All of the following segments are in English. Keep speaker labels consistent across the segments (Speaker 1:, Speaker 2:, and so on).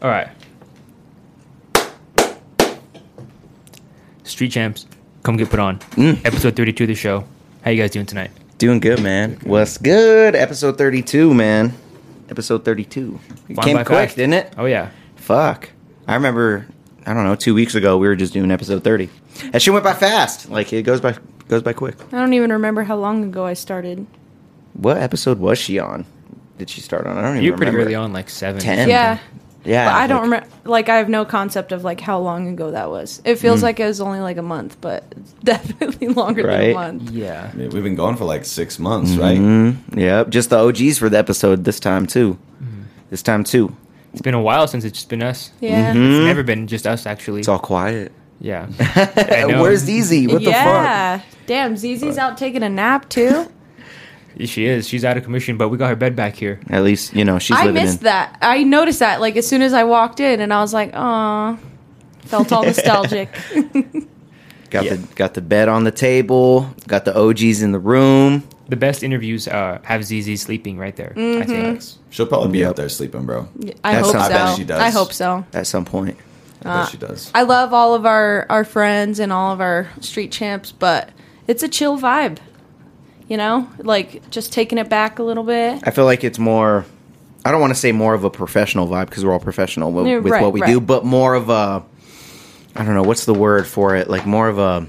Speaker 1: All right. Street Champs, come get put on.
Speaker 2: Mm.
Speaker 1: Episode 32 of the show. How you guys doing tonight?
Speaker 2: Doing good, man. What's good? Episode 32, man. Episode 32. It
Speaker 1: Flying
Speaker 2: came
Speaker 1: by
Speaker 2: quick,
Speaker 1: fast.
Speaker 2: didn't it?
Speaker 1: Oh yeah.
Speaker 2: Fuck. I remember, I don't know, two weeks ago, we were just doing episode 30. That shit went by fast. Like, it goes by goes by quick.
Speaker 3: I don't even remember how long ago I started.
Speaker 2: What episode was she on? Did she start on? I don't even
Speaker 1: You're pretty
Speaker 2: remember.
Speaker 1: early on, like seven.
Speaker 2: Ten.
Speaker 3: Yeah.
Speaker 2: Yeah.
Speaker 3: But I don't
Speaker 2: like-
Speaker 3: remember. Like I have no concept of like how long ago that was. It
Speaker 2: Hmm.
Speaker 3: feels like it was only like a month, but it's definitely longer than
Speaker 2: Right.
Speaker 3: a month.
Speaker 1: Yeah.
Speaker 4: Yeah, We've been gone for like six months, right?
Speaker 2: Mm-hmm. Yep. Just the OGs for the episode this time, too.
Speaker 1: Mm-hmm.
Speaker 2: This time, too.
Speaker 1: It's been a while since it's just been us.
Speaker 3: Yeah.
Speaker 2: Mm-hmm. Mm.
Speaker 1: It's never been just us actually.
Speaker 2: It's all quiet.
Speaker 1: yeah. know.
Speaker 2: Where's DZ? What the fuck?
Speaker 3: yeah. Damn, ZZ's out taking a nap too.
Speaker 1: She is. She's out of commission, but we got her bed back here.
Speaker 2: At least, you know, she's
Speaker 3: I
Speaker 2: living in.
Speaker 3: missed that. I noticed that like as soon as I walked in, and I was like, "Aw." Felt all nostalgic.
Speaker 2: Got the got the bed on the table. Got the OGs in the room.
Speaker 1: The best interviews uh, have ZZ sleeping right there. I think.
Speaker 4: She'll probably be
Speaker 2: Yep.
Speaker 4: out there sleeping, bro.
Speaker 3: I
Speaker 2: That
Speaker 3: hope so.
Speaker 2: sounds- I bet
Speaker 4: she does.
Speaker 3: I hope so.
Speaker 2: at some point.
Speaker 4: I bet she does.
Speaker 3: Uh, I love all of our our friends and all of our street champs, but it's a chill vibe. You know, like just taking it back a little bit.
Speaker 2: I feel like it's more. I don't want to say more of a professional vibe because we're all professional with,
Speaker 3: Yeah,
Speaker 2: with
Speaker 3: right,
Speaker 2: what we
Speaker 3: right.
Speaker 2: do, but more of a. I don't know what's the word for it. Like more of a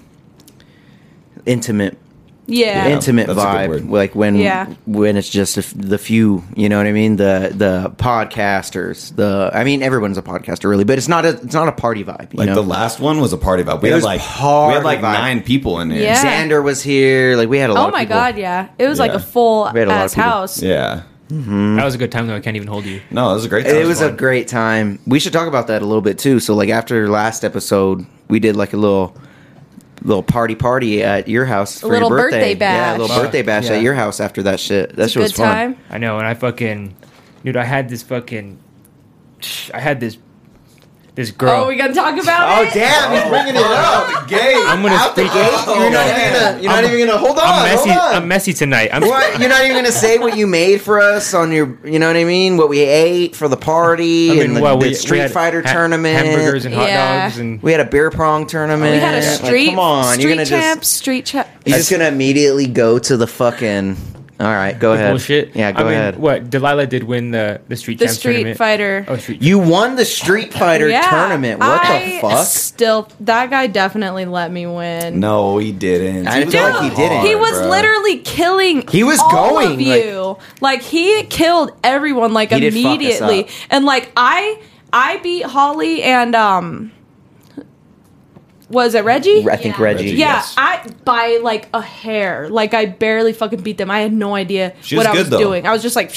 Speaker 2: intimate,
Speaker 3: Yeah.
Speaker 4: Yeah.
Speaker 2: intimate
Speaker 4: that's a good
Speaker 2: vibe.
Speaker 4: word.
Speaker 2: Like when
Speaker 3: Yeah.
Speaker 2: when it's just a f- the few. You know what I mean? The the podcasters. The I mean everyone's a podcaster really, but it's not a it's not a party vibe. You
Speaker 4: Like
Speaker 2: know?
Speaker 4: the last one was a party vibe. We
Speaker 2: It
Speaker 4: had
Speaker 2: was
Speaker 4: like
Speaker 2: party
Speaker 4: we had like
Speaker 2: vibe.
Speaker 4: nine people in there.
Speaker 3: Yeah.
Speaker 2: Xander was here. Like we had a lot.
Speaker 3: Oh
Speaker 2: of
Speaker 3: my
Speaker 2: people.
Speaker 3: god, yeah. It was like
Speaker 4: Yeah.
Speaker 3: a full
Speaker 2: We had a lot of
Speaker 3: ass
Speaker 2: people.
Speaker 3: house.
Speaker 4: Yeah.
Speaker 2: Mm.
Speaker 1: That was a good time though. I can't even hold you.
Speaker 4: No, it was a great. Time.
Speaker 2: It was a
Speaker 4: fun.
Speaker 2: great time. We should talk about that a little bit too. So like after last episode, we did like a little little party party at your house for
Speaker 3: little
Speaker 2: your birthday. Yeah,
Speaker 3: birthday
Speaker 2: a
Speaker 3: bash.
Speaker 2: little
Speaker 1: Fuck,
Speaker 2: birthday bash
Speaker 1: yeah.
Speaker 2: at your house after that shit. That
Speaker 3: It's a
Speaker 2: shit was
Speaker 3: good
Speaker 2: fun.
Speaker 3: time.
Speaker 1: I know, and I fucking, dude, I had this fucking, I had this, this girl.
Speaker 3: Oh, we gonna talk about
Speaker 2: Oh
Speaker 3: it?
Speaker 2: damn, he's bringing it
Speaker 4: Oh,
Speaker 2: up. Gay.
Speaker 1: I'm gonna
Speaker 2: out the
Speaker 1: freak-
Speaker 2: gate. You're not even gonna. You're not even gonna. Hold on.
Speaker 1: I'm messy.
Speaker 2: Hold on.
Speaker 1: I'm messy tonight. I'm
Speaker 2: What? You're not even gonna say what you made for us on your. You know what I mean? What we ate for the party
Speaker 1: I mean,
Speaker 2: and the,
Speaker 1: well,
Speaker 2: the
Speaker 1: we- we
Speaker 2: Street
Speaker 1: had
Speaker 2: Fighter
Speaker 1: ha-
Speaker 2: tournament.
Speaker 1: hamburgers and hot
Speaker 3: Yeah.
Speaker 1: dogs, and
Speaker 2: we had a beer pong tournament.
Speaker 3: We had a
Speaker 2: Like,
Speaker 3: street,
Speaker 2: come on,
Speaker 3: street
Speaker 2: you're gonna
Speaker 3: champs,
Speaker 2: just
Speaker 3: street champ.
Speaker 2: He's just gonna immediately go to the fucking. All right, go ahead.
Speaker 1: bullshit.
Speaker 2: Yeah, go
Speaker 1: I mean,
Speaker 2: ahead.
Speaker 1: What Delilah did win the the street
Speaker 3: The
Speaker 1: Champs
Speaker 3: Street
Speaker 1: tournament.
Speaker 3: Fighter.
Speaker 1: Oh, street.
Speaker 2: You won the Street Fighter
Speaker 3: Yeah,
Speaker 2: tournament. What the
Speaker 3: I
Speaker 2: fuck?
Speaker 3: Still, that guy definitely let me win.
Speaker 4: No, he didn't.
Speaker 2: I feel
Speaker 4: He was
Speaker 2: like he
Speaker 4: hard,
Speaker 2: didn't.
Speaker 3: He was
Speaker 4: bro.
Speaker 3: literally killing.
Speaker 2: He was
Speaker 3: all
Speaker 2: going,
Speaker 3: of
Speaker 2: like-
Speaker 3: you. Like, he killed everyone like
Speaker 2: He did fuck us
Speaker 3: immediately,
Speaker 2: up.
Speaker 3: and like I I beat Holly and um. Was it Reggie?
Speaker 2: I think
Speaker 3: Yeah.
Speaker 2: Reggie.
Speaker 3: Yeah,
Speaker 4: Yes.
Speaker 3: I by like a hair. Like I barely fucking beat them. I had no idea
Speaker 4: She was
Speaker 3: what I
Speaker 4: good,
Speaker 3: was
Speaker 4: though.
Speaker 3: doing. I was just like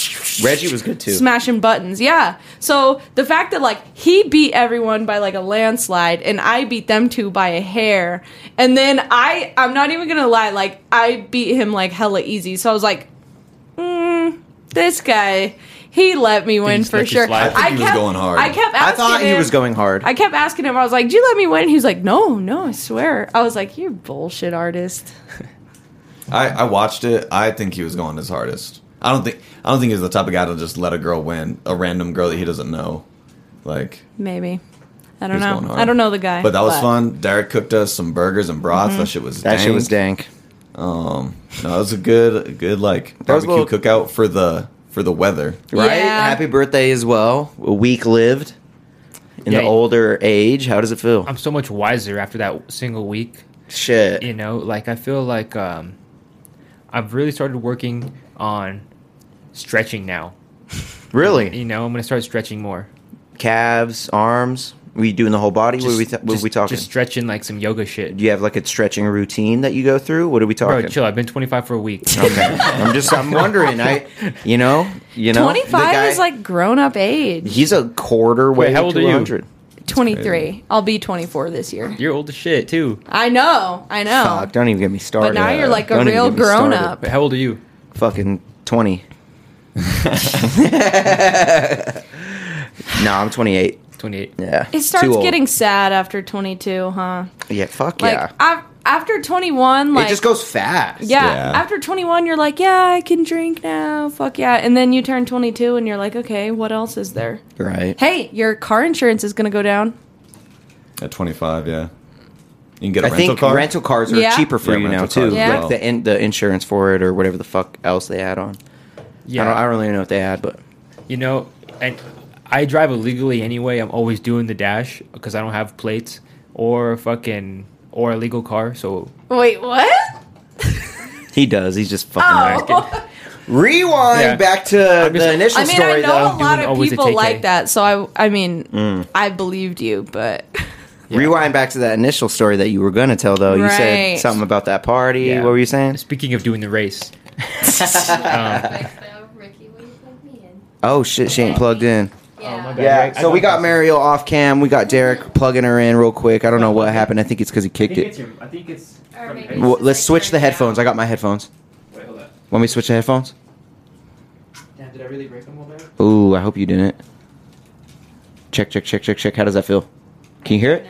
Speaker 2: Reggie was good, too.
Speaker 3: Smashing buttons. Yeah. So the fact that like he beat everyone by like a landslide and I beat them two by a hair. And then I I'm not even going to lie like I beat him like hella easy. So I was like mm, this guy he let me win
Speaker 1: just
Speaker 3: for
Speaker 1: let you
Speaker 3: sure.
Speaker 1: slide. I
Speaker 4: think he was going hard.
Speaker 3: I kept
Speaker 2: I
Speaker 3: asking
Speaker 2: thought he
Speaker 3: him-
Speaker 2: was going hard.
Speaker 3: I kept asking him. I was like, "Do you let me win?" He's like, "No, no, I swear." I was like, "You bullshit artist."
Speaker 4: I, I watched it. I think he was going his hardest. I don't think I don't think he's the type of guy to just let a girl win, a random girl that he doesn't know. Like
Speaker 3: Maybe I
Speaker 4: he
Speaker 3: don't
Speaker 4: was
Speaker 3: know.
Speaker 4: going hard.
Speaker 3: I don't know the guy.
Speaker 4: But that was fun. Derek cooked us some burgers and brats. That shit was
Speaker 2: that shit was
Speaker 4: dank.
Speaker 2: dank.
Speaker 4: No, it was a good, a good like
Speaker 2: was a
Speaker 4: barbecue
Speaker 2: little-
Speaker 4: cookout for the for the weather.
Speaker 2: Right?
Speaker 3: Yeah.
Speaker 2: Happy birthday as well. A week lived in the
Speaker 1: Yeah.
Speaker 2: older age. How does it feel?
Speaker 1: I'm so much wiser after that single week.
Speaker 2: Shit.
Speaker 1: You know, like I feel like um, I've really started working on stretching now.
Speaker 2: Really?
Speaker 1: You know, I'm gonna start stretching more.
Speaker 2: Calves, arms. We doing the whole body? what are we, th- what
Speaker 1: just-
Speaker 2: are we talking?
Speaker 1: Just stretching like some yoga shit.
Speaker 2: Do you have like a stretching routine that you go through? What are we talking?
Speaker 1: Bro, chill. I've been 25 for a week.
Speaker 2: Okay. I'm just I'm wondering. I you know, you know.
Speaker 3: Twenty
Speaker 2: the guy-
Speaker 3: five is like grown up age.
Speaker 2: he's a quarter way
Speaker 1: Wait, how old
Speaker 2: to
Speaker 1: are you?
Speaker 2: 100.
Speaker 3: Twenty three. I'll be twenty four this year.
Speaker 1: You're old as shit too.
Speaker 3: I know. I know.
Speaker 2: Fuck, don't even get me started.
Speaker 3: Oh. but now you're like a
Speaker 2: Don't even
Speaker 3: real
Speaker 2: get me
Speaker 3: grown
Speaker 2: started.
Speaker 3: up.
Speaker 1: Wait, how old are you?
Speaker 2: Fucking 20. no, I'm 28.
Speaker 1: 28.
Speaker 2: Yeah.
Speaker 3: It
Speaker 2: Too
Speaker 3: starts
Speaker 2: old.
Speaker 3: getting sad after twenty two, huh?
Speaker 2: Yeah, fuck
Speaker 3: Like
Speaker 2: yeah.
Speaker 3: I. after 21, like
Speaker 2: it just goes fast.
Speaker 3: yeah,
Speaker 4: Yeah.
Speaker 3: After 21, you're like, yeah, I can drink now. Fuck yeah. And then you turn 22 and you're like, okay, what else is there?
Speaker 2: Right.
Speaker 3: Hey, your car insurance is going to go down.
Speaker 4: At 25, yeah. You can get a
Speaker 2: I
Speaker 4: rental
Speaker 2: think
Speaker 4: car.
Speaker 2: rental cars are
Speaker 3: Yeah.
Speaker 2: cheaper for
Speaker 4: Yeah,
Speaker 2: you now
Speaker 4: rental cars
Speaker 2: too.
Speaker 3: as
Speaker 2: Like
Speaker 4: well.
Speaker 2: the in, the insurance for it or whatever the fuck else they add on. I don't, I don't really know what they add, but
Speaker 1: you know, and I drive illegally anyway. I'm always doing the dash because I don't have plates or fucking or a legal car. So
Speaker 3: Wait, what?
Speaker 2: he does. He's just fucking.
Speaker 1: asking.
Speaker 3: Oh.
Speaker 2: Rewind
Speaker 1: Yeah.
Speaker 2: back to
Speaker 1: just-
Speaker 2: the initial
Speaker 3: I mean,
Speaker 2: story
Speaker 3: I know
Speaker 2: though.
Speaker 3: a lot
Speaker 1: Doing
Speaker 3: of
Speaker 1: always a
Speaker 3: people
Speaker 1: take
Speaker 3: like
Speaker 1: A.
Speaker 3: that, so I, I mean,
Speaker 2: Mm.
Speaker 3: I believed you, but
Speaker 2: Rewind back to that initial story that you were gonna tell though. You said
Speaker 3: Right.
Speaker 2: something about that party.
Speaker 1: Yeah.
Speaker 2: What were you saying?
Speaker 1: speaking of doing the race,
Speaker 2: Um,
Speaker 1: Uh,
Speaker 5: Ricky, will you plug me in?
Speaker 2: Oh shit, she ain't plugged in.
Speaker 5: Yeah.
Speaker 1: my bad.
Speaker 2: Yeah,
Speaker 1: I
Speaker 2: so we
Speaker 1: thought-
Speaker 2: got Mario off cam. We got Derek plugging her in real quick. I don't know what happened. I think it's because he kicked it.
Speaker 1: I think it's.
Speaker 5: Or from maybe- your-
Speaker 2: Well, let's switch the headphones. I got my headphones.
Speaker 1: Wait, hold on.
Speaker 2: Want me to switch the headphones?
Speaker 1: Damn, did I really break them all back?
Speaker 2: Ooh, I hope you didn't. Check, check, check, check, check. How does that feel? Can you hear it?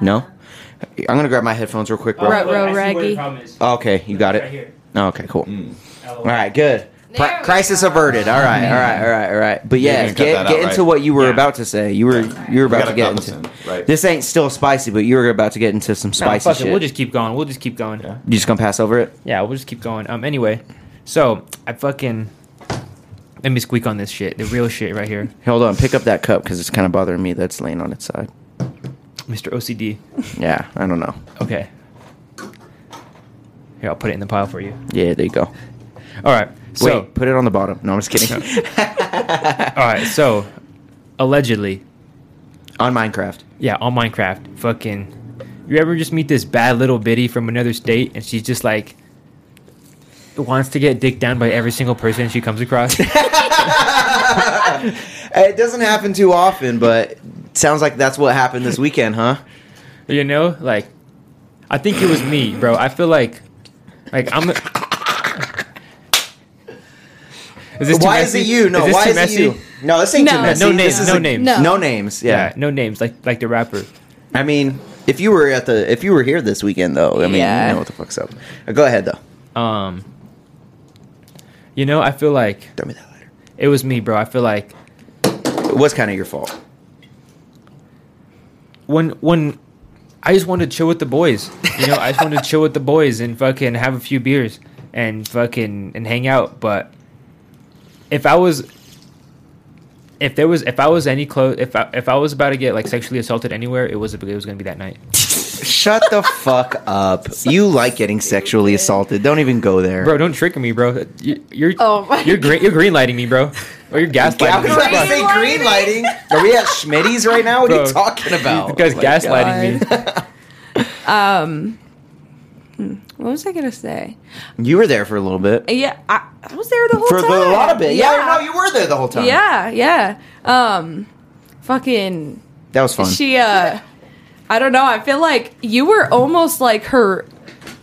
Speaker 2: No.
Speaker 5: Uh-huh.
Speaker 2: I'm gonna grab my headphones real
Speaker 1: Oh,
Speaker 2: quick, bro.
Speaker 3: Right. row raggy.
Speaker 2: Okay, you got it.
Speaker 1: here.
Speaker 2: Oh, okay, cool.
Speaker 4: Mm.
Speaker 2: All right, good. Pri-
Speaker 5: There we
Speaker 2: crisis
Speaker 5: go.
Speaker 2: averted. All right, all right, all right, all right. But
Speaker 4: Yeah,
Speaker 2: yeah,
Speaker 4: you can cut
Speaker 2: get
Speaker 4: that
Speaker 2: get
Speaker 4: out,
Speaker 2: into
Speaker 4: right?
Speaker 2: what you were
Speaker 1: Yeah.
Speaker 2: about to say. You were you were
Speaker 4: We
Speaker 2: about
Speaker 4: gotta
Speaker 2: to get
Speaker 4: cut this
Speaker 2: into.
Speaker 4: in, right.
Speaker 2: This ain't still spicy, but you were about to get into some
Speaker 1: Nah,
Speaker 2: spicy
Speaker 1: fuck
Speaker 2: shit.
Speaker 1: it. We'll just keep going. We'll just keep going.
Speaker 4: Yeah.
Speaker 1: Yeah.
Speaker 2: you just gonna pass over it?
Speaker 1: we'll just keep going. Um, anyway, so I fucking let me squeak on this shit. The real shit right here,
Speaker 2: Hold on, pick up that cup because it's kind of bothering me. That's laying on its side.
Speaker 1: Mr. OCD.
Speaker 2: Yeah, I don't know.
Speaker 1: Okay. Here, I'll put it in the pile for you.
Speaker 2: Yeah, there you go.
Speaker 1: All right. So,
Speaker 2: Wait, put it on the bottom. No, I'm just kidding.
Speaker 1: all right. So, allegedly,
Speaker 2: on Minecraft.
Speaker 1: yeah, on Minecraft, fucking. You ever just meet this bad little bitty from another state, and she's just like wants to get dicked down by every single person she comes across?
Speaker 2: It doesn't happen too often, but sounds like that's what happened this weekend, huh?
Speaker 1: You know, like I think it was me, bro. I feel like like I'm Is this too
Speaker 2: Why is it
Speaker 1: messy?
Speaker 2: you? No,
Speaker 1: this
Speaker 2: why
Speaker 1: too
Speaker 2: is it you? No, this ain't too
Speaker 3: No.
Speaker 2: messy.
Speaker 1: No
Speaker 2: This
Speaker 1: names,
Speaker 2: is
Speaker 1: no
Speaker 2: a-
Speaker 1: names.
Speaker 3: No.
Speaker 2: No names.
Speaker 1: Yeah.
Speaker 2: Yeah.
Speaker 1: no names like like the rapper.
Speaker 2: I mean, if you were at the if you were here this weekend though, I mean,
Speaker 3: Yeah.
Speaker 2: you know what the fuck's up. Uh, Go ahead though.
Speaker 1: Um You know, I feel like
Speaker 2: Throw me that lighter.
Speaker 1: it was me, bro. I feel like
Speaker 2: It was kind of your fault.
Speaker 1: when when I just wanted to chill with the boys. You know, I just wanted to chill with the boys and fucking have a few beers and fucking and hang out. But if I was if there was if I was any close if I if I was about to get like sexually assaulted anywhere, it was it was gonna be that night.
Speaker 2: Shut the fuck up. You like getting sexually assaulted. Don't even go there.
Speaker 1: Bro, don't trick me, bro. You, you're
Speaker 3: Oh my
Speaker 1: you're green you're green lighting me, bro. Or you're gaslighting
Speaker 2: I was
Speaker 1: me.
Speaker 2: about to say green lighting. Are we at Schmitty's right now? What are you
Speaker 1: Bro,
Speaker 2: talking
Speaker 1: You
Speaker 2: about?
Speaker 4: Oh
Speaker 1: guys
Speaker 2: Like,
Speaker 1: gaslighting me.
Speaker 3: what was I gonna say?
Speaker 2: You were there for a little bit.
Speaker 3: Yeah, I, I was there the whole
Speaker 2: For
Speaker 3: time.
Speaker 2: a lot of it. Yeah. no, you were there the whole time.
Speaker 3: yeah, yeah. Um, fucking.
Speaker 2: That was fun.
Speaker 3: She, uh, I don't know. I feel like you were almost like her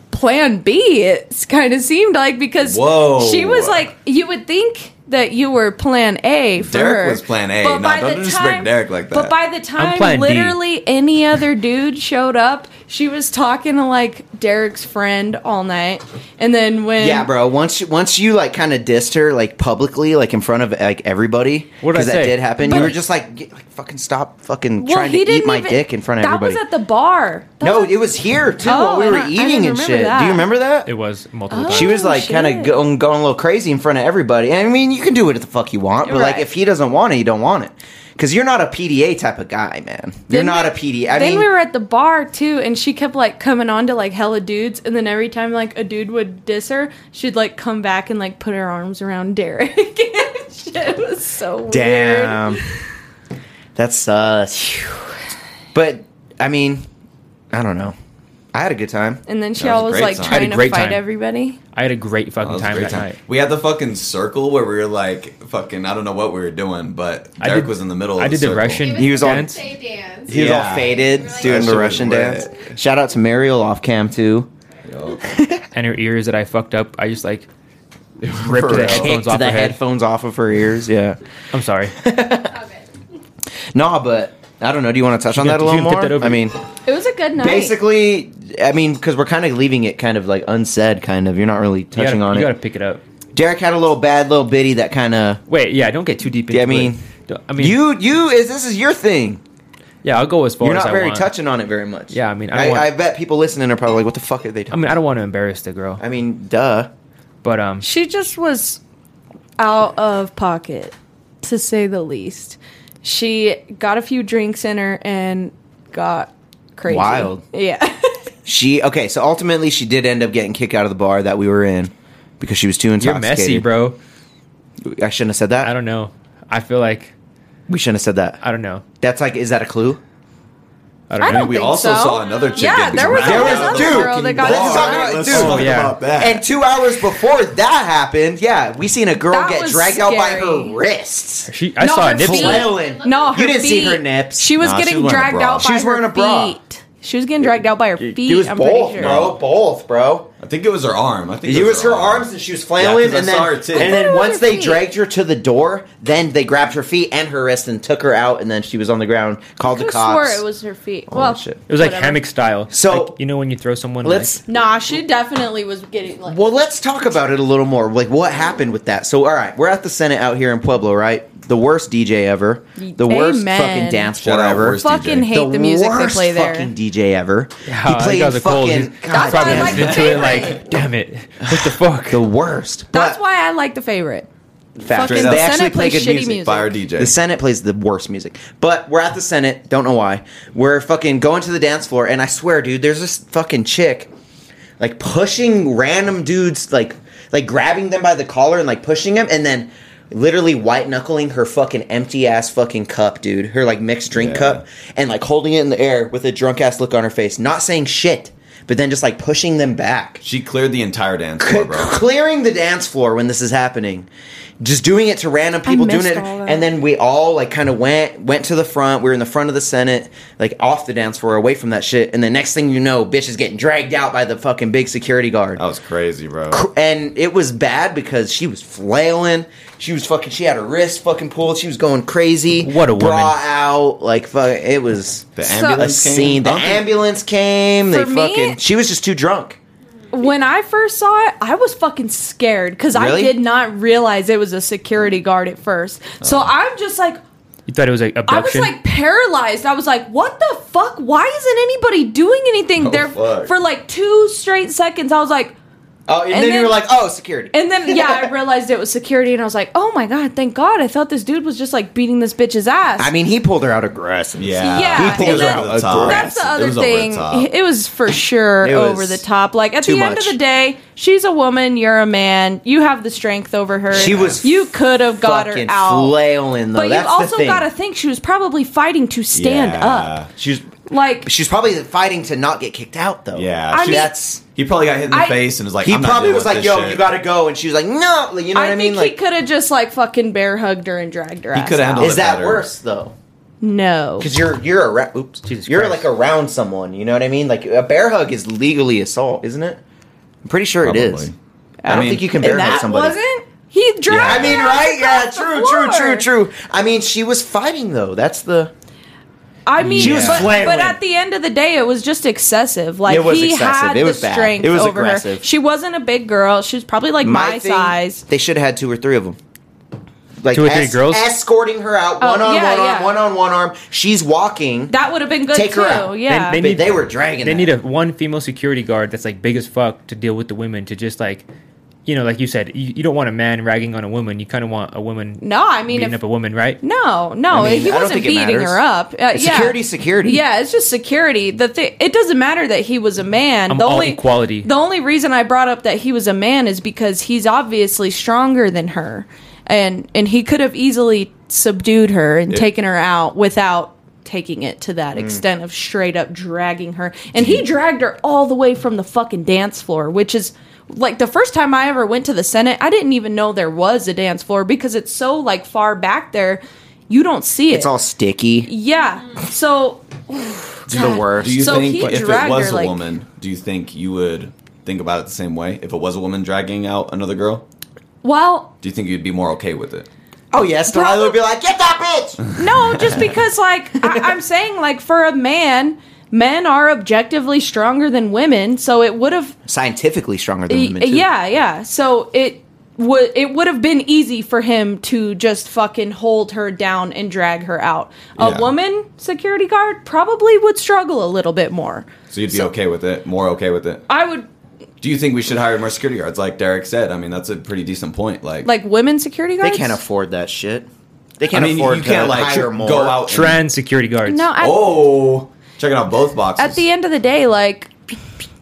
Speaker 3: plan B, it kind of seemed like, because
Speaker 4: Whoa.
Speaker 3: she was like, you would think that you you were plan A for
Speaker 4: Derek
Speaker 3: her.
Speaker 4: was plan A. No,
Speaker 3: by
Speaker 4: don't
Speaker 3: the
Speaker 4: disrespect Derek like
Speaker 3: But
Speaker 4: that.
Speaker 3: by the time
Speaker 1: plan B.
Speaker 3: literally any other dude showed up, she was talking to like Derek's friend all night. And then when.
Speaker 2: yeah, bro. Once you- once you like kind of dissed her like publicly, like in front of like everybody,
Speaker 1: What'd I
Speaker 2: that
Speaker 1: say?
Speaker 2: did happen.
Speaker 1: But-
Speaker 2: you were just like, get, like fucking stop, fucking
Speaker 3: Well,
Speaker 2: trying to
Speaker 3: he
Speaker 2: eat
Speaker 3: didn't
Speaker 2: my
Speaker 3: even-
Speaker 2: dick in front of
Speaker 3: that
Speaker 2: everybody.
Speaker 3: was at the bar. That
Speaker 2: no,
Speaker 3: was-
Speaker 2: it was here too
Speaker 3: Oh,
Speaker 2: while we
Speaker 3: I
Speaker 2: were
Speaker 3: don't- I
Speaker 2: eating
Speaker 3: didn't
Speaker 2: and
Speaker 3: remember
Speaker 2: shit. Do
Speaker 3: that.
Speaker 2: you remember that?
Speaker 1: It was multiple
Speaker 3: Oh.
Speaker 1: times.
Speaker 2: she was like
Speaker 3: shit.
Speaker 2: kind of going, going a little crazy in front of everybody. I mean, you can do what the fuck you want, but
Speaker 3: You're
Speaker 2: like
Speaker 3: right.
Speaker 2: if he doesn't want it, you don't want it. Because you're not a PDA type of guy, man. You're
Speaker 3: Then
Speaker 2: not
Speaker 3: we-
Speaker 2: a PDA. I
Speaker 3: then
Speaker 2: mean,
Speaker 3: we were at the bar too, and she kept like coming on to like hella dudes, and then every time like a dude would diss her, she'd like come back and like put her arms around Derek. Shit was so weird.
Speaker 2: Damn. That's sus. But I mean, I don't know. I had a good time.
Speaker 3: And then she
Speaker 4: That was a
Speaker 3: always like
Speaker 4: great time. I
Speaker 1: had a
Speaker 3: trying to
Speaker 1: great
Speaker 3: fight
Speaker 1: time.
Speaker 3: everybody.
Speaker 1: I had a great fucking
Speaker 4: That was a
Speaker 1: time
Speaker 4: great
Speaker 1: that
Speaker 4: time.
Speaker 1: night.
Speaker 4: We had the fucking circle where we were like fucking. I don't know what we were doing, but
Speaker 1: I
Speaker 4: Derek
Speaker 1: did-
Speaker 4: was in the middle. Of
Speaker 1: I did the
Speaker 4: circle.
Speaker 1: Russian
Speaker 5: He was on
Speaker 1: dance.
Speaker 5: say dance.
Speaker 2: He was
Speaker 4: Yeah.
Speaker 2: all faded
Speaker 5: Really?
Speaker 2: doing
Speaker 4: That
Speaker 2: the
Speaker 4: shit was
Speaker 2: Russian
Speaker 4: red.
Speaker 2: dance. Shout out to Mariel off cam too.
Speaker 4: Yo.
Speaker 1: And her ears that I fucked up, I just like ripped
Speaker 4: For
Speaker 1: the
Speaker 4: real.
Speaker 1: headphones
Speaker 2: Kicked
Speaker 1: off
Speaker 2: the
Speaker 1: her head.
Speaker 2: headphones off of her ears. Yeah.
Speaker 1: I'm sorry.
Speaker 5: Okay.
Speaker 2: Nah, but I don't know. Do you want to touch on
Speaker 1: can-
Speaker 2: that a
Speaker 1: you can
Speaker 2: little
Speaker 1: tip that
Speaker 2: more?
Speaker 1: over.
Speaker 2: I mean,
Speaker 3: It was a good night.
Speaker 2: basically, I mean, because we're kind of leaving it kind of like unsaid, kind of. You're not really
Speaker 1: You
Speaker 2: touching
Speaker 1: gotta,
Speaker 2: on
Speaker 1: you
Speaker 2: it.
Speaker 1: gotta pick it up.
Speaker 2: Derek had a little bad little bitty that kind of.
Speaker 1: Wait, yeah, don't get too deep into
Speaker 2: Yeah, I mean,
Speaker 1: it. Don't- I mean,
Speaker 2: you you is this is your thing.
Speaker 1: yeah, I'll go as far
Speaker 2: You're
Speaker 1: as
Speaker 2: not
Speaker 1: I
Speaker 2: very
Speaker 1: want.
Speaker 2: touching on it very much.
Speaker 1: Yeah, I mean, I
Speaker 2: I,
Speaker 1: don't want-
Speaker 2: I bet people listening are probably like, "What the fuck are they
Speaker 1: I
Speaker 2: doing?"
Speaker 1: mean, I don't want to embarrass the girl,
Speaker 2: I mean, duh.
Speaker 1: but um,
Speaker 3: She just was out of pocket, to say the least. She got a few drinks in her and got crazy.
Speaker 2: Wild.
Speaker 3: Yeah.
Speaker 2: She okay. So ultimately, she did end up getting kicked out of the bar that we were in because she was too
Speaker 1: you're
Speaker 2: intoxicated.
Speaker 1: messy, bro.
Speaker 2: I shouldn't have said that.
Speaker 1: I don't know. I feel like
Speaker 2: we shouldn't have said that.
Speaker 1: I don't know.
Speaker 2: That's like, is that a clue?
Speaker 1: I
Speaker 3: I
Speaker 1: don't know.
Speaker 3: don't
Speaker 4: we
Speaker 3: think
Speaker 4: also
Speaker 3: so.
Speaker 4: saw another chick.
Speaker 3: Yeah,
Speaker 4: get
Speaker 3: there was
Speaker 4: grounded
Speaker 2: another
Speaker 4: out of the
Speaker 2: girl
Speaker 4: fucking
Speaker 3: that got
Speaker 4: bar.
Speaker 2: grounded.
Speaker 4: Let's
Speaker 2: Dude.
Speaker 4: talk
Speaker 1: Yeah.
Speaker 4: about that.
Speaker 2: And two hours before that happened, yeah, we seen a girl
Speaker 3: That
Speaker 2: get
Speaker 3: was
Speaker 2: dragged out by
Speaker 3: scary.
Speaker 2: her wrists.
Speaker 1: She, I
Speaker 3: No,
Speaker 1: saw a
Speaker 3: her
Speaker 1: nipple.
Speaker 3: feet.
Speaker 2: Flailing.
Speaker 3: no, her
Speaker 2: you didn't see her
Speaker 3: feet-
Speaker 2: nips.
Speaker 3: She was
Speaker 4: Nah, she
Speaker 3: getting
Speaker 4: was wearing a
Speaker 3: dragged
Speaker 4: bra.
Speaker 3: out by
Speaker 2: She was
Speaker 3: her
Speaker 2: wearing a bra.
Speaker 3: feet. She was getting dragged out by her feet.
Speaker 2: it was
Speaker 3: I'm
Speaker 2: both,
Speaker 3: pretty sure.
Speaker 2: bro. Both, bro.
Speaker 4: I think it was her arm. I think
Speaker 2: It was her arms, and she was flailing,
Speaker 4: 'cause I
Speaker 2: and
Speaker 4: saw her
Speaker 2: then,
Speaker 4: tits.
Speaker 2: and
Speaker 3: I thought it
Speaker 2: then
Speaker 3: was
Speaker 2: once
Speaker 3: her
Speaker 2: they
Speaker 3: feet.
Speaker 2: dragged her to the door, then they grabbed her feet and her wrist and took her out, and then she was on the ground. Called the
Speaker 3: Could've
Speaker 2: cops.
Speaker 3: swore it was her feet.
Speaker 2: All
Speaker 3: well,
Speaker 2: that shit.
Speaker 1: It was like
Speaker 3: whatever.
Speaker 1: hammock style.
Speaker 2: So-
Speaker 1: Like, you know when you throw someone.
Speaker 2: Let's
Speaker 3: Nah, she definitely was getting like.
Speaker 2: Well, let's talk about it a little more. Like, what happened with that? So, all right, we're at the Senate out here in Pueblo, right? The worst DJ ever. The worst
Speaker 3: Amen.
Speaker 2: fucking dance floor
Speaker 4: Shout out
Speaker 2: ever.
Speaker 4: worst
Speaker 3: fucking
Speaker 4: DJ.
Speaker 3: hate the, music they
Speaker 2: worst
Speaker 3: play there.
Speaker 2: fucking DJ ever.
Speaker 1: Yeah,
Speaker 2: he
Speaker 1: that
Speaker 2: played
Speaker 1: Ah, guy's a cold.
Speaker 2: fucking.
Speaker 1: He's
Speaker 2: God,
Speaker 3: That's why I
Speaker 1: probably
Speaker 2: damn,
Speaker 3: like
Speaker 1: listening
Speaker 3: the
Speaker 1: to it
Speaker 3: favorite.
Speaker 1: like, damn it, what the fuck?
Speaker 2: the worst.
Speaker 3: That's
Speaker 2: But
Speaker 3: why I like the favorite.
Speaker 2: fact,
Speaker 3: fucking
Speaker 4: Straight up.
Speaker 2: they actually
Speaker 3: Senate
Speaker 2: play
Speaker 3: plays
Speaker 2: good
Speaker 3: shitty
Speaker 2: music.
Speaker 3: music.
Speaker 4: Fire DJ.
Speaker 2: The Senate plays the worst music. But we're at the Senate. Don't know why. We're fucking going to the dance floor, and I swear, dude, there's this fucking chick, like pushing random dudes, like like grabbing them by the collar and like pushing them, and then literally white knuckling her fucking empty ass fucking cup, dude. Her like mixed drink
Speaker 4: Yeah.
Speaker 2: cup, and like holding it in the air with a drunk ass look on her face, not saying shit, but then just like pushing them back.
Speaker 4: She cleared the entire dance floor,
Speaker 2: C-
Speaker 4: bro.
Speaker 2: clearing the dance floor when this is happening just doing it to random people doing
Speaker 3: missed
Speaker 2: it
Speaker 3: all that.
Speaker 2: and then we all like kind of went went to the front we were in the front of the senate like off the dance floor away from that shit and the next thing you know bitch is getting dragged out by the fucking big security guard
Speaker 4: That was crazy, bro.
Speaker 2: Cr- and it was bad because she was flailing she was fucking she had her wrist fucking pulled she was going crazy
Speaker 1: What a
Speaker 2: bra
Speaker 1: woman.
Speaker 2: out like fuck, it was
Speaker 4: The
Speaker 3: So-
Speaker 2: a
Speaker 4: ambulance came.
Speaker 2: scene the
Speaker 4: Duncan.
Speaker 2: ambulance came they
Speaker 3: For me-
Speaker 2: fucking she was just too drunk
Speaker 3: When I first saw it, I was fucking scared because I
Speaker 2: Really?
Speaker 3: did not realize it was a security guard at first. So I'm just like,
Speaker 1: You thought it was like
Speaker 3: I was
Speaker 1: abduction?
Speaker 3: like paralyzed. I was like, what the fuck? Why isn't anybody doing anything?
Speaker 4: Oh,
Speaker 3: there
Speaker 4: fuck.
Speaker 3: for like two straight seconds. I was like,
Speaker 2: oh and,
Speaker 3: And
Speaker 2: then, you
Speaker 3: then-
Speaker 2: were like oh security
Speaker 3: and then yeah, I realized it was security, and I was like, oh my god, thank God! I thought this dude was just like beating this bitch's ass.
Speaker 2: I mean, he pulled her out aggressive.
Speaker 4: Yeah,
Speaker 3: Yeah,
Speaker 4: He pulled
Speaker 3: and
Speaker 4: her
Speaker 3: then-
Speaker 4: over the top.
Speaker 3: That's the
Speaker 4: It
Speaker 3: other
Speaker 4: was over the
Speaker 3: thing.
Speaker 4: top.
Speaker 3: It was for sure
Speaker 2: It was
Speaker 3: over the top. Like at
Speaker 2: too
Speaker 3: the end of
Speaker 2: much.
Speaker 3: the day, she's a woman. You're a man. You have the strength over her.
Speaker 2: She was
Speaker 3: You could have got her
Speaker 2: Fucking
Speaker 3: out.
Speaker 2: flailing though.
Speaker 3: but you
Speaker 2: That's the
Speaker 3: also
Speaker 2: thing.
Speaker 3: got to think she was probably fighting to stand
Speaker 4: Yeah.
Speaker 3: up.
Speaker 2: She's
Speaker 3: Like
Speaker 2: she's probably fighting to not get kicked out though.
Speaker 4: Yeah,
Speaker 3: I
Speaker 4: she-
Speaker 3: mean-
Speaker 2: that's
Speaker 4: He probably got hit in the
Speaker 3: I-
Speaker 4: face and was like,
Speaker 2: he
Speaker 4: I'm not
Speaker 2: probably
Speaker 4: dealing
Speaker 2: was
Speaker 4: with
Speaker 2: like,
Speaker 4: this
Speaker 2: "Yo,
Speaker 4: shit."
Speaker 2: you got to go," and she was like, "No," like, you know
Speaker 3: I,
Speaker 2: what I
Speaker 3: think
Speaker 2: mean?
Speaker 3: he
Speaker 2: Like,
Speaker 3: could have just like fucking bear hugged her and dragged her.
Speaker 4: He
Speaker 3: ass
Speaker 4: could have
Speaker 3: out.
Speaker 4: handled
Speaker 2: is
Speaker 4: it
Speaker 2: that
Speaker 4: better.
Speaker 2: worse though?
Speaker 3: No.
Speaker 2: Because you're you're around. Oops,
Speaker 1: Jesus
Speaker 2: you're
Speaker 1: Christ.
Speaker 2: like around someone. You know what I mean? Like a bear hug is legally assault, isn't it? I'm pretty sure it is.
Speaker 4: Probably.
Speaker 2: I, don't
Speaker 4: mean-
Speaker 2: think you can
Speaker 3: And
Speaker 2: bear hug
Speaker 3: that
Speaker 2: somebody.
Speaker 3: wasn't. He dragged.
Speaker 4: Yeah.
Speaker 2: I
Speaker 3: her
Speaker 2: mean,
Speaker 3: ass
Speaker 2: right? Yeah,
Speaker 3: across the
Speaker 2: true, true,
Speaker 3: floor.
Speaker 2: true, true. I mean, she was fighting though. That's the
Speaker 3: I mean,
Speaker 4: She was
Speaker 3: but,
Speaker 2: flailing.
Speaker 3: but at the end of the day, it was just excessive. Like
Speaker 2: It was
Speaker 3: he
Speaker 2: excessive.
Speaker 3: had
Speaker 2: It was
Speaker 3: the
Speaker 2: bad.
Speaker 3: strength
Speaker 2: It was
Speaker 3: over
Speaker 2: aggressive.
Speaker 3: her. She wasn't a big girl. She was probably like my,
Speaker 2: thing,
Speaker 3: size.
Speaker 2: They should have had two or three of them. Like
Speaker 1: Two or three girls?
Speaker 2: escorting her out,
Speaker 3: Oh,
Speaker 2: one on
Speaker 3: yeah,
Speaker 2: one
Speaker 3: yeah.
Speaker 2: arm, one on one arm. She's walking.
Speaker 3: That would have been good
Speaker 2: Take
Speaker 3: too.
Speaker 2: her out.
Speaker 3: Yeah.
Speaker 1: They-
Speaker 2: But
Speaker 1: need-
Speaker 2: they were dragging.
Speaker 1: they
Speaker 2: that.
Speaker 1: need a one female security guard that's like big as fuck to deal with the women to just like, you know, like you said, you, you don't want a man ragging on a woman. You kind of want a woman
Speaker 3: no, I mean,
Speaker 1: beating
Speaker 3: if,
Speaker 1: up a woman, right?
Speaker 3: no, no,
Speaker 2: I mean, I
Speaker 3: he
Speaker 2: don't
Speaker 3: wasn't
Speaker 2: think it
Speaker 3: beating
Speaker 2: matters.
Speaker 3: her up. Uh, yeah.
Speaker 2: Security, security.
Speaker 3: Yeah, it's just security. The thi- it doesn't matter that he was a man.
Speaker 1: I'm
Speaker 3: the
Speaker 1: Um, all
Speaker 3: only
Speaker 1: equality.
Speaker 3: The only reason I brought up that he was a man is because he's obviously stronger than her, and and he could have easily subdued her and taken her out without taking it to
Speaker 1: Mm.
Speaker 3: that extent of straight up dragging her. And he dragged her all the way from the fucking dance floor, which is. Like the first time I ever went to the Senate, I didn't even know there was a dance floor because it's so like far back there, you don't see it.
Speaker 2: It's all sticky.
Speaker 3: yeah. So
Speaker 2: It's the worst.
Speaker 4: Do you
Speaker 3: So
Speaker 4: think
Speaker 3: he
Speaker 4: if it
Speaker 3: dragged
Speaker 4: was
Speaker 3: her,
Speaker 4: a
Speaker 3: like-
Speaker 4: woman, do you think you would think about it the same way? If it was a woman dragging out another girl,
Speaker 3: Well,
Speaker 4: do you think you'd be more okay with it?
Speaker 2: oh yes, the
Speaker 3: Probably-
Speaker 2: would be like, "Get that bitch."
Speaker 3: no, just because like I, I'm saying, like for a man, men are objectively stronger than women, so it would have
Speaker 2: Scientifically stronger than
Speaker 3: Y-
Speaker 2: women. Too.
Speaker 3: Yeah, yeah. So it would it would have been easy for him to just fucking hold her down and drag her out. A
Speaker 4: Yeah.
Speaker 3: woman security guard probably would struggle a little bit more.
Speaker 4: So you'd be okay with it, more okay with it.
Speaker 3: I would
Speaker 4: Do you think we should hire more security guards? Like Derek said, I mean that's a pretty decent point. Like,
Speaker 3: like women security
Speaker 2: They
Speaker 3: guards.
Speaker 2: can't afford that shit. They
Speaker 4: I
Speaker 2: can't
Speaker 4: mean, you,
Speaker 2: afford
Speaker 4: you can't
Speaker 2: to
Speaker 4: like
Speaker 2: hire more.
Speaker 4: go out. and-
Speaker 1: Trans security guards.
Speaker 3: No, at,
Speaker 4: oh, checking out both boxes
Speaker 3: at the end of the day, like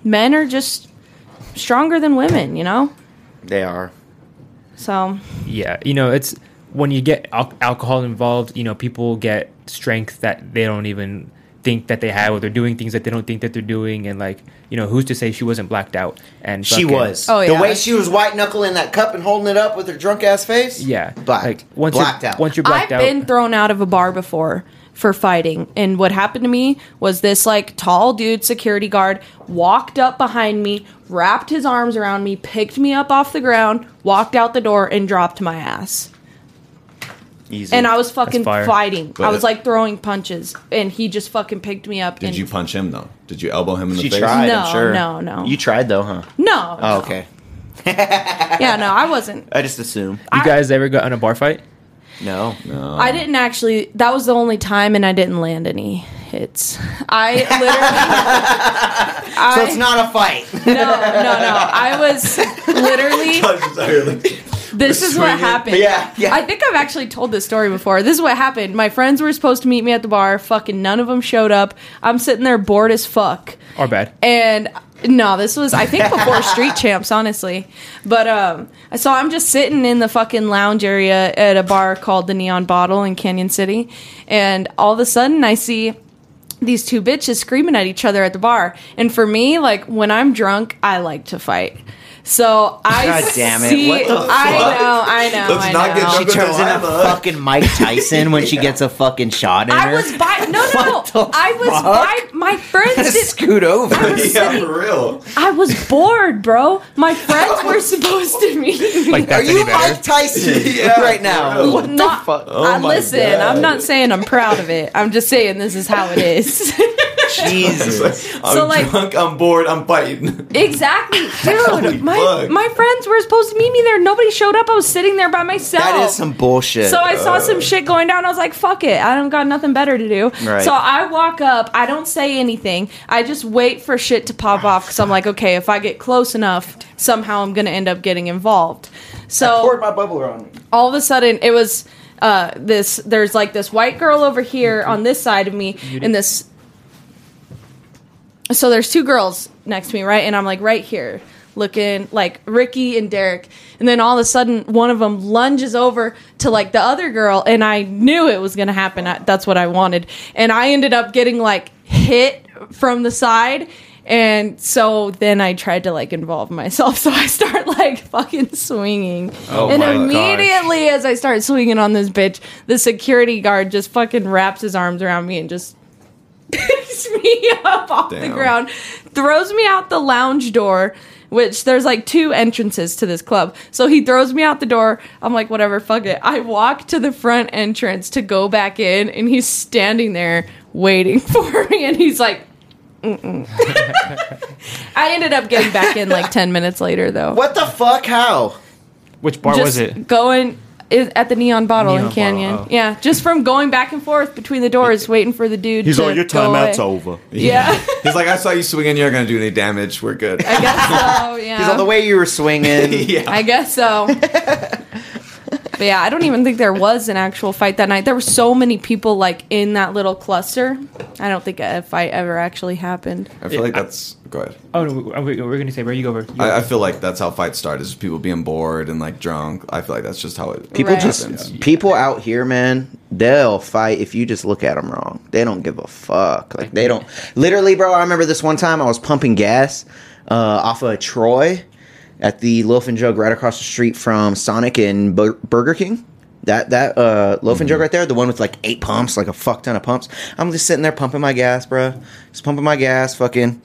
Speaker 3: men are just stronger than women, you know.
Speaker 2: They are.
Speaker 3: So
Speaker 1: Yeah, you know, it's when you get al- alcohol involved, you know, people get strength that they don't even think that they have, or they're doing things that they don't think that they're doing, and like, you know, who's to say she wasn't blacked out? And
Speaker 2: She
Speaker 1: fucking-
Speaker 2: was.
Speaker 3: Oh, yeah.
Speaker 2: The way she was white knuckling that cup and holding it up with her drunk ass face.
Speaker 1: Yeah,
Speaker 2: Blacked.
Speaker 1: once
Speaker 2: Blacked
Speaker 1: you're,
Speaker 2: out.
Speaker 1: Once you're
Speaker 3: I've
Speaker 1: blacked out,
Speaker 3: been thrown out of a bar before for fighting. And what happened to me was this like tall dude security guard walked up behind me, wrapped his arms around me, picked me up off the ground, walked out the door and dropped my ass.
Speaker 2: Easy.
Speaker 3: And I was fucking
Speaker 1: fire.
Speaker 3: fighting. I
Speaker 4: But-
Speaker 3: was like throwing punches and he just fucking picked me up
Speaker 4: Did
Speaker 3: and
Speaker 4: you punch him though? Did you elbow him in the
Speaker 2: She
Speaker 4: face?
Speaker 2: tried.
Speaker 3: No,
Speaker 2: I'm sure.
Speaker 3: no, no.
Speaker 2: You tried though, huh?
Speaker 3: No.
Speaker 2: Oh,
Speaker 3: no.
Speaker 2: okay.
Speaker 3: Yeah, no, I wasn't.
Speaker 2: I just assume.
Speaker 1: you
Speaker 3: I-
Speaker 1: guys ever got in a bar fight?
Speaker 2: No.
Speaker 4: No.
Speaker 3: I didn't actually. That was the only time, and I didn't land any hits. I literally. I,
Speaker 2: So it's not a fight.
Speaker 3: No, no, no. I was literally. This is what happened.
Speaker 2: Yeah, yeah.
Speaker 3: I think I've actually told this story before. This is what happened. My friends were supposed to meet me at the bar. Fucking none of them showed up. I'm sitting there bored as fuck.
Speaker 1: Or bad?
Speaker 3: And no, this was I think before Street Champs, honestly. But um, so I'm just sitting in the fucking lounge area at a bar called the Neon Bottle in Canyon City, and all of a sudden I see these two bitches screaming at each other at the bar. And for me, like when I'm drunk, I like to fight. So I
Speaker 2: God damn it,
Speaker 3: see-
Speaker 2: what the
Speaker 4: fuck?
Speaker 3: I know, I know,
Speaker 4: Let's
Speaker 3: I
Speaker 4: not get
Speaker 3: know.
Speaker 4: drunk
Speaker 2: She turns into
Speaker 4: Delilah.
Speaker 2: fucking Mike Tyson when she gets a fucking shot in
Speaker 3: I
Speaker 2: her.
Speaker 3: was by no no
Speaker 2: What
Speaker 3: no.
Speaker 2: the
Speaker 3: I was
Speaker 2: fuck?
Speaker 3: by my friends. Did,
Speaker 2: Scoot over.
Speaker 4: yeah, for real.
Speaker 3: I was bored, bro. My friends were supposed to meet me.
Speaker 1: Like
Speaker 2: Are
Speaker 1: that's
Speaker 2: you
Speaker 1: any better?
Speaker 2: Mike Tyson
Speaker 4: Yeah,
Speaker 2: right
Speaker 4: for
Speaker 2: now?
Speaker 4: real.
Speaker 2: What the
Speaker 3: Not-
Speaker 2: fuck?
Speaker 4: Oh
Speaker 3: I,
Speaker 4: my
Speaker 3: listen,
Speaker 4: God.
Speaker 3: I'm not saying I'm proud of it. I'm just saying this is how it is.
Speaker 2: Jesus.
Speaker 4: I'm
Speaker 3: So, like-
Speaker 4: drunk. I'm bored. I'm fighting.
Speaker 3: exactly,
Speaker 4: Holy
Speaker 3: dude. My,
Speaker 4: fuck.
Speaker 3: my friends were supposed to meet me there. Nobody showed up. I was sitting there by myself.
Speaker 2: That is some bullshit.
Speaker 3: So I saw some shit going down. I was like, fuck it. I don't got nothing better to do.
Speaker 2: Right.
Speaker 3: So I walk up. I don't say anything. I just wait for shit to pop off because I'm like, okay, if I get close enough, somehow I'm going to end up getting involved. So
Speaker 2: my bubbler on me.
Speaker 3: all of a sudden it was uh, this there's like this white girl over here on this side of me and this so there's two girls next to me right and i'm like right here looking like ricky and derek and then all of a sudden one of them lunges over to like the other girl and i knew it was going to happen I, that's what i wanted and i ended up getting like hit from the side and so then i tried to like involve myself so i start like fucking swinging
Speaker 4: Oh
Speaker 3: and
Speaker 4: my
Speaker 3: immediately as I start swinging on this bitch, the security guard just fucking wraps his arms around me and just picks me up off the
Speaker 4: Damn.
Speaker 3: ground, throws me out the lounge door. Which there's like two entrances to this club. So he throws me out the door. I'm like, whatever, fuck it. I walk to the front entrance to go back in, and he's standing there waiting for me. And he's like, mm-mm. I ended up getting back in like 10 minutes later, though
Speaker 2: What the fuck? How?
Speaker 1: Which bar
Speaker 3: just
Speaker 1: was it?
Speaker 3: Going i- at the neon bottle
Speaker 1: Neon
Speaker 3: in Canyon.
Speaker 1: Bottle, oh.
Speaker 3: Yeah, just from going back and forth between the doors, waiting for the dude. to go away."
Speaker 2: over.
Speaker 3: Yeah,
Speaker 4: He's like, I saw you swinging. You're not gonna do any damage. We're good.
Speaker 3: I guess so. Yeah,
Speaker 2: Because on the way you were swinging.
Speaker 4: yeah.
Speaker 3: I guess so. but yeah, I don't even think there was an actual fight that night. There were so many people like in that little cluster. I don't think a fight ever actually happened.
Speaker 4: I feel like that's. Go ahead.
Speaker 1: Oh no, we, we- we're gonna say where you go. Bert. You go.
Speaker 4: I, I feel like that's how fights start is people being bored and like drunk. I feel like that's just how it
Speaker 2: People
Speaker 3: Right.
Speaker 2: just people out here, man. They'll fight if you just look at them wrong. They don't give a fuck. Like they don't. Literally, bro. I remember this one time I was pumping gas uh, off of Troy at the Loaf and Jug right across the street from Sonic and Bur- Burger King. That that uh, Loaf and Jug right there, the one with like eight pumps, like a fuck ton of pumps. I'm just sitting there pumping my gas, bro. Just pumping my gas, fucking.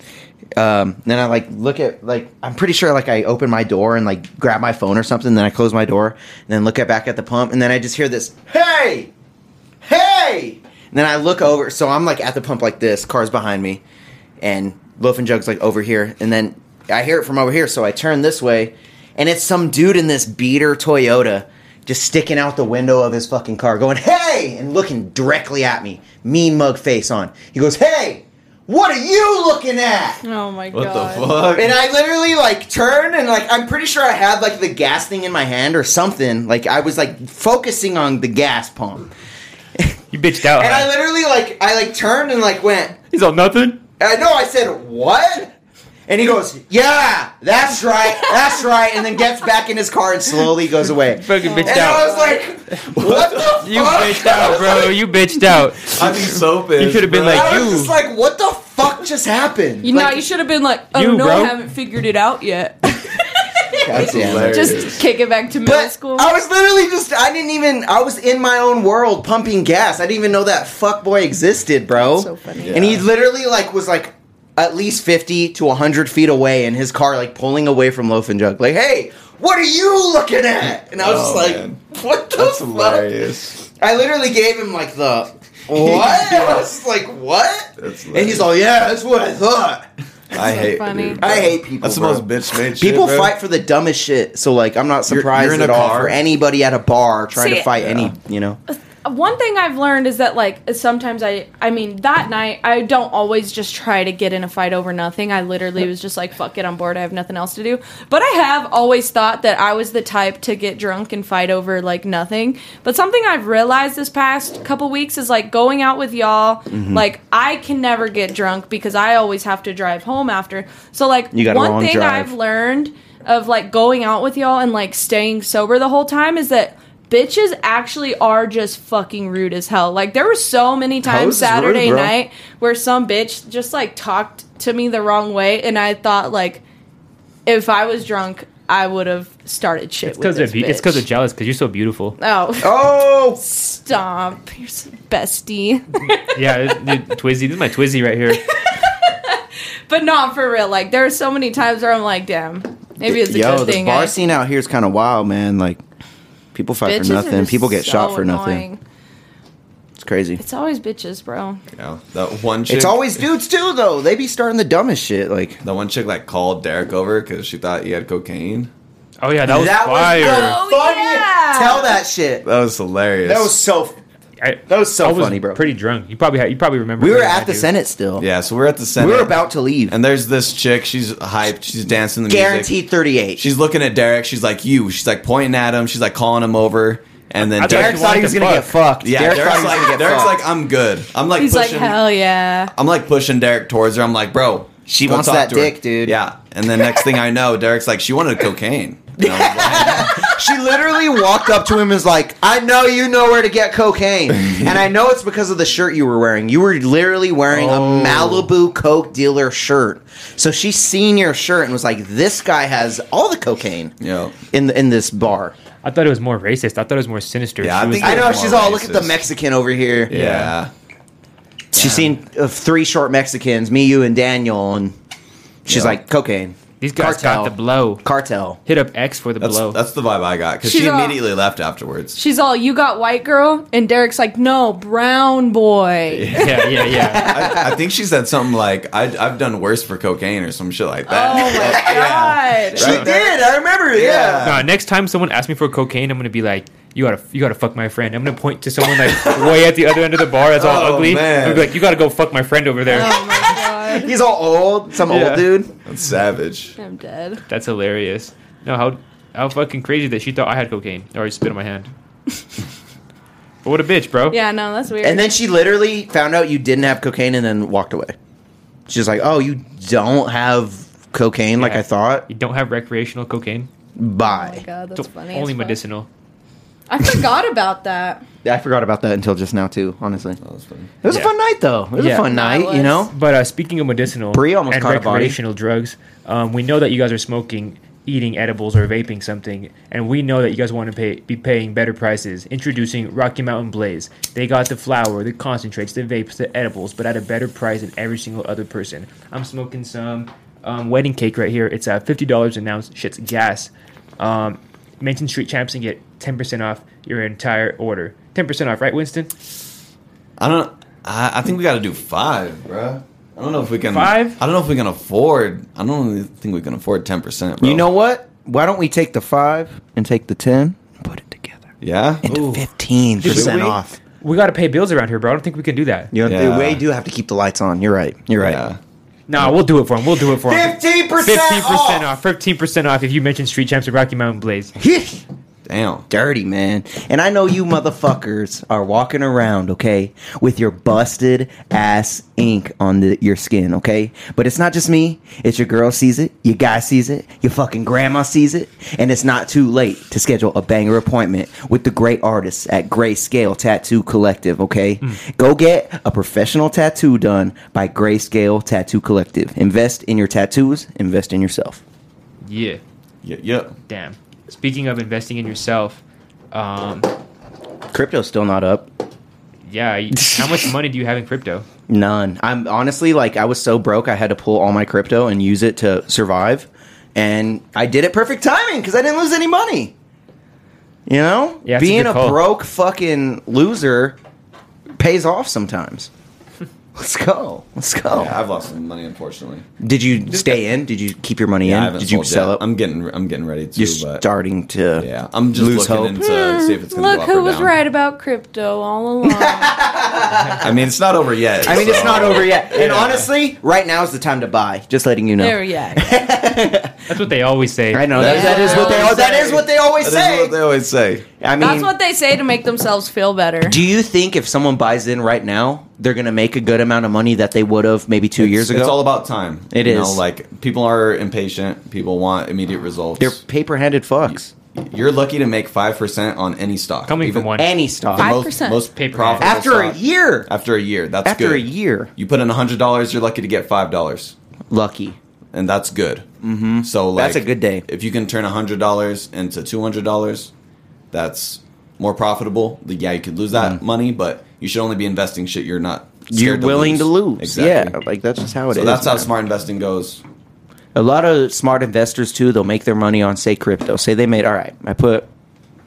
Speaker 2: Um, then I like look at like I'm pretty sure like I open my door and like grab my phone or something. Then I close my door and then look at back at the pump and then I just hear this hey hey. And then I look over, so I'm like at the pump like this, car's behind me, and Loaf and Jug's like over here, and then I hear it from over here, so I turn this way, and it's some dude in this beater Toyota just sticking out the window of his fucking car, going, "Hey!" and looking directly at me, mean mug face on. He goes, "Hey, what are you looking at?"
Speaker 3: Oh my
Speaker 4: What
Speaker 3: god.
Speaker 4: the fuck?
Speaker 2: And I literally like turned and like I'm pretty sure I had like the gas thing in my hand or something. Like I was like focusing on the gas pump.
Speaker 1: You bitched out.
Speaker 2: And I
Speaker 1: huh?
Speaker 2: literally like I like turned and like went
Speaker 1: He's all nothing.
Speaker 2: I know I said what? And he goes, "Yeah, that's right. That's right." And then gets back in his car and slowly goes away.
Speaker 1: Fucking bitched
Speaker 2: And I was
Speaker 1: out.
Speaker 2: like, "What the
Speaker 1: You
Speaker 2: fuck?"
Speaker 1: bitched out, bro. You bitched out.
Speaker 4: I'd be so pissed.
Speaker 1: You could've been
Speaker 4: bro.
Speaker 1: like,
Speaker 2: I was
Speaker 1: You-
Speaker 2: just like, "What the fuck just happened?"
Speaker 3: You know,
Speaker 2: like,
Speaker 3: you should have been like, oh
Speaker 1: You,
Speaker 3: no,
Speaker 1: bro.
Speaker 3: I haven't figured it out yet.
Speaker 2: God damn it.
Speaker 4: Hilarious.
Speaker 3: Just kick it back to middle
Speaker 2: But oh,
Speaker 3: school.
Speaker 2: I was literally just I didn't even I was in my own world pumping gas. I didn't even know that fuckboy existed, bro.
Speaker 3: so funny.
Speaker 2: And he literally like was like at least 50 to 100 feet away in his car like pulling away from Loaf and Jug like, "Hey, what are you looking at?" And I was
Speaker 4: Oh,
Speaker 2: just like,
Speaker 4: man.
Speaker 2: "What the
Speaker 4: That's
Speaker 2: fuck?"
Speaker 4: hilarious.
Speaker 2: I literally gave him like the what? I was just like, "What?"
Speaker 4: That's
Speaker 2: and he's all, "Yeah, that's what I thought."
Speaker 4: I hate.
Speaker 3: funny.
Speaker 4: dude, bro.
Speaker 2: I hate people.
Speaker 4: That's the
Speaker 2: bro.
Speaker 4: most bitch made shit.
Speaker 2: People
Speaker 4: bro.
Speaker 2: fight for the dumbest shit, so like I'm not
Speaker 4: You're- you're
Speaker 2: surprised
Speaker 4: in
Speaker 2: at
Speaker 4: a
Speaker 2: all
Speaker 4: car.
Speaker 2: for anybody at a bar trying
Speaker 3: See-
Speaker 2: to fight
Speaker 4: Yeah.
Speaker 2: any, you know.
Speaker 3: One thing I've learned is that like sometimes I I mean that night I don't always just try to get in a fight over nothing. I literally was just like fuck it, I'm bored. I have nothing else to do. But I have always thought that I was the type to get drunk and fight over like nothing. But something I've realized this past couple weeks is like going out with y'all,
Speaker 2: Mm-hmm.
Speaker 3: like I can never get drunk because I always have to drive home after. So like
Speaker 2: You got a
Speaker 3: one
Speaker 2: long
Speaker 3: thing
Speaker 2: drive.
Speaker 3: I've learned of like going out with y'all and like staying sober the whole time is that bitches actually are just fucking rude as hell. Like there were so many times
Speaker 2: Hoes is rude,
Speaker 3: Saturday
Speaker 2: bro.
Speaker 3: night where some bitch just like talked to me the wrong way and I thought like if I was drunk I would have started shit
Speaker 1: It's
Speaker 3: with
Speaker 1: because they're
Speaker 3: this
Speaker 1: be-
Speaker 3: bitch.
Speaker 1: it's because they're jealous. Because you're so beautiful.
Speaker 3: Oh,
Speaker 2: Oh,
Speaker 3: stomp. You're so bestie.
Speaker 1: Yeah, dude, Twizzy. This is my Twizzy right here.
Speaker 3: but not for real. Like there are so many times where I'm like, damn, maybe it's a
Speaker 2: yo,
Speaker 3: good
Speaker 2: the
Speaker 3: thing.
Speaker 2: bar
Speaker 3: I-
Speaker 2: scene out here is kind of wild, man. Like people fight
Speaker 3: bitches
Speaker 2: for
Speaker 3: are
Speaker 2: nothing,
Speaker 3: just
Speaker 2: people get
Speaker 3: so
Speaker 2: shot for nothing.
Speaker 3: annoying.
Speaker 2: It's crazy. It's,
Speaker 3: It's always bitches, bro.
Speaker 4: Yeah, that one chick.
Speaker 2: always dudes too, though. They be starting the dumbest shit. Like
Speaker 4: that one chick like called Derek over because she thought he had cocaine.
Speaker 1: Oh yeah, that was
Speaker 2: That was
Speaker 1: fire.
Speaker 3: Oh, yeah.
Speaker 2: tell that shit.
Speaker 4: That was hilarious.
Speaker 2: That was so.
Speaker 1: I,
Speaker 2: That was so
Speaker 1: I was
Speaker 2: funny, bro.
Speaker 1: Pretty drunk. You probably had, you probably remember.
Speaker 2: we were
Speaker 1: better than I
Speaker 2: at the
Speaker 1: do.
Speaker 2: Senate still.
Speaker 4: yeah. So we're at the center.
Speaker 2: we were about to leave.
Speaker 4: And there's this chick. She's hyped. She's dancing the music.
Speaker 2: Guaranteed thirty-eight.
Speaker 4: She's looking at Derek. She's like, "You." She's like pointing at him. She's like calling him over. And then
Speaker 1: I thought
Speaker 4: Derek,
Speaker 2: Derek thought he was gonna get fucked.
Speaker 4: yeah,
Speaker 2: Derek
Speaker 4: Derek's,
Speaker 2: thought he was
Speaker 4: like,
Speaker 2: gonna get
Speaker 4: Derek's
Speaker 2: fucked.
Speaker 4: like, "I'm good." I'm like,
Speaker 3: He's like,
Speaker 4: pushing,
Speaker 3: hell yeah.
Speaker 4: I'm like pushing Derek towards her. I'm like, "Bro,
Speaker 2: She
Speaker 4: go
Speaker 2: wants
Speaker 4: talk
Speaker 2: that
Speaker 4: to her."
Speaker 2: dick, dude.
Speaker 4: Yeah. And then next thing I know, Derek's like, "She wanted cocaine." And I was like,
Speaker 2: She literally walked up to him and was like, I know you know where to get cocaine. And I know it's because of the shirt you were wearing. You were literally wearing
Speaker 1: Oh.
Speaker 2: a Malibu Coke dealer shirt. So she seen your shirt and was like, This guy has all the cocaine
Speaker 4: Yo.
Speaker 2: in the, in this bar.
Speaker 1: I thought it was more racist. I thought it was more sinister.
Speaker 4: Yeah, I
Speaker 1: was
Speaker 4: think
Speaker 2: I
Speaker 1: like-
Speaker 2: know
Speaker 4: more
Speaker 2: she's all look at the
Speaker 4: racist.
Speaker 2: Mexican over here.
Speaker 4: Yeah.
Speaker 2: She seen uh, three short Mexicans, me, you, and Daniel, and she's
Speaker 4: Yeah.
Speaker 2: like, Cocaine.
Speaker 1: these guys
Speaker 2: cartel.
Speaker 1: got the blow.
Speaker 2: Cartel.
Speaker 1: Hit up X for the
Speaker 4: That's
Speaker 1: blow.
Speaker 4: that's the vibe I got because
Speaker 3: She's
Speaker 4: she
Speaker 3: all-
Speaker 4: immediately left afterwards.
Speaker 3: She's all, you got white girl? And Derek's like, no, brown boy.
Speaker 1: yeah, yeah, yeah.
Speaker 4: I, I think she said something like, I, "I've done worse for cocaine" or some shit like
Speaker 3: Oh
Speaker 4: that.
Speaker 3: my god.
Speaker 2: She did. I remember. Yeah.
Speaker 3: Um,
Speaker 1: Nah, next time someone asks me for cocaine, I'm gonna be like, "You gotta, you gotta fuck my friend." I'm gonna point to someone like way at the other end of the bar that's all
Speaker 4: Oh,
Speaker 1: ugly.
Speaker 4: man.
Speaker 1: I'm gonna be like, "You gotta go fuck my friend over there."
Speaker 3: Oh my god.
Speaker 2: He's all old, some
Speaker 1: Yeah.
Speaker 2: old dude.
Speaker 3: Oh.
Speaker 4: That's savage.
Speaker 3: I'm dead.
Speaker 1: That's hilarious. No, how how fucking crazy that she thought I had cocaine or I spit on my hand. but what a bitch, bro.
Speaker 3: Yeah, no, that's weird.
Speaker 2: And then she literally found out you didn't have cocaine and then walked away. She's like, "Oh, you don't have cocaine like
Speaker 1: Yeah.
Speaker 2: I thought."
Speaker 1: You don't have recreational cocaine.
Speaker 3: oh my
Speaker 2: Bye.
Speaker 3: god, that's
Speaker 1: It's
Speaker 3: funny.
Speaker 1: only
Speaker 3: as fuck.
Speaker 1: medicinal.
Speaker 3: I forgot about that.
Speaker 2: I forgot about that until just now too, honestly. It
Speaker 4: That was funny.
Speaker 2: was
Speaker 1: Yeah.
Speaker 2: a fun night though. It was
Speaker 1: Yeah.
Speaker 2: a fun
Speaker 3: Yeah, it
Speaker 2: night, you know?
Speaker 1: But uh, speaking of medicinal
Speaker 2: Brie almost
Speaker 1: and
Speaker 2: caught a body.
Speaker 1: recreational drugs, um, we know that you guys are smoking, eating edibles, or vaping something, and we know that you guys want to pay, be paying better prices. Introducing Rocky Mountain Blaze. They got the flour, the concentrates, the vapes, the edibles, but at a better price than every single other person. I'm smoking some um, wedding cake right here. It's at $50 an ounce. Shit's gas. Um, mention Street Champs and get 10% off your entire order. 10% off, right, Winston?
Speaker 4: I don't. I, I think we got to do five, bruh. I don't know if we can.
Speaker 1: Five?
Speaker 4: I don't know if we can afford. I don't really think we can afford ten percent.
Speaker 2: You know what? Why don't we take the five and take the ten and put it together
Speaker 4: Yeah.
Speaker 2: into
Speaker 1: Ooh.
Speaker 2: fifteen
Speaker 1: Dude,
Speaker 2: percent
Speaker 1: we-
Speaker 2: off?
Speaker 1: We got to pay bills around here, bro. I don't think we can do that.
Speaker 2: You know,
Speaker 4: Yeah.
Speaker 2: they, we do have to keep the lights on. You're right. You're right.
Speaker 4: Yeah.
Speaker 1: Nah, we'll do it for him. We'll do it for him.
Speaker 2: Fifteen percent.
Speaker 1: Fifteen percent off. Fifteen percent off if you mention Street Champs and Rocky Mountain Blaze.
Speaker 4: Damn.
Speaker 2: Dirty man, and I know you motherfuckers are walking around, okay, with your busted ass ink on the, your skin, okay. But it's not just me; it's your girl sees it, your guy sees it, your fucking grandma sees it, and it's not too late to schedule a banger appointment with the great artists at Grayscale Tattoo Collective, okay. Go get a professional tattoo done by Grayscale Tattoo Collective. Invest in your tattoos. Invest in yourself.
Speaker 1: Yeah.
Speaker 4: Yeah. Yep.
Speaker 1: Damn. Speaking of investing in yourself, um,
Speaker 2: Crypto's still not up.
Speaker 1: yeah. you- How much money do you have in crypto?
Speaker 2: None. I'm honestly like I was so broke I had to pull all my crypto and use it to survive, and I did it perfect timing because I didn't lose any money. You know,
Speaker 1: Yeah, that's a
Speaker 2: being
Speaker 1: good
Speaker 2: a,
Speaker 1: call.
Speaker 2: broke fucking loser pays off sometimes. Let's go. Let's go.
Speaker 4: Yeah, I've lost some money, unfortunately.
Speaker 2: Did you stay in? Did you keep your money
Speaker 4: I
Speaker 2: in?
Speaker 4: haven't
Speaker 2: Did you
Speaker 4: sold
Speaker 2: sell
Speaker 4: yet.
Speaker 2: it?
Speaker 4: I'm getting. I'm getting ready to.
Speaker 2: You're
Speaker 4: but
Speaker 2: starting to.
Speaker 4: yeah, I'm just
Speaker 2: lose
Speaker 4: looking
Speaker 2: hope.
Speaker 4: into see if it's going to
Speaker 3: Look
Speaker 4: go up
Speaker 3: who
Speaker 4: or
Speaker 3: was
Speaker 4: down.
Speaker 3: right about crypto all along.
Speaker 4: I mean, it's not over yet.
Speaker 2: I mean, it's
Speaker 4: so-
Speaker 2: not over yet. And
Speaker 4: Yeah.
Speaker 2: honestly, right now is the time to buy. Just letting you know.
Speaker 3: there we go.
Speaker 1: That's what they always say.
Speaker 2: I know
Speaker 4: That's
Speaker 2: that, that
Speaker 4: what
Speaker 2: is
Speaker 4: they
Speaker 2: what they
Speaker 4: always
Speaker 2: that is
Speaker 4: say.
Speaker 2: what they always
Speaker 4: That
Speaker 2: say.
Speaker 4: is what they always say.
Speaker 2: I mean,
Speaker 3: That's what they say to make themselves feel better.
Speaker 2: Do you think if someone buys in right now, they're going to make a good amount of money that they would have maybe two years
Speaker 4: It's-
Speaker 2: ago?
Speaker 4: It's all about time.
Speaker 2: It
Speaker 4: It is.
Speaker 2: is.
Speaker 4: like people are impatient. People want immediate results.
Speaker 2: they're paper-handed fucks.
Speaker 4: You're lucky to make five percent on any stock.
Speaker 1: Coming from one.
Speaker 2: Any stock.
Speaker 4: the
Speaker 3: Five-
Speaker 4: most,
Speaker 3: 5%.
Speaker 4: most
Speaker 1: Paper
Speaker 4: profitable
Speaker 2: After a
Speaker 4: stock.
Speaker 2: year.
Speaker 4: After a year, that's
Speaker 2: After
Speaker 4: good.
Speaker 2: a year.
Speaker 4: you put in hundred dollars, you're lucky to get five dollars,
Speaker 2: Lucky.
Speaker 4: and that's good. Mm-hmm. So like,
Speaker 2: That's a good day.
Speaker 4: If you can turn hundred dollars into two hundred dollars, that's more profitable. Yeah, you could lose that money, but you should only be investing shit you're not.
Speaker 2: Mm-hmm. You're
Speaker 4: scared
Speaker 2: willing to lose.
Speaker 4: Exactly.
Speaker 2: Yeah, like that's just how it is.
Speaker 4: so that's how
Speaker 2: man.
Speaker 4: smart investing goes.
Speaker 2: A lot of smart investors too, they'll make their money on say crypto. Say they made all right, I put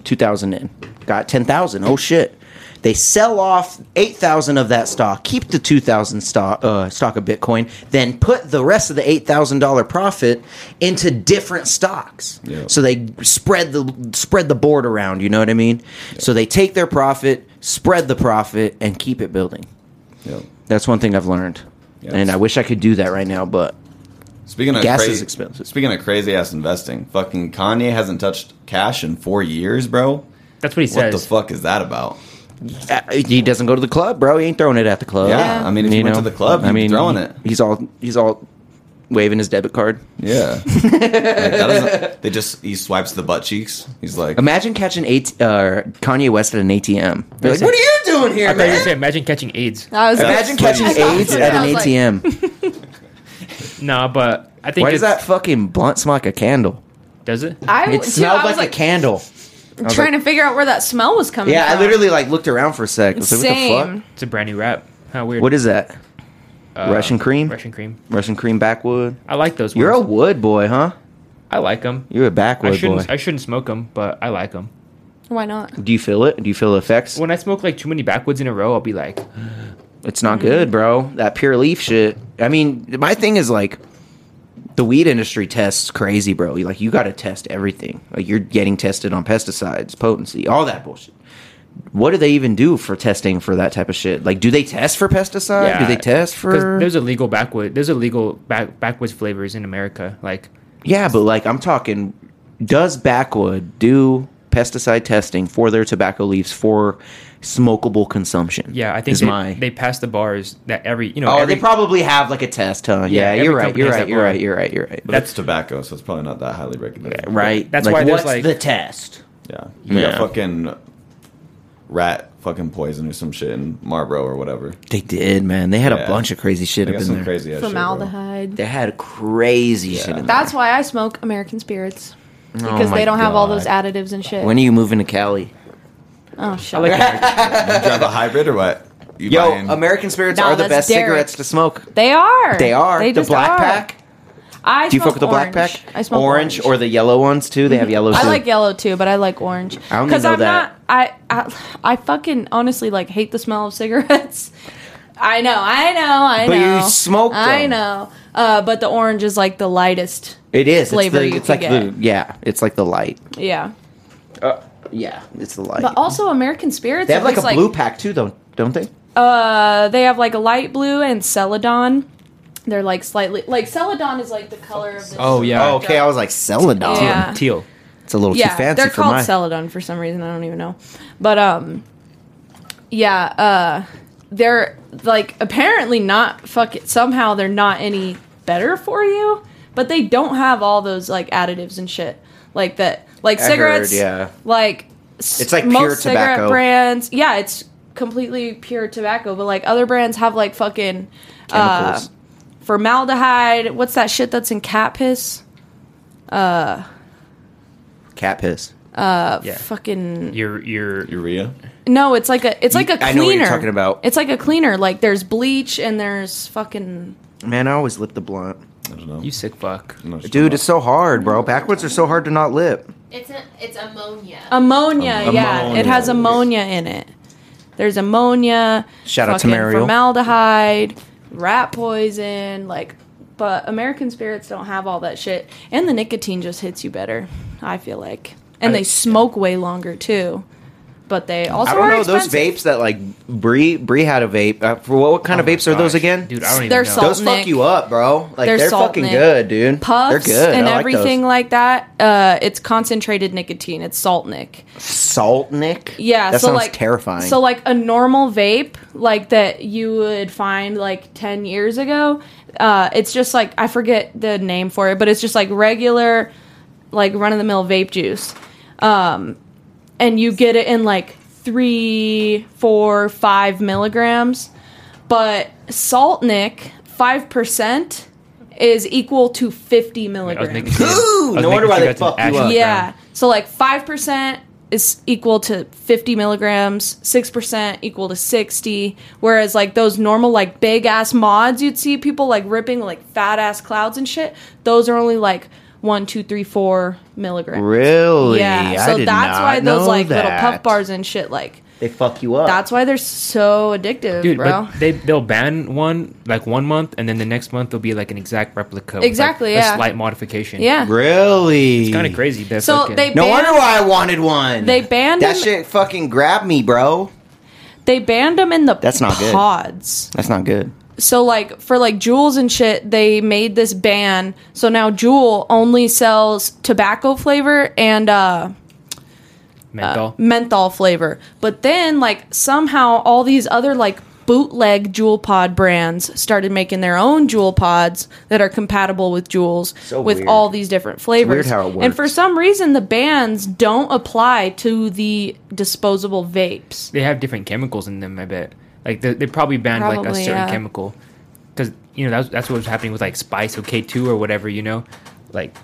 Speaker 2: two thousand in, got ten thousand. Oh shit! They sell off eight thousand of that stock, keep the two thousand stock uh, stock of Bitcoin, then put the rest of the eight thousand dollar profit into different stocks.
Speaker 4: Yeah.
Speaker 2: So they spread the spread the board around. You know what I mean? So they take their profit, spread the profit, and keep it building.
Speaker 4: Yeah.
Speaker 2: That's one thing I've learned,
Speaker 4: Yes.
Speaker 2: and I wish I could do that right now, but.
Speaker 4: Speaking of
Speaker 2: Gas
Speaker 4: cra-
Speaker 2: is expensive.
Speaker 4: Speaking of crazy ass investing, fucking Kanye hasn't touched cash in four years, bro.
Speaker 1: That's what he
Speaker 4: What
Speaker 1: says.
Speaker 4: the fuck is that about?
Speaker 2: Uh, he doesn't go to the club, bro. He ain't throwing it at the club.
Speaker 4: Yeah, I mean, if you, went to the club, you'd be throwing
Speaker 2: he-
Speaker 4: it.
Speaker 2: He's all he's all waving his debit card.
Speaker 4: Yeah, like, that doesn't. They just he swipes the butt cheeks. He's like,
Speaker 2: Imagine catching AT, uh, Kanye West at an ATM. They're like,
Speaker 1: Listen.
Speaker 2: what are you doing
Speaker 1: I
Speaker 2: here,
Speaker 1: thought you were
Speaker 2: man?
Speaker 1: saying, imagine catching AIDS.
Speaker 3: I was
Speaker 2: Imagine
Speaker 4: That's
Speaker 2: catching
Speaker 4: what he
Speaker 2: AIDS
Speaker 4: said.
Speaker 2: at
Speaker 3: I
Speaker 2: an
Speaker 3: was like-
Speaker 2: ATM.
Speaker 1: Nah, but I think
Speaker 2: Why does
Speaker 1: it's,
Speaker 2: that fucking blunt smell like a candle?
Speaker 1: does it?
Speaker 3: I
Speaker 2: It
Speaker 3: too,
Speaker 2: smelled
Speaker 3: Oh, I was
Speaker 2: like, a candle. I was
Speaker 3: trying
Speaker 2: like-
Speaker 3: to figure out where that smell was coming
Speaker 2: Yeah,
Speaker 3: from.
Speaker 2: I literally like looked around for a sec. I was like, what the
Speaker 3: Same.
Speaker 2: fuck?
Speaker 1: It's a brand new rap. How weird.
Speaker 2: What is that?
Speaker 1: Uh,
Speaker 2: Russian cream?
Speaker 1: Russian cream.
Speaker 2: Russian cream backwood.
Speaker 1: I like those.
Speaker 2: You're a
Speaker 1: ones.
Speaker 2: wood boy, huh?
Speaker 1: I like them.
Speaker 2: You're a backwood
Speaker 1: I shouldn't.
Speaker 2: boy.
Speaker 1: I shouldn't smoke them, but I like them.
Speaker 3: Why not?
Speaker 2: Do you feel it? Do you feel the effects?
Speaker 1: When I smoke like too many backwoods in a row, I'll be like,
Speaker 2: It's not
Speaker 1: Mm-hmm.
Speaker 2: good, bro. That pure leaf shit. I mean, my thing is like the weed industry tests crazy, bro. You- Like you got to test everything. Like you're getting tested on pesticides, potency, all that bullshit. What do they even do for testing for that type of shit? Like, do they test for pesticide? do they test
Speaker 1: 'cause
Speaker 2: for?
Speaker 1: There's illegal backwood. There's illegal back, backwoods flavors in America. Like,
Speaker 2: yeah, but like I'm talking, does Backwood do pesticide testing for their tobacco leaves for smokable consumption?
Speaker 1: yeah, I think
Speaker 2: is
Speaker 1: they,
Speaker 2: my
Speaker 1: they pass the bars that every you know.
Speaker 2: Oh,
Speaker 1: every,
Speaker 2: they probably have like a test,
Speaker 1: Yeah,
Speaker 2: huh? Yeah,
Speaker 1: every
Speaker 2: you're right.
Speaker 1: company
Speaker 2: You're
Speaker 1: has
Speaker 2: right.
Speaker 1: that
Speaker 2: You're right.
Speaker 1: bar.
Speaker 2: You're right. You're right.
Speaker 4: that's
Speaker 1: that's-
Speaker 4: tobacco, so it's probably not that highly regulated.
Speaker 2: Right.
Speaker 1: That's
Speaker 2: like,
Speaker 1: why there's,
Speaker 2: what's
Speaker 1: like-
Speaker 2: the test.
Speaker 4: Yeah, you
Speaker 2: Yeah.
Speaker 4: got fucking rat fucking poison or some shit in Marlboro or whatever.
Speaker 2: They did, man. They had a
Speaker 4: Yeah.
Speaker 2: bunch of crazy shit
Speaker 4: They
Speaker 2: up
Speaker 4: got
Speaker 2: in
Speaker 4: some
Speaker 2: there.
Speaker 4: crazy ass shit. bro.
Speaker 3: Formaldehyde.
Speaker 2: They had crazy shit. In there.
Speaker 3: That's why I smoke American spirits because
Speaker 2: Oh my
Speaker 3: they don't have all those
Speaker 2: God.
Speaker 3: additives and shit.
Speaker 2: When are you moving to Cali?
Speaker 3: oh
Speaker 1: I
Speaker 3: shut
Speaker 1: like
Speaker 3: up.
Speaker 1: American-
Speaker 4: You drive a hybrid or what? You
Speaker 2: Yo,
Speaker 4: buying-
Speaker 2: American spirits
Speaker 3: Nah,
Speaker 2: are the
Speaker 3: that's
Speaker 2: best
Speaker 3: Derek.
Speaker 2: cigarettes to smoke.
Speaker 3: They are.
Speaker 2: They are
Speaker 3: They
Speaker 2: the
Speaker 3: just
Speaker 2: black
Speaker 3: are.
Speaker 2: pack.
Speaker 3: I
Speaker 2: Do you fuck
Speaker 3: smoked
Speaker 2: with the black
Speaker 3: orange.
Speaker 2: pack?
Speaker 3: I smoked
Speaker 2: orange, or the yellow ones too. They have yellow.
Speaker 3: I
Speaker 2: too.
Speaker 3: like yellow too, but I like orange.
Speaker 2: I don't even
Speaker 3: Because
Speaker 2: know
Speaker 3: I'm
Speaker 2: that.
Speaker 3: not. I, I I fucking honestly like hate the smell of cigarettes. I know, I know, I
Speaker 2: But you
Speaker 3: know.
Speaker 2: smoked
Speaker 3: I
Speaker 2: them.
Speaker 3: know, uh, but the orange is like the lightest.
Speaker 2: It is
Speaker 3: flavor
Speaker 2: It's,
Speaker 3: you
Speaker 2: the, it's like
Speaker 3: can
Speaker 2: the yeah. It's like the light.
Speaker 3: Yeah,
Speaker 4: Uh,
Speaker 2: Yeah, it's the light.
Speaker 3: but also American spirits.
Speaker 2: they have like
Speaker 3: at
Speaker 2: a
Speaker 3: least,
Speaker 2: blue pack too, though, don't they?
Speaker 3: Uh, they have like a light blue and celadon. They're like slightly like celadon is like the color of the.
Speaker 1: Oh, yeah.
Speaker 2: Oh, okay. I was like Celadon.
Speaker 3: Yeah.
Speaker 1: Teal.
Speaker 2: It's a little
Speaker 3: yeah,
Speaker 2: too fancy
Speaker 3: they're
Speaker 2: for
Speaker 3: called
Speaker 2: my.
Speaker 3: celadon for some reason. I don't even know, but um, yeah, uh, they're like apparently not fuck it. Somehow they're not any better for you, but they don't have all those like additives and shit like that. Like
Speaker 2: I heard,
Speaker 3: cigarettes,
Speaker 2: yeah.
Speaker 3: Like it's
Speaker 2: like
Speaker 3: most
Speaker 2: pure
Speaker 3: cigarette
Speaker 2: tobacco.
Speaker 3: brands. Yeah, it's completely pure tobacco, but like other brands have like fucking uh,
Speaker 2: Chemicals.
Speaker 3: formaldehyde. What's that shit that's in cat piss?
Speaker 2: Cat piss.
Speaker 1: Yeah.
Speaker 3: Fucking
Speaker 1: Your your
Speaker 4: Urea.
Speaker 3: No, it's like a it's like a cleaner.
Speaker 2: I know what you're talking about.
Speaker 3: It's like a cleaner. Like there's bleach and there's fucking
Speaker 2: Man, I always lip the blunt.
Speaker 4: I don't know.
Speaker 1: you sick fuck.
Speaker 4: I'm not sure
Speaker 2: Dude,
Speaker 4: about-
Speaker 2: it's so hard, bro. Backwoods are so hard to not lip.
Speaker 5: It's a, it's ammonia.
Speaker 3: Um, ammonia. yeah,
Speaker 4: Ammonia.
Speaker 3: it has ammonia in it. There's ammonia.
Speaker 2: Shout out to
Speaker 3: fucking
Speaker 2: Mariel.
Speaker 3: Formaldehyde, rat poison. Like, but American spirits don't have all that shit, and the nicotine just hits you better. I feel like, and they smoke way longer too. But they also
Speaker 2: I don't
Speaker 3: are
Speaker 2: know those
Speaker 3: expensive.
Speaker 2: vapes that like Bree Bree had a vape. Uh, for what, what kind of vapes are those
Speaker 1: Oh Gosh,
Speaker 2: again?
Speaker 1: Dude, I don't even
Speaker 3: They're
Speaker 1: know.
Speaker 3: salt-
Speaker 2: those fuck
Speaker 3: Nick.
Speaker 2: you up, bro. Like
Speaker 3: They're
Speaker 2: they're,
Speaker 3: salt
Speaker 2: fucking
Speaker 3: Nick.
Speaker 2: good, dude.
Speaker 3: puffs
Speaker 2: they're good.
Speaker 3: and
Speaker 2: I like those.
Speaker 3: everything like that. Uh, it's concentrated nicotine. It's salt nick.
Speaker 2: Salt Nick.
Speaker 3: Yeah,
Speaker 2: that
Speaker 3: so
Speaker 2: sounds
Speaker 3: like
Speaker 2: terrifying.
Speaker 3: So like a normal vape, like that you would find like ten years ago. Uh, it's just like I forget the name for it, but it's just like regular, like run of the mill vape juice, um, and you get it in like three, four, five milligrams. But salt nick five percent is equal to fifty
Speaker 1: I was making
Speaker 3: milligrams.
Speaker 1: sure- I was
Speaker 2: No
Speaker 1: making
Speaker 2: wonder why
Speaker 1: sure
Speaker 2: they
Speaker 1: that's an
Speaker 2: fuck you
Speaker 1: actual
Speaker 2: up.
Speaker 3: Yeah.
Speaker 1: ground.
Speaker 3: So like five percent is equal to fifty milligrams, six percent equal to sixty. Whereas like those normal like big ass mods you'd see people like ripping like fat ass clouds and shit, those are only like one, two, three, four milligrams.
Speaker 2: really?
Speaker 3: Yeah.
Speaker 2: I
Speaker 3: So
Speaker 2: did
Speaker 3: that's
Speaker 2: not
Speaker 3: why those
Speaker 2: know
Speaker 3: like little
Speaker 2: that.
Speaker 3: puff bars and shit like
Speaker 2: They fuck you up.
Speaker 3: that's why they're so addictive,
Speaker 1: Dude,
Speaker 3: bro.
Speaker 1: but they they'll ban one like one month, and then the next month they'll be like an exact replica. with, like,
Speaker 3: Exactly,
Speaker 1: a
Speaker 3: yeah.
Speaker 1: slight modification.
Speaker 3: yeah.
Speaker 2: really
Speaker 1: It's kind of crazy. That
Speaker 3: So
Speaker 1: fucking-
Speaker 3: they
Speaker 2: No
Speaker 3: banned,
Speaker 2: wonder why I wanted one.
Speaker 3: They banned
Speaker 2: that
Speaker 3: them-
Speaker 2: shit. Fucking grabbed me, bro.
Speaker 3: they banned them in the
Speaker 2: That's not good.
Speaker 3: pods.
Speaker 2: That's not good.
Speaker 3: so like for like Juuls and shit, they made this ban. So now Juul only sells tobacco flavor and uh,
Speaker 1: menthol.
Speaker 3: menthol flavor. But then like somehow all these other like bootleg Juul pod brands started making their own Juul pods that are compatible with Juuls
Speaker 2: So
Speaker 3: with
Speaker 2: weird.
Speaker 3: all these different flavors.
Speaker 2: It's weird how it
Speaker 3: And for
Speaker 2: works.
Speaker 3: some reason the bans don't apply to the disposable vapes.
Speaker 1: they have different chemicals in them. I bet. Like they, they probably banned like a
Speaker 3: Probably,
Speaker 1: certain
Speaker 3: yeah.
Speaker 1: chemical. 'Cause chemical because you know that's that's what was happening with like spice or K two or whatever. You know, like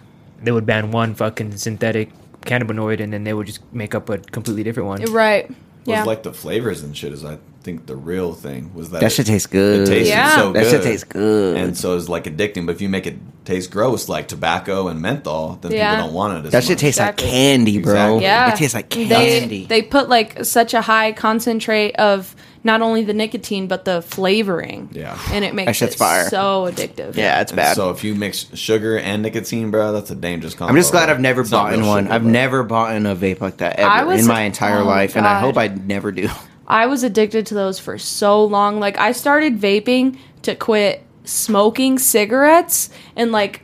Speaker 1: they would ban one fucking synthetic cannabinoid, and then they would just make up a completely different one.
Speaker 3: Right.
Speaker 4: was
Speaker 3: Yeah.
Speaker 4: like the flavors and shit is I think the real thing was that
Speaker 2: That shit tastes good.
Speaker 4: It tastes
Speaker 3: Yeah.
Speaker 4: so good.
Speaker 2: That shit tastes good.
Speaker 4: And so it's like addicting, but if you make it taste gross like tobacco and menthol, then
Speaker 3: Yeah.
Speaker 4: people don't want it as
Speaker 2: that shit
Speaker 4: much.
Speaker 2: tastes
Speaker 3: Exactly.
Speaker 2: like candy, bro.
Speaker 4: Exactly.
Speaker 3: Yeah.
Speaker 2: it tastes like
Speaker 3: They-
Speaker 2: candy.
Speaker 3: They, put like such a high concentrate of not only the nicotine but the flavoring.
Speaker 4: Yeah.
Speaker 3: And it
Speaker 2: That
Speaker 3: makes
Speaker 2: shit's
Speaker 3: it
Speaker 2: fire.
Speaker 3: so addictive.
Speaker 2: yeah, it's
Speaker 4: And
Speaker 2: bad.
Speaker 4: So if you mix sugar and nicotine, bro, that's a dangerous combo.
Speaker 2: I'm just glad
Speaker 4: bro.
Speaker 2: I've never
Speaker 4: It's not
Speaker 2: bought in
Speaker 4: real
Speaker 2: one.
Speaker 4: sugar,
Speaker 2: I've
Speaker 4: bro.
Speaker 2: never bought in a vape like that
Speaker 3: I
Speaker 2: ever
Speaker 3: was-
Speaker 2: in my entire
Speaker 3: oh my
Speaker 2: life, and I
Speaker 3: God.
Speaker 2: hope I never do.
Speaker 3: I was addicted to those for so long. Like I started vaping to quit smoking cigarettes and like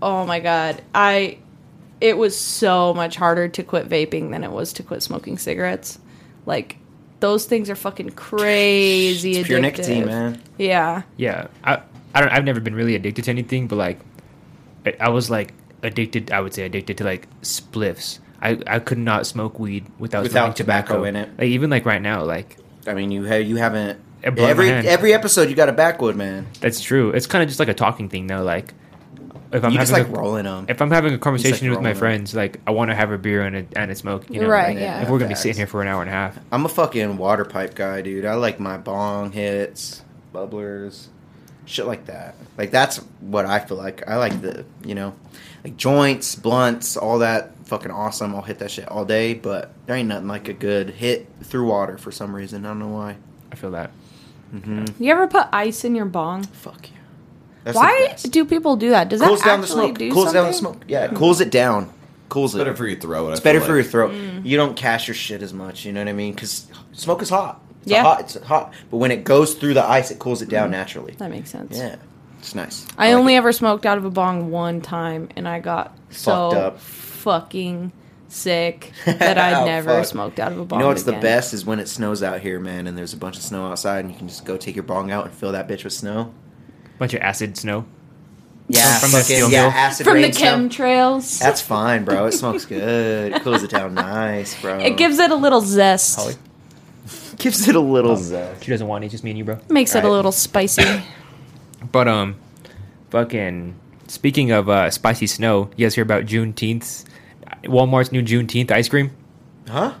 Speaker 3: oh my god, I it was so much harder to quit vaping than it was to quit smoking cigarettes. Like those things are fucking crazy
Speaker 2: Pure
Speaker 3: addictive.
Speaker 2: nicotine, man.
Speaker 3: Yeah.
Speaker 1: Yeah, I I don't. I've never been really addicted to anything, but like, I, I was like addicted. I would say addicted to like spliffs. I, I could not smoke weed without
Speaker 2: Without
Speaker 1: smoking tobacco.
Speaker 2: tobacco in it.
Speaker 1: Like even like right now, like
Speaker 2: I mean, you have you haven't
Speaker 1: It blew my
Speaker 2: every
Speaker 1: mind.
Speaker 2: every episode you got a backwood man.
Speaker 1: that's true. It's kind of just like a talking thing though. Like if I'm
Speaker 2: you
Speaker 1: having
Speaker 2: just like
Speaker 1: a,
Speaker 2: rolling them.
Speaker 1: if I'm having a conversation with my
Speaker 2: rolling.
Speaker 1: friends, like I want to have a beer and a and a smoke. You know,
Speaker 3: Right,
Speaker 1: like,
Speaker 3: yeah.
Speaker 1: If we're gonna be
Speaker 2: Facts.
Speaker 1: sitting here for an hour and a half,
Speaker 2: I'm a fucking water pipe guy, dude. I like my bong hits, bubblers. shit like that. Like that's what I feel like. I like the you know, like joints, blunts, all that fucking awesome. I'll hit that shit all day, but there ain't nothing like a good hit through water for some reason. I don't know why.
Speaker 1: I feel that.
Speaker 3: You ever put ice in your bong?
Speaker 2: Fuck you. That's the
Speaker 3: Why
Speaker 2: best.
Speaker 3: do people do that? Does
Speaker 2: cools
Speaker 3: that
Speaker 2: down the
Speaker 3: actually
Speaker 2: smoke?
Speaker 3: do
Speaker 2: cools down the
Speaker 3: something?
Speaker 2: smoke. Yeah, it cools it down. Cools
Speaker 4: It's
Speaker 2: it.
Speaker 4: better for your throat. I
Speaker 2: It's
Speaker 4: feel
Speaker 2: better for your
Speaker 4: like.
Speaker 2: throat.
Speaker 3: Mm.
Speaker 2: You don't cash your shit as much. You know what I mean? Because smoke is hot. It's a
Speaker 3: Yeah.
Speaker 2: hot. It's hot. But when it goes through the ice, it cools it down naturally.
Speaker 3: That makes sense.
Speaker 2: Yeah, it's nice.
Speaker 3: I,
Speaker 2: like
Speaker 3: only
Speaker 2: it.
Speaker 3: ever smoked out of a bong one time, and I got so
Speaker 2: Fucked up.
Speaker 3: fucking sick that I
Speaker 2: Oh,
Speaker 3: never
Speaker 2: fuck.
Speaker 3: smoked out of a
Speaker 2: You
Speaker 3: bong.
Speaker 2: know what's the
Speaker 3: again.
Speaker 2: best is when it snows out here, man, and there's a bunch of snow outside, and you can just go take your bong out and fill that bitch with snow.
Speaker 1: Bunch of acid snow.
Speaker 2: Yeah,
Speaker 1: From the
Speaker 2: fucking-
Speaker 1: steel
Speaker 2: yeah,
Speaker 1: mill?
Speaker 2: acid
Speaker 3: from the
Speaker 2: rain snow.
Speaker 3: chemtrails?
Speaker 2: That's fine, bro. It smokes good. It cools it down nice, bro.
Speaker 3: It gives it a little zest.
Speaker 1: Holly?
Speaker 2: gives it a little zest.
Speaker 1: She doesn't want it. Just me and you, bro.
Speaker 3: Makes it a
Speaker 2: Right.
Speaker 3: little spicy.
Speaker 1: But um, fucking speaking of uh, spicy snow, you guys hear about Juneteenth's Walmart's new Juneteenth ice cream?
Speaker 2: Huh?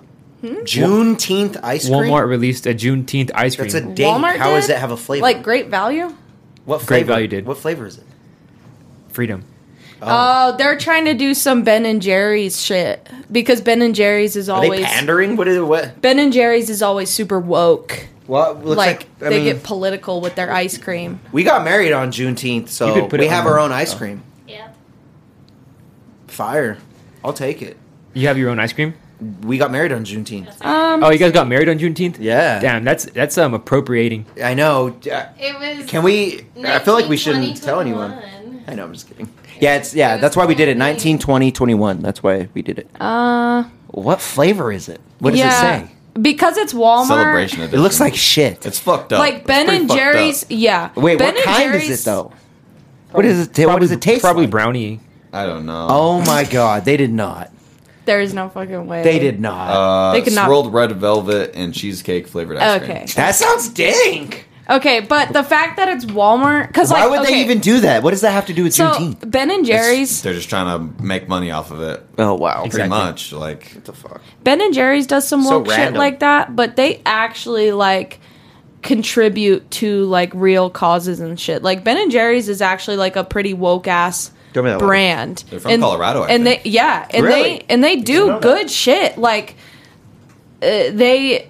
Speaker 3: Hmm?
Speaker 2: Juneteenth ice cream.
Speaker 1: Walmart released a Juneteenth ice cream.
Speaker 2: That's a date.
Speaker 3: Walmart
Speaker 2: How does
Speaker 3: did?
Speaker 2: it have a flavor?
Speaker 3: like great value.
Speaker 2: what
Speaker 1: Great
Speaker 2: flavor?
Speaker 1: Value did.
Speaker 2: What flavor is it?
Speaker 1: freedom.
Speaker 3: Oh, they're trying to do some Ben and Jerry's shit because Ben and Jerry's is
Speaker 2: Are they
Speaker 3: always
Speaker 2: pandering? What is it? What?
Speaker 3: Ben and Jerry's is always super woke.
Speaker 2: Well, it looks
Speaker 3: like,
Speaker 2: like, I
Speaker 3: they
Speaker 2: mean,
Speaker 3: get political with their ice cream.
Speaker 2: we got married on Juneteenth,
Speaker 1: You
Speaker 2: so
Speaker 1: could put
Speaker 2: we
Speaker 1: it
Speaker 2: have
Speaker 1: on
Speaker 2: our
Speaker 1: the-
Speaker 2: own ice
Speaker 1: oh.
Speaker 2: cream.
Speaker 5: Yep.
Speaker 2: Fire. I'll take it.
Speaker 1: You have your own ice cream.
Speaker 2: We got married on Juneteenth.
Speaker 3: Um,
Speaker 1: Oh, you guys got married on Juneteenth.
Speaker 2: Yeah.
Speaker 1: Damn, that's that's um appropriating.
Speaker 2: I know. Uh,
Speaker 5: It was.
Speaker 2: Can we? I feel like we shouldn't
Speaker 5: 19,
Speaker 2: tell anyone.
Speaker 5: 21.
Speaker 2: I know. I'm just kidding. Yeah, it's yeah. That's why we did it. 19, 20, 21. That's why we did it.
Speaker 3: uh,
Speaker 2: What flavor is it? What does
Speaker 3: yeah,
Speaker 2: it say?
Speaker 3: because it's Walmart.
Speaker 4: Celebration
Speaker 2: It
Speaker 4: edition.
Speaker 2: looks like shit.
Speaker 4: it's fucked up.
Speaker 3: Like
Speaker 4: It's
Speaker 3: Ben
Speaker 4: pretty
Speaker 3: and
Speaker 4: fucked up.
Speaker 3: Jerry's, yeah.
Speaker 2: Wait,
Speaker 3: ben
Speaker 2: what
Speaker 3: and
Speaker 2: kind is
Speaker 3: Jerry's-
Speaker 2: it though? What is it? what does it taste?
Speaker 1: Probably
Speaker 2: like?
Speaker 1: brownie.
Speaker 4: I don't know.
Speaker 2: Oh my god, they did not.
Speaker 3: There is no fucking way
Speaker 2: They did not.
Speaker 4: Uh,
Speaker 3: They could not-
Speaker 4: swirled red velvet and cheesecake flavored ice cream.
Speaker 3: Okay,
Speaker 2: that sounds dank.
Speaker 3: okay, but the fact that it's Walmart, because
Speaker 2: Why
Speaker 3: like,
Speaker 2: would
Speaker 3: okay,
Speaker 2: they even do that? What does that have to do with
Speaker 3: So
Speaker 2: Juneteenth?
Speaker 3: Ben and Jerry's,
Speaker 4: They're just trying to make money off of it.
Speaker 2: Oh wow.
Speaker 1: Exactly.
Speaker 4: Pretty much. Like
Speaker 2: What the fuck?
Speaker 3: Ben and Jerry's does some
Speaker 2: So
Speaker 3: woke shit
Speaker 2: random.
Speaker 3: like that, but they actually like contribute to like real causes and shit. Like Ben and Jerry's is actually like a pretty woke ass
Speaker 2: Throw me that lighter.
Speaker 3: brand.
Speaker 4: They're from
Speaker 3: and,
Speaker 4: Colorado, I
Speaker 3: and
Speaker 4: think.
Speaker 3: they yeah, and
Speaker 2: Really?
Speaker 3: they and they do
Speaker 2: know
Speaker 3: good shit. Like uh, they.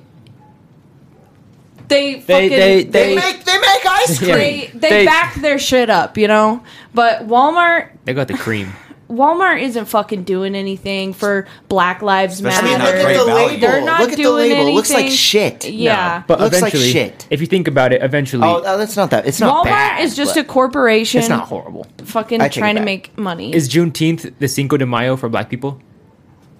Speaker 3: They, fucking,
Speaker 1: they-
Speaker 2: They make they make ice
Speaker 1: Yeah.
Speaker 2: cream.
Speaker 3: they, they
Speaker 1: They-
Speaker 3: back their shit up, you know. But Walmart
Speaker 1: They got the cream.
Speaker 3: Walmart isn't fucking doing anything for Black Lives
Speaker 4: Especially
Speaker 2: I mean, look
Speaker 4: not
Speaker 2: at
Speaker 4: great
Speaker 2: the
Speaker 3: Matter.
Speaker 4: value.
Speaker 2: label.
Speaker 4: They're
Speaker 3: not
Speaker 2: look at the
Speaker 3: doing
Speaker 2: label. It looks like
Speaker 3: anything.
Speaker 2: shit.
Speaker 3: Yeah,
Speaker 1: But
Speaker 2: Looks like
Speaker 1: eventually,
Speaker 2: shit.
Speaker 1: if you think about it, eventually
Speaker 2: Oh, uh, that's not that. It's not
Speaker 3: Walmart
Speaker 2: bad.
Speaker 3: is just
Speaker 2: but
Speaker 3: a corporation.
Speaker 2: It's not horrible.
Speaker 3: fucking
Speaker 2: I take it
Speaker 3: trying to
Speaker 2: back.
Speaker 3: make money.
Speaker 1: is Juneteenth the Cinco de Mayo for Black people?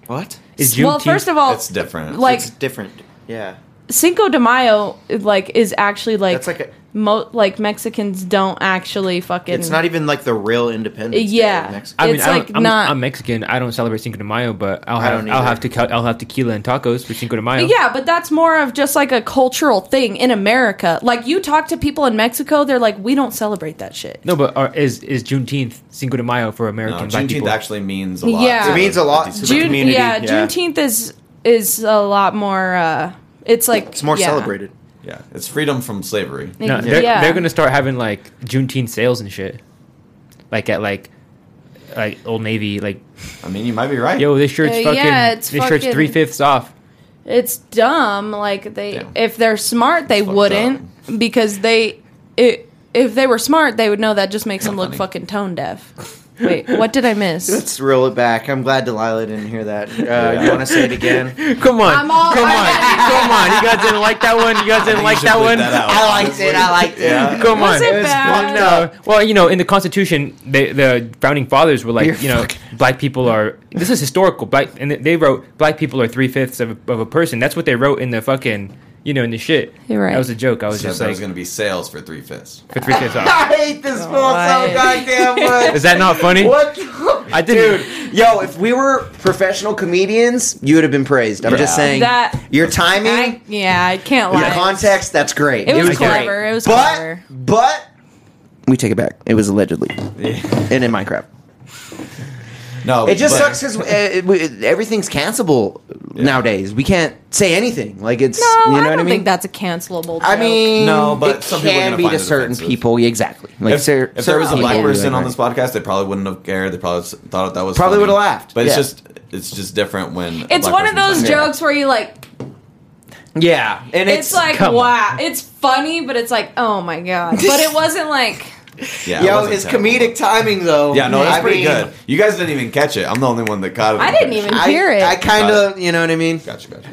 Speaker 2: What?
Speaker 1: Is Juneteenth
Speaker 3: well, first of all,
Speaker 4: it's different.
Speaker 3: like
Speaker 2: it's different. Yeah.
Speaker 3: Cinco de Mayo, like is actually like
Speaker 2: That's like a-
Speaker 3: mo- like Mexicans don't actually fucking.
Speaker 2: It's not even like the real independence. Day
Speaker 3: Yeah.
Speaker 2: in Mexico.
Speaker 1: I mean,
Speaker 3: it's
Speaker 1: I don't,
Speaker 3: like
Speaker 1: I'm,
Speaker 3: not-
Speaker 1: I'm Mexican. I don't celebrate Cinco de Mayo, but I'll
Speaker 2: I
Speaker 1: have
Speaker 2: don't
Speaker 1: I'll
Speaker 2: either.
Speaker 1: have to te- I'll have tequila and tacos for Cinco de Mayo.
Speaker 3: But yeah, but that's more of just like a cultural thing in America. Like you talk to people in Mexico, they're like, we don't celebrate that shit.
Speaker 1: No, but are, is is Juneteenth Cinco de Mayo for
Speaker 4: no,
Speaker 1: American black
Speaker 4: Juneteenth
Speaker 1: people?
Speaker 4: actually means a lot.
Speaker 3: Yeah.
Speaker 4: to
Speaker 3: It
Speaker 2: means a lot.
Speaker 4: these
Speaker 2: June-
Speaker 4: people.
Speaker 3: June,
Speaker 2: community,
Speaker 3: yeah,
Speaker 2: yeah.
Speaker 3: Juneteenth is is a lot more. uh It's like
Speaker 2: It's more
Speaker 3: yeah.
Speaker 2: celebrated.
Speaker 4: yeah, it's freedom from slavery.
Speaker 1: no,
Speaker 3: Like,
Speaker 1: they're,
Speaker 3: yeah.
Speaker 1: they're gonna start having like Juneteenth sales and shit, like at like like Old Navy, like
Speaker 4: I mean, you might be right.
Speaker 1: yo, this shirt's
Speaker 3: Uh,
Speaker 1: fucking,
Speaker 3: yeah, it's
Speaker 1: this
Speaker 3: fucking-
Speaker 1: shirt's three fifths off.
Speaker 3: It's dumb. Like they,
Speaker 4: Yeah.
Speaker 3: if they're smart, they
Speaker 4: It's fucked
Speaker 3: wouldn't because they it. If they were smart, they would know that just makes them look
Speaker 4: funny.
Speaker 3: fucking tone deaf. Wait, what did I miss?
Speaker 2: Let's reel it back. I'm glad Delilah didn't hear that. Uh,
Speaker 4: Yeah.
Speaker 2: You want to say it again?
Speaker 1: Come on,
Speaker 3: I'm all-
Speaker 1: come on, come on. You guys didn't like that one. You guys didn't
Speaker 4: you
Speaker 1: like
Speaker 4: should
Speaker 1: that
Speaker 4: bleep
Speaker 1: one.
Speaker 4: that out.
Speaker 2: I liked it. I liked it.
Speaker 4: Yeah.
Speaker 1: Come
Speaker 3: Was
Speaker 1: on.
Speaker 3: it
Speaker 1: It was
Speaker 3: bad?
Speaker 1: fucked up. Well, you know, in the Constitution, they, the founding fathers were like,
Speaker 2: You're
Speaker 1: you know,
Speaker 2: fucking-
Speaker 1: black people are. This is historical. Black, and they wrote black people are three fifths of, of a person. That's what they wrote in the fucking, you know, in the shit.
Speaker 3: You're right.
Speaker 1: That was a joke. I was
Speaker 4: So
Speaker 1: just
Speaker 4: there's
Speaker 1: like
Speaker 4: going to be sales for three fifths.
Speaker 1: for three fifths off.
Speaker 2: I hate
Speaker 3: Oh,
Speaker 2: this fool so
Speaker 3: Why?
Speaker 2: goddamn much.
Speaker 1: Is that not funny?
Speaker 2: What?
Speaker 1: I didn't-
Speaker 2: Dude, yo, if we were professional comedians, you would have been praised. I'm just
Speaker 4: Yeah.
Speaker 2: saying.
Speaker 3: That-
Speaker 2: your timing,
Speaker 3: I, yeah, I can't
Speaker 2: your
Speaker 3: lie.
Speaker 2: context, that's great.
Speaker 3: It was
Speaker 2: great.
Speaker 3: clever. It was
Speaker 2: but,
Speaker 3: clever.
Speaker 2: But we take it back. It was allegedly
Speaker 4: Yeah.
Speaker 2: and in Minecraft.
Speaker 4: No,
Speaker 2: it just
Speaker 4: but-
Speaker 2: sucks because everything's cancelable nowadays. We can't say anything. Like it's
Speaker 3: No,
Speaker 2: you know
Speaker 3: I
Speaker 2: what
Speaker 3: don't
Speaker 2: I mean.
Speaker 3: think that's a cancelable. Joke.
Speaker 2: I mean,
Speaker 4: No, but
Speaker 2: it
Speaker 4: some people are
Speaker 2: can
Speaker 4: gonna
Speaker 2: be
Speaker 4: find
Speaker 2: to
Speaker 4: it
Speaker 2: certain
Speaker 4: offensive.
Speaker 2: people. yeah, Exactly. Like
Speaker 4: if,
Speaker 2: cer-
Speaker 4: if there was a
Speaker 2: certain
Speaker 4: black
Speaker 2: people,
Speaker 4: person
Speaker 2: like,
Speaker 4: on this podcast, they probably wouldn't have cared. They probably s- thought that was
Speaker 2: Probably
Speaker 4: funny.
Speaker 2: would've laughed.
Speaker 4: But it's
Speaker 2: Yeah.
Speaker 4: just it's just different when a
Speaker 3: it's
Speaker 4: black
Speaker 3: one of those
Speaker 4: person's on it.
Speaker 3: jokes where you like.
Speaker 2: Yeah, and
Speaker 3: It's,
Speaker 2: it's,
Speaker 3: like
Speaker 1: come on.
Speaker 3: wow, it's funny, but it's like oh my god. But it wasn't like
Speaker 4: Yeah, it
Speaker 2: yo,
Speaker 4: wasn't
Speaker 2: his
Speaker 4: terrible.
Speaker 2: comedic timing though.
Speaker 4: Yeah, no, that's
Speaker 2: I
Speaker 4: pretty
Speaker 2: mean,
Speaker 4: good. You guys didn't even catch it. I'm the only one that caught it.
Speaker 3: I didn't even
Speaker 2: I,
Speaker 3: hear it.
Speaker 2: I kind of, you know what I mean.
Speaker 4: Gotcha, gotcha.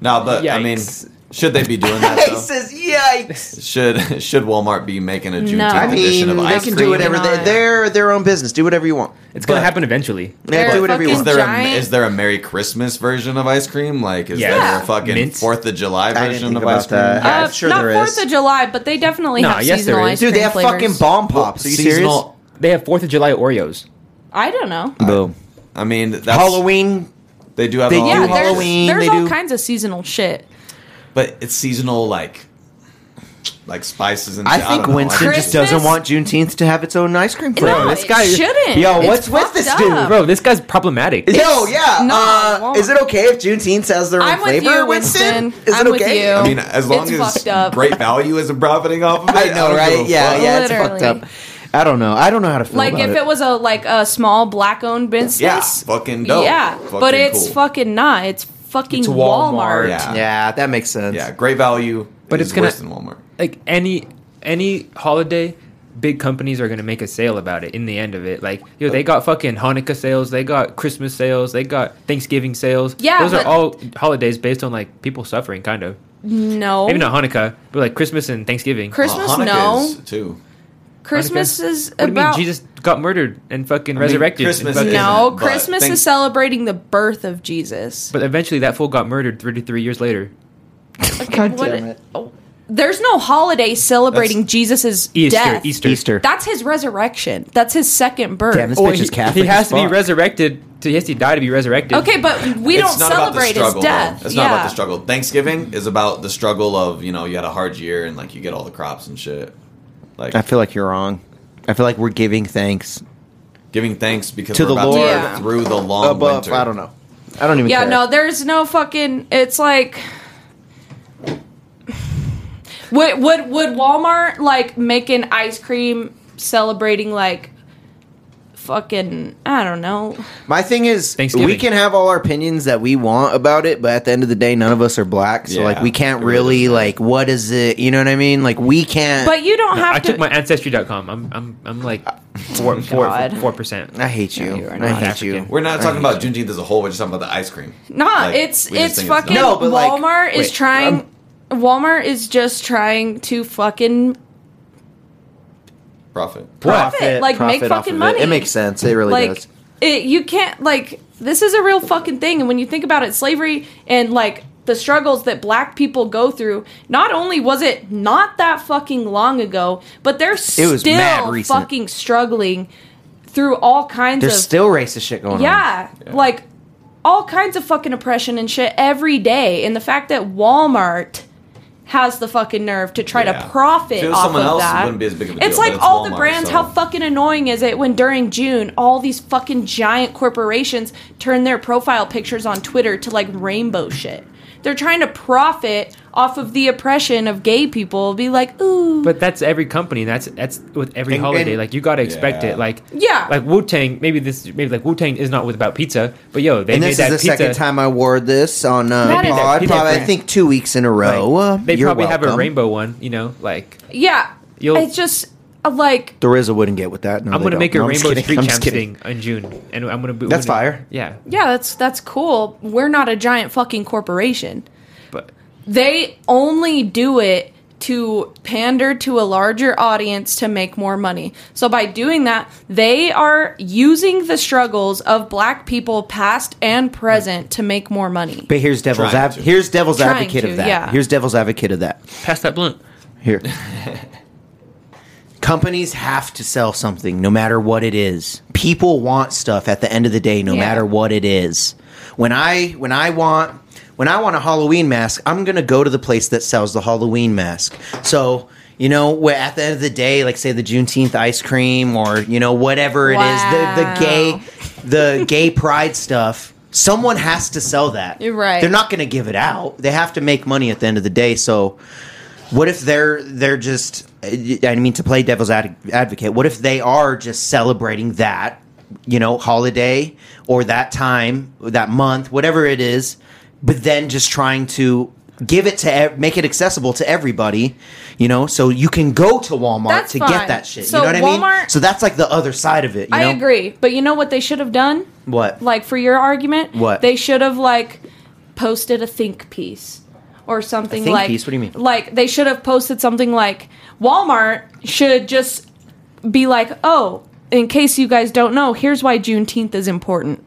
Speaker 4: No, but I mean,
Speaker 1: Yikes.
Speaker 4: should they be doing that?
Speaker 2: he
Speaker 4: Though?
Speaker 2: says, "Yikes."
Speaker 4: Should should Walmart be making a Juneteenth
Speaker 3: I
Speaker 2: I
Speaker 4: edition
Speaker 2: mean,
Speaker 4: of
Speaker 2: they
Speaker 4: ice
Speaker 2: can
Speaker 4: cream?
Speaker 2: do whatever they,
Speaker 3: Absolutely not.
Speaker 2: they're their own business. Do whatever you want.
Speaker 1: It's gonna
Speaker 4: But-
Speaker 1: happen eventually.
Speaker 2: Yeah,
Speaker 3: They're
Speaker 2: do whatever you
Speaker 3: fucking
Speaker 2: want.
Speaker 4: Is there
Speaker 3: Giant-
Speaker 4: a is there a Merry Christmas version of ice cream? Like is
Speaker 1: Yeah.
Speaker 4: there
Speaker 3: Yeah.
Speaker 4: a fucking
Speaker 1: Mint.
Speaker 4: Fourth of July
Speaker 2: didn't
Speaker 4: version
Speaker 2: think
Speaker 4: of
Speaker 2: about
Speaker 4: ice cream?
Speaker 2: that. Yeah,
Speaker 3: uh,
Speaker 2: I'm sure
Speaker 3: not
Speaker 2: there
Speaker 3: Fourth
Speaker 2: is.
Speaker 3: of July, but they definitely
Speaker 1: No,
Speaker 3: have
Speaker 1: yes, there
Speaker 3: seasonal
Speaker 1: is.
Speaker 3: ice
Speaker 2: Dude, they
Speaker 3: cream
Speaker 2: have
Speaker 3: flavors.
Speaker 2: fucking bomb pops. Are you serious?
Speaker 4: Seasonal.
Speaker 1: They have Fourth of July Oreos.
Speaker 3: I don't know.
Speaker 2: Boom.
Speaker 4: I mean, that's,
Speaker 2: Halloween.
Speaker 4: They do have
Speaker 2: They
Speaker 4: Halloween,
Speaker 3: yeah,
Speaker 2: do
Speaker 3: there's,
Speaker 2: Halloween,
Speaker 3: there's
Speaker 2: they
Speaker 3: all
Speaker 2: do-
Speaker 3: kinds of seasonal shit.
Speaker 4: but it's seasonal like like spices and.
Speaker 2: I
Speaker 4: shit.
Speaker 2: think
Speaker 4: don't know.
Speaker 2: Winston
Speaker 3: Christmas?
Speaker 2: just doesn't want Juneteenth to have its own ice cream flavor.
Speaker 3: No,
Speaker 2: this
Speaker 3: it
Speaker 2: guy
Speaker 3: shouldn't.
Speaker 2: Yo,
Speaker 3: It's
Speaker 2: what's with
Speaker 3: fucked
Speaker 2: this
Speaker 3: up.
Speaker 2: dude?
Speaker 1: Bro, this guy's problematic.
Speaker 2: Yo, yeah.
Speaker 3: No,
Speaker 2: uh,
Speaker 3: it won't.
Speaker 2: is it okay if Juneteenth has their own
Speaker 3: I'm with
Speaker 2: flavor,
Speaker 3: you,
Speaker 2: Winston?
Speaker 3: Winston.
Speaker 2: Is
Speaker 3: I'm
Speaker 2: it
Speaker 3: with
Speaker 2: okay?
Speaker 3: you.
Speaker 4: I mean, as long
Speaker 3: It's fucked
Speaker 4: as
Speaker 3: up.
Speaker 4: Great Value isn't profiting off of it,
Speaker 2: I know,
Speaker 4: don't give
Speaker 2: right?
Speaker 4: a
Speaker 2: Yeah,
Speaker 4: fuck.
Speaker 2: yeah. It's fucked
Speaker 3: Literally.
Speaker 2: up. I don't know. I don't know how to feel
Speaker 3: Like
Speaker 2: about
Speaker 3: if it. was a like a small black owned business.
Speaker 4: Yeah, fucking dope.
Speaker 3: Yeah, but
Speaker 4: Fucking
Speaker 3: it's
Speaker 4: cool.
Speaker 3: fucking not. It's fucking
Speaker 1: It's
Speaker 3: Walmart.
Speaker 1: Walmart.
Speaker 4: Yeah.
Speaker 2: Yeah, that makes sense.
Speaker 4: Yeah, Great Value.
Speaker 1: But
Speaker 4: is
Speaker 1: it's gonna-
Speaker 4: worse than Walmart. Uh,
Speaker 1: like any any holiday big companies are going to make a sale about it in the end of it like yo they got fucking hanukkah sales they got christmas sales they got thanksgiving sales
Speaker 3: Yeah,
Speaker 1: those are
Speaker 3: but-
Speaker 1: all holidays based on like people suffering kind of
Speaker 3: No,
Speaker 1: maybe not hanukkah but like christmas and thanksgiving
Speaker 3: Christmas.
Speaker 4: Well, Hanukkah
Speaker 3: no,
Speaker 4: is, too.
Speaker 3: Christmas
Speaker 1: Hanukkah?
Speaker 3: is
Speaker 1: what do you mean
Speaker 3: about
Speaker 1: jesus got murdered and fucking
Speaker 4: mean,
Speaker 1: resurrected and
Speaker 4: Christmas
Speaker 1: fucking-
Speaker 4: is-
Speaker 3: no.
Speaker 4: but
Speaker 3: Christmas
Speaker 4: thank-
Speaker 3: is celebrating the birth of Jesus.
Speaker 1: but eventually that fool got murdered 33 years later
Speaker 2: God
Speaker 3: What-
Speaker 2: damn it.
Speaker 3: oh, There's no holiday celebrating
Speaker 4: That's-
Speaker 3: Jesus's
Speaker 1: easter
Speaker 3: death.
Speaker 1: easter
Speaker 2: Easter.
Speaker 3: That's his resurrection. That's his second birth.
Speaker 2: Damn, this
Speaker 1: Or
Speaker 2: bitch
Speaker 1: he,
Speaker 2: is Catholic
Speaker 1: he has
Speaker 2: as
Speaker 1: to be
Speaker 2: fuck.
Speaker 1: resurrected to, yes he died to be resurrected
Speaker 3: okay, but we
Speaker 4: It's
Speaker 3: don't
Speaker 4: not about the
Speaker 3: celebrate his
Speaker 4: struggle, though.
Speaker 3: death.
Speaker 4: It's
Speaker 3: yeah.
Speaker 4: not about the struggle. Thanksgiving is about the struggle of you know you had a hard year and like you get all the crops and shit. Like
Speaker 2: I feel like you're wrong. I feel like we're giving thanks
Speaker 4: giving thanks because
Speaker 2: To
Speaker 4: we're
Speaker 2: the
Speaker 4: about
Speaker 2: Lord.
Speaker 4: to
Speaker 3: Yeah.
Speaker 4: go through the long
Speaker 2: above.
Speaker 4: winter.
Speaker 2: I don't know. I don't even.
Speaker 3: Yeah,
Speaker 2: care.
Speaker 3: no, there's no fucking. It's like. Would, would would Walmart like making ice cream celebrating like fucking I don't know
Speaker 2: My thing is,
Speaker 1: Thanksgiving.
Speaker 2: we can have all our opinions that we want about it, but at the end of the day, none of us are black, so
Speaker 4: Yeah,
Speaker 2: like we can't
Speaker 4: it really
Speaker 2: really
Speaker 4: doesn't
Speaker 2: like what is it? You know what I mean? Like we can't.
Speaker 3: but you don't have
Speaker 1: I
Speaker 3: to
Speaker 1: took my ancestry.com. I'm I'm I'm like four four
Speaker 3: God.
Speaker 1: four percent.
Speaker 2: I hate you.
Speaker 3: you are
Speaker 2: I
Speaker 3: not
Speaker 2: hate
Speaker 1: African.
Speaker 2: you.
Speaker 4: We're not
Speaker 2: I
Speaker 4: talking
Speaker 2: hate
Speaker 4: about Juneteenth as a whole. We're just talking about the ice cream.
Speaker 3: Nah,
Speaker 4: Like,
Speaker 3: it's
Speaker 4: we just
Speaker 3: it's
Speaker 4: think
Speaker 3: fucking
Speaker 4: dumb.
Speaker 2: No, but, like,
Speaker 3: Walmart is
Speaker 2: wait, um,
Speaker 3: trying. Walmart is just trying to fucking
Speaker 4: profit.
Speaker 2: profit,
Speaker 3: Profit, like, make
Speaker 2: profit off
Speaker 3: fucking
Speaker 2: of it.
Speaker 3: money.
Speaker 2: It. makes sense. It really
Speaker 3: like
Speaker 2: does.
Speaker 3: it, you can't like this is a real fucking thing and when you think about it slavery and like the struggles that black people go through not only was it not that fucking long ago but they're
Speaker 2: was mad
Speaker 3: still
Speaker 2: recent.
Speaker 3: fucking struggling through all kinds
Speaker 2: There's
Speaker 3: of
Speaker 2: still racist shit going
Speaker 3: yeah, like all kinds of fucking oppression and shit every day and the fact that Walmart has the fucking nerve to try
Speaker 4: Yeah.
Speaker 3: to profit
Speaker 4: If it was
Speaker 3: off
Speaker 4: someone
Speaker 3: of
Speaker 4: else, it
Speaker 3: that.
Speaker 4: wouldn't be as big of a
Speaker 3: it's
Speaker 4: deal,
Speaker 3: like
Speaker 4: but it's
Speaker 3: all the
Speaker 4: Walmart,
Speaker 3: brands.
Speaker 4: so-
Speaker 3: How fucking annoying is it when during June all these fucking giant corporations turn their profile pictures on Twitter to like rainbow shit? They're trying to profit off of the oppression of gay people. Be like, ooh,
Speaker 1: But that's every company. That's that's with every
Speaker 2: And-
Speaker 1: holiday.
Speaker 2: and-
Speaker 1: like you gotta expect
Speaker 4: Yeah.
Speaker 1: it. Like
Speaker 3: Yeah.
Speaker 1: like Wu Tang. Maybe this maybe like Wu Tang is not with about pizza. But yo, they
Speaker 2: And
Speaker 1: made
Speaker 2: this is
Speaker 1: that
Speaker 2: the
Speaker 1: pizza.
Speaker 2: second time I wore this on uh,
Speaker 3: That is
Speaker 2: pod.
Speaker 1: different.
Speaker 2: Probably, I think two weeks in a
Speaker 1: like,
Speaker 2: row. Uh,
Speaker 1: they
Speaker 2: you're
Speaker 1: probably have a
Speaker 2: welcome.
Speaker 1: rainbow one. You know, like
Speaker 3: yeah.
Speaker 1: You'll-
Speaker 3: it's just uh, like
Speaker 2: The RZA wouldn't get with that. No,
Speaker 1: I'm
Speaker 2: they
Speaker 1: gonna
Speaker 2: don't.
Speaker 1: make a
Speaker 2: No, I'm just
Speaker 1: rainbow
Speaker 2: kidding.
Speaker 1: street
Speaker 2: I'm
Speaker 1: champs
Speaker 2: just kidding.
Speaker 1: thing in June, and I'm gonna. be-
Speaker 2: That's
Speaker 1: gonna-
Speaker 2: fire.
Speaker 1: Yeah,
Speaker 3: Yeah, that's that's cool. We're not a giant fucking corporation.
Speaker 1: but
Speaker 3: They only do it to pander to a larger audience to make more money. So by doing that, they are using the struggles of black people past and present to make more money.
Speaker 2: But here's devil's
Speaker 4: Trying
Speaker 2: ab-
Speaker 4: to.
Speaker 2: here's devil's
Speaker 3: Trying
Speaker 2: advocate
Speaker 3: to,
Speaker 2: of that.
Speaker 3: yeah.
Speaker 2: Here's devil's advocate of that.
Speaker 1: pass that blunt.
Speaker 2: Here. Companies have to sell something no matter what it is. People want stuff at the end of the day no
Speaker 3: Yeah.
Speaker 2: matter what it is. When I when I want when I want a Halloween mask, I'm going to go to the place that sells the Halloween mask. So, you know, wh- at the end of the day, like say the Juneteenth ice cream or you know whatever it is, the the
Speaker 3: Wow.
Speaker 2: gay the gay pride stuff. Someone has to sell that.
Speaker 3: You're right.
Speaker 2: They're not going to give it out. They have to make money at the end of the day. So, what if they're they're just? I mean, to play devil's ad- advocate, what if they are just celebrating that you know holiday or that time, that month, whatever it is, but then just trying to give it to ev- make it accessible to everybody, you know, so you can go to Walmart
Speaker 3: That's
Speaker 2: to
Speaker 3: fine.
Speaker 2: get that shit.
Speaker 3: So
Speaker 2: you know what I mean?
Speaker 3: Walmart-
Speaker 2: So that's like the other side of it. You
Speaker 3: I
Speaker 2: know?
Speaker 3: agree, but you know what they should have done?
Speaker 2: What?
Speaker 3: Like for your argument,
Speaker 2: What?
Speaker 3: they should have like posted a think piece or
Speaker 2: A
Speaker 3: something
Speaker 2: think
Speaker 3: like
Speaker 2: piece? What do you mean?
Speaker 3: Like they should have posted something like Walmart should just be like, oh, in case you guys don't know, here's why Juneteenth is important.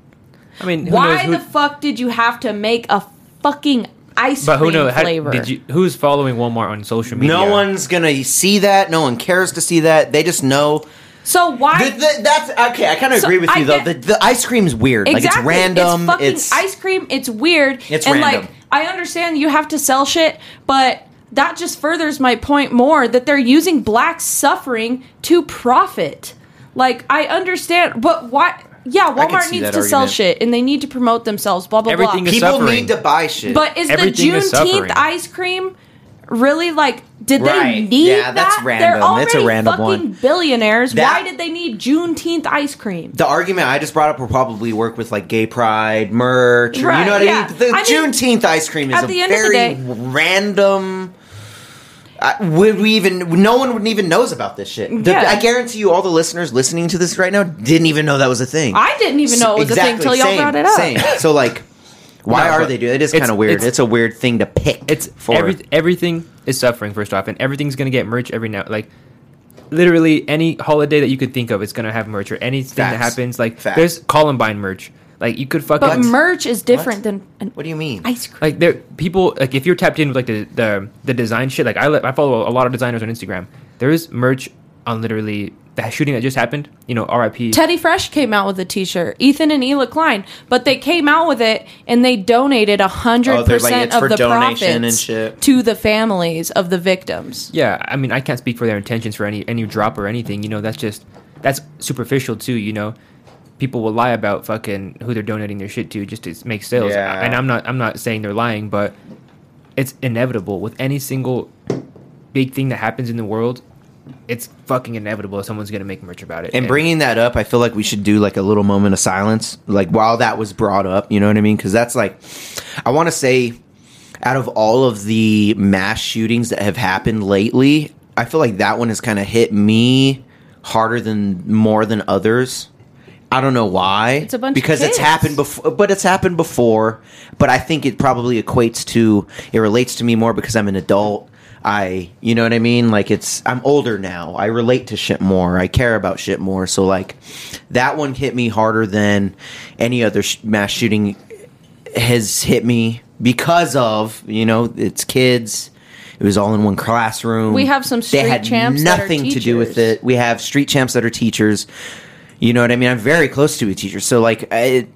Speaker 1: I mean, who
Speaker 3: why
Speaker 1: knows who,
Speaker 3: the fuck did you have to make a fucking ice
Speaker 1: but who
Speaker 3: cream
Speaker 1: knows? How,
Speaker 3: flavor?
Speaker 1: did you, who's following Walmart on social media?
Speaker 2: No one's gonna see that. No one cares to see that. They just know.
Speaker 3: so why?
Speaker 2: The- the- that's okay. I kind of
Speaker 3: So
Speaker 2: agree with
Speaker 3: I
Speaker 2: you though.
Speaker 3: get-
Speaker 2: the, the ice cream's weird. Like it's random.
Speaker 3: fucking
Speaker 2: It's,
Speaker 3: ice cream. It's weird.
Speaker 2: It's
Speaker 3: and
Speaker 2: random.
Speaker 3: like I understand you have to sell shit, but that just furthers my point more that they're using black suffering to profit. Like I understand, but why? Yeah,
Speaker 2: can
Speaker 3: Walmart
Speaker 2: see
Speaker 3: needs
Speaker 2: that
Speaker 3: to sell
Speaker 2: argument.
Speaker 3: shit, and they need to promote themselves. Blah blah
Speaker 1: Everything
Speaker 3: blah.
Speaker 1: is
Speaker 2: people
Speaker 1: suffering.
Speaker 2: need to buy shit.
Speaker 3: but is the
Speaker 1: everything is
Speaker 3: Juneteenth
Speaker 1: suffering.
Speaker 3: ice cream really like? Did
Speaker 2: Right.
Speaker 3: they need
Speaker 2: Yeah, that's
Speaker 3: that? They're
Speaker 2: random.
Speaker 3: already
Speaker 2: That's a random
Speaker 3: fucking
Speaker 2: one.
Speaker 3: billionaires.
Speaker 2: That-
Speaker 3: Why did they need Juneteenth ice cream?
Speaker 2: the argument I just brought up will probably work with like gay pride merch. Or, you
Speaker 3: Right,
Speaker 2: know what
Speaker 3: yeah.
Speaker 2: I mean? The
Speaker 3: I mean,
Speaker 2: Juneteenth ice cream is
Speaker 3: at
Speaker 2: a
Speaker 3: the end of the
Speaker 2: very
Speaker 3: day-
Speaker 2: random. I, would we even? No one would even knows about this shit. The-
Speaker 3: Yeah.
Speaker 2: I guarantee you, all the listeners listening to this right now didn't even know that was a thing.
Speaker 3: I didn't even know it was a thing until y'all
Speaker 2: same,
Speaker 3: brought it up.
Speaker 2: Same. So like, why
Speaker 1: No,
Speaker 2: are
Speaker 1: but
Speaker 2: they doing? It is
Speaker 1: it's-
Speaker 2: kind of weird.
Speaker 1: it's-
Speaker 2: It's, a weird thing to pick.
Speaker 1: It's
Speaker 2: for
Speaker 1: every, everything is suffering first off, and everything's gonna get merch every now. Like literally any holiday that you could think of, it's gonna have merch or anything that
Speaker 2: Facts.
Speaker 1: happens. Like
Speaker 2: Facts.
Speaker 1: there's Columbine merch. Like you could fucking
Speaker 3: But merch is different than an
Speaker 2: What do you mean?
Speaker 3: ice cream.
Speaker 1: like there people like if you're tapped in with like the the, the design shit like I, li- I follow a lot of designers on instagram there is merch on literally the shooting that just happened you know rip
Speaker 3: Teddy Fresh came out with a T-shirt. Ethan and Ela Klein, but they came out with it and they donated hundred
Speaker 2: Oh, they're like,
Speaker 3: percent
Speaker 2: it's
Speaker 3: of
Speaker 2: for
Speaker 3: the
Speaker 2: donation and
Speaker 3: profits
Speaker 2: shit.
Speaker 3: to the families of the victims.
Speaker 1: yeah i mean i can't speak for their intentions for any any drop or anything you know that's just that's superficial too you know people will lie about fucking who they're donating their shit to just to s- make sales
Speaker 2: Yeah.
Speaker 1: and i'm not i'm not saying they're lying but it's inevitable with any single big thing that happens in the world it's fucking inevitable someone's gonna make merch about it
Speaker 2: And bringing that up, I feel like we should do like a little moment of silence, like while that was brought up. You know what I mean? Because that's like, I want to say, out of all of the mass shootings that have happened lately, I feel like that one has kind of hit me harder than more than others. I don't know why. It's
Speaker 3: a bunch of
Speaker 2: because it's
Speaker 3: kids.
Speaker 2: happened before, but it's happened before. But I think it probably equates to it relates to me more because I'm an adult. I, you know what I mean? Like it's I'm older now. I relate to shit more. I care about shit more. So like that one hit me harder than any other sh- mass shooting has hit me because of you know it's kids. It was all in one classroom.
Speaker 3: We have some street
Speaker 2: they had
Speaker 3: champs that are
Speaker 2: nothing to do with
Speaker 3: teachers.
Speaker 2: it. We have street champs that are teachers. You know what I mean? I'm very close to a teacher, so like it,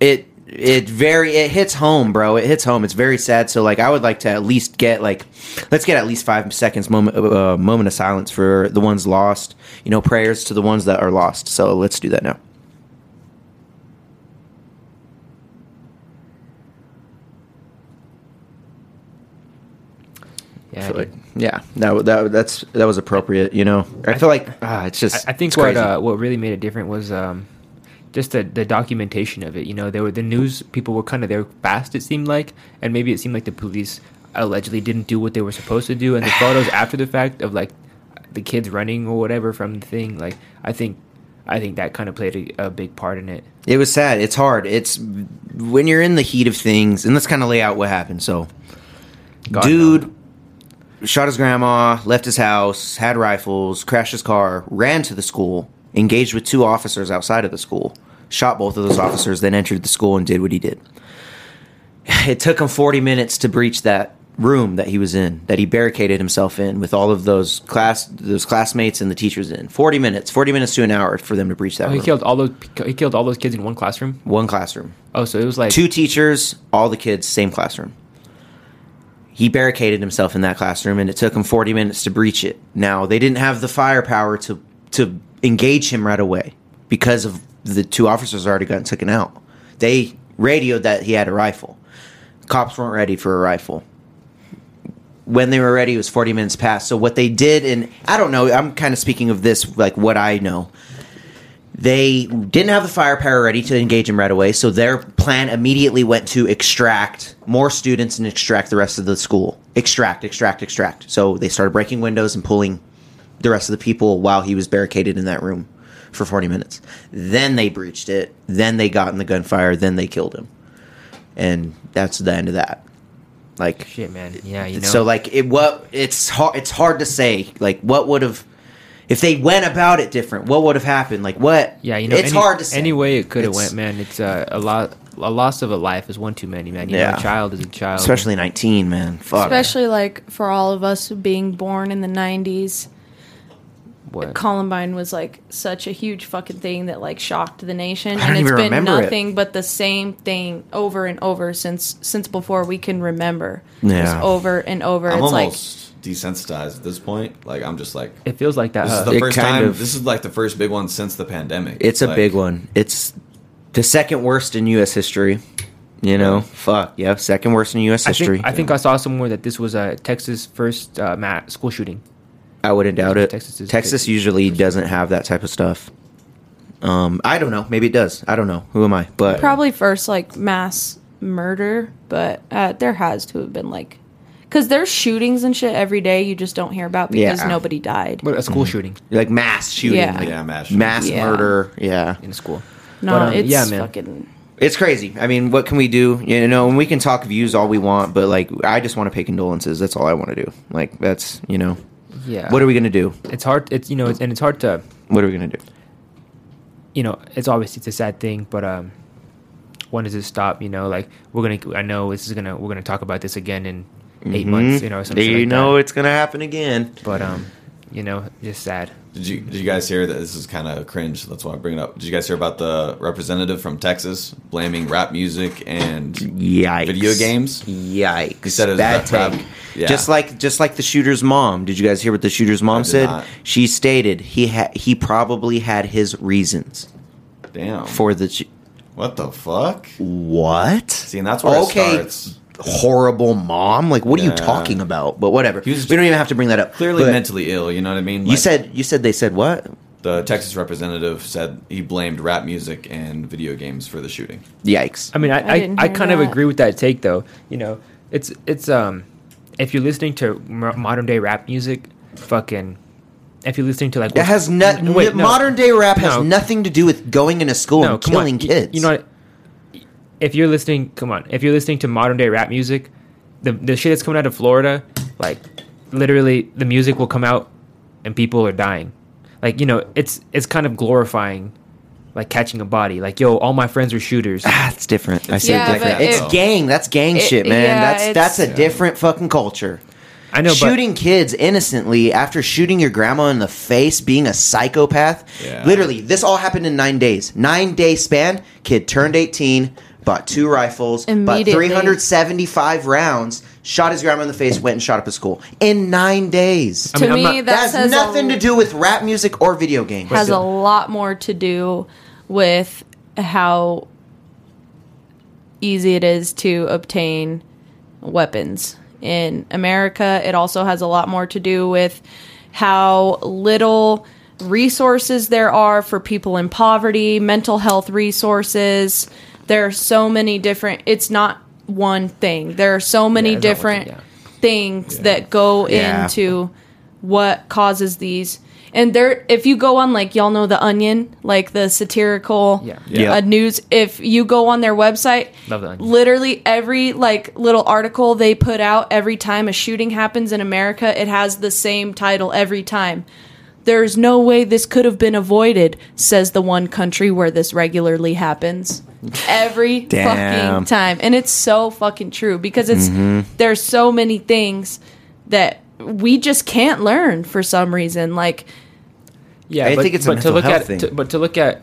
Speaker 2: it, it very it hits home, bro. It hits home. It's very sad. So like I would like to at least get like, let's get at least five seconds moment uh, moment of silence for the ones lost. You know, prayers to the ones that are lost. So let's do that now.
Speaker 1: yeah, dude.
Speaker 2: I feel like, yeah, that wa- that that's that was appropriate. You know, I feel like ah, it's just.
Speaker 1: I, I think
Speaker 2: it's
Speaker 1: what
Speaker 2: crazy.
Speaker 1: uh, what really made it different was um, just the, the documentation of it. You know, they were the news people were kind of there fast. It seemed like, and maybe it seemed like the police allegedly didn't do what they were supposed to do. And the photos after the fact of like the kids running or whatever from the thing, like I think I think that kind of played a, a big part in it.
Speaker 2: It was sad. It's hard. It's when you're in the heat of things, and let's kind of lay out what happened. So,
Speaker 1: God,
Speaker 2: dude shot his grandma, left his house, had rifles, crashed his car, ran to the school, engaged with two officers outside of the school, shot both of those officers, then entered the school and did what he did. It took him 40 minutes to breach that room that he was in, that he barricaded himself in with all of those class those classmates and the teachers in. 40 minutes, 40 minutes to an hour for them to breach that
Speaker 1: Oh, he
Speaker 2: room.
Speaker 1: killed all those he killed all those kids in one classroom.
Speaker 2: One classroom
Speaker 1: Oh, so it was like
Speaker 2: two teachers, all the kids, same classroom. He barricaded himself in that classroom, and it took him 40 minutes to breach it. Now they didn't have the firepower to to engage him right away because of the two officers already gotten taken out. They radioed that he had a rifle. Cops weren't ready for a rifle. When they were ready, it was 40 minutes past. So what they did, and I don't know, I'm kind of speaking of this like what I know. They didn't have the firepower ready to engage him right away, so their plan immediately went to extract more students and extract the rest of the school. Extract, extract, extract. So they started breaking windows and pulling the rest of the people while he was barricaded in that room for 40 minutes. Then they breached it. Then they got in the gunfire. Then they killed him. And that's the end of that. Like,
Speaker 1: Shit, man. Yeah, you know.
Speaker 2: so like it what it's hard it's hard to say like what would have if they went about it different what would have happened like what
Speaker 1: yeah, you know.
Speaker 2: it's
Speaker 1: any,
Speaker 2: hard to say
Speaker 1: Any way it could have
Speaker 2: It's-
Speaker 1: went, man. It's uh, a lot. A loss of a life is one too many, man. You know,
Speaker 2: Yeah.
Speaker 1: a child is a child,
Speaker 2: especially 19 man fuck
Speaker 3: Especially like for all of us being born in the 90s,
Speaker 1: What?
Speaker 3: Columbine was like such a huge fucking thing that like shocked the nation
Speaker 2: I don't
Speaker 3: and it's
Speaker 2: even
Speaker 3: been
Speaker 2: remember it.
Speaker 3: nothing but the same thing over and over since since before we can remember.
Speaker 2: Yeah.
Speaker 3: Just over and over.
Speaker 4: I'm
Speaker 3: it's like
Speaker 4: almost desensitized at this point. Like I'm just like
Speaker 1: it feels like that. uh,
Speaker 4: this is
Speaker 1: huh?
Speaker 4: the
Speaker 2: Uh, it
Speaker 4: first
Speaker 2: kind
Speaker 4: time.
Speaker 2: of-
Speaker 4: this is like the first big one since the pandemic.
Speaker 2: it's a
Speaker 4: Like,
Speaker 2: big one it's the second worst in us history you know fuck yeah second worst in us
Speaker 1: I
Speaker 2: history
Speaker 1: think, I think I saw somewhere that this was a Texas first uh, ma school shooting.
Speaker 2: I wouldn't doubt it.
Speaker 1: Texas
Speaker 2: Texas,
Speaker 1: is-
Speaker 2: usually doesn't have that type of stuff. Um, I don't know. Maybe it does. I don't know. Who am I? But
Speaker 3: probably first like mass murder, but uh, there has to have been like because there's shootings and shit every day you just don't hear about because
Speaker 2: Yeah.
Speaker 3: nobody died.
Speaker 1: What a
Speaker 2: Mm-hmm.
Speaker 1: school shooting
Speaker 2: like mass shooting,
Speaker 3: Yeah.
Speaker 2: like
Speaker 4: Yeah, mass shooting.
Speaker 2: mass
Speaker 3: Yeah.
Speaker 2: murder. Yeah,
Speaker 1: in a school.
Speaker 3: No,
Speaker 1: But, um,
Speaker 3: it's
Speaker 1: yeah, man.
Speaker 3: fucking
Speaker 2: it's crazy. I mean, what can we do? You know, and we can talk views all we want, but like, I just want to pay condolences. That's all I want to do. Like, that's you know,
Speaker 1: Yeah.
Speaker 2: what are we gonna do?
Speaker 1: It's hard. It's you know, it's, and it's hard to
Speaker 2: What are we gonna do?
Speaker 1: you know, it's obviously it's a sad thing, but um, when does it stop? You know, like we're gonna. I know this is gonna. We're gonna talk about this again in 8 months. You know, or something.
Speaker 2: Mm-hmm. you
Speaker 1: like
Speaker 2: know,
Speaker 1: that.
Speaker 2: it's gonna happen again.
Speaker 1: But um, you know, just sad.
Speaker 4: Did you Did you guys hear that? This is kind of cringe. That's why I bring it up. Did you guys hear about the representative from Texas blaming rap music and
Speaker 2: Yikes!
Speaker 4: video games?
Speaker 2: Yikes!
Speaker 4: He said it was
Speaker 2: Bad
Speaker 4: about
Speaker 2: take.
Speaker 4: rap. Yeah.
Speaker 2: Just like just like the shooter's mom. Did you guys hear what the shooter's mom
Speaker 4: did
Speaker 2: said?
Speaker 4: not.
Speaker 2: She stated he ha- he probably had his reasons
Speaker 4: Damn.
Speaker 2: for the sh-
Speaker 4: what the fuck?
Speaker 2: what?
Speaker 4: See, and that's where
Speaker 2: Okay.
Speaker 4: it starts.
Speaker 2: Horrible mom. Like what are you
Speaker 4: Yeah.
Speaker 2: talking about? But whatever.
Speaker 4: He was-
Speaker 2: we don't even have to bring that up.
Speaker 4: Clearly
Speaker 2: But
Speaker 4: mentally ill. You know what I mean?
Speaker 2: You
Speaker 4: Like,
Speaker 2: said you said they said what?
Speaker 4: the Texas representative said he blamed rap music and video games for the shooting.
Speaker 2: Yikes!
Speaker 1: I mean, I
Speaker 3: I
Speaker 1: I, I,
Speaker 3: didn't hear
Speaker 1: kind of
Speaker 3: that.
Speaker 1: agree with that take though. You know, it's it's um, if you're listening to mo- modern day rap music, fucking, if you're listening to like
Speaker 2: That has no,
Speaker 1: n- wait, no.
Speaker 2: modern day rap has
Speaker 1: No.
Speaker 2: nothing to do with going into school and
Speaker 1: come on.
Speaker 2: killing
Speaker 1: Y-
Speaker 2: kids.
Speaker 1: You know, what? if you're listening, come on. If you're listening to modern day rap music, the the shit that's coming out of Florida, like literally, the music will come out and people are dying. Like you know, it's it's kind of glorifying, like catching a body. Like yo, all my friends are shooters.
Speaker 2: Ah, it's different. I see
Speaker 3: Yeah,
Speaker 2: it different.
Speaker 3: but
Speaker 2: It's
Speaker 3: it-
Speaker 2: gang. That's gang
Speaker 3: It-
Speaker 2: shit, man.
Speaker 3: yeah,
Speaker 2: that's that's a
Speaker 3: it's-
Speaker 2: different fucking culture.
Speaker 1: I know,
Speaker 2: shooting kids innocently after shooting your grandma in the face, being a psychopath.
Speaker 4: Yeah.
Speaker 2: Literally, this all happened in nine days. Nine day span. Kid turned eighteen, bought two rifles, bought
Speaker 3: Immediately.
Speaker 2: three hundred seventy five rounds, shot his grandma in the face, went and shot up a school in nine days.
Speaker 1: I
Speaker 3: to
Speaker 1: mean, I'm
Speaker 3: me
Speaker 1: not-
Speaker 3: that
Speaker 2: that has
Speaker 3: says
Speaker 2: nothing to do with rap music or video games.
Speaker 3: has a lot more to do with how easy it is to obtain weapons in America. It also has a lot more to do with how little resources there are for people in poverty, mental health resources. There are so many different, it's not one thing. There are so many
Speaker 1: Yeah, it's not one
Speaker 3: different
Speaker 1: thing,
Speaker 3: things that go
Speaker 2: Yeah.
Speaker 3: into what causes these. And there, if you go on like y'all know the Onion, like the satirical
Speaker 1: Yeah.
Speaker 2: Yeah.
Speaker 3: Uh, news. If you go on their website,
Speaker 1: Love The Onion.
Speaker 3: literally every like little article they put out every time a shooting happens in America, it has the same title every time. There's no way this could have been avoided, says the one country where this regularly happens. Every
Speaker 2: Damn. Mm-hmm.
Speaker 3: fucking time. And it's so fucking true because it's there's so many things that we just can't learn for some reason. Like
Speaker 1: Yeah,
Speaker 2: I
Speaker 1: but,
Speaker 2: think it's a
Speaker 1: but to
Speaker 2: mental
Speaker 1: look
Speaker 2: health
Speaker 1: at
Speaker 2: thing.
Speaker 1: To, but to look at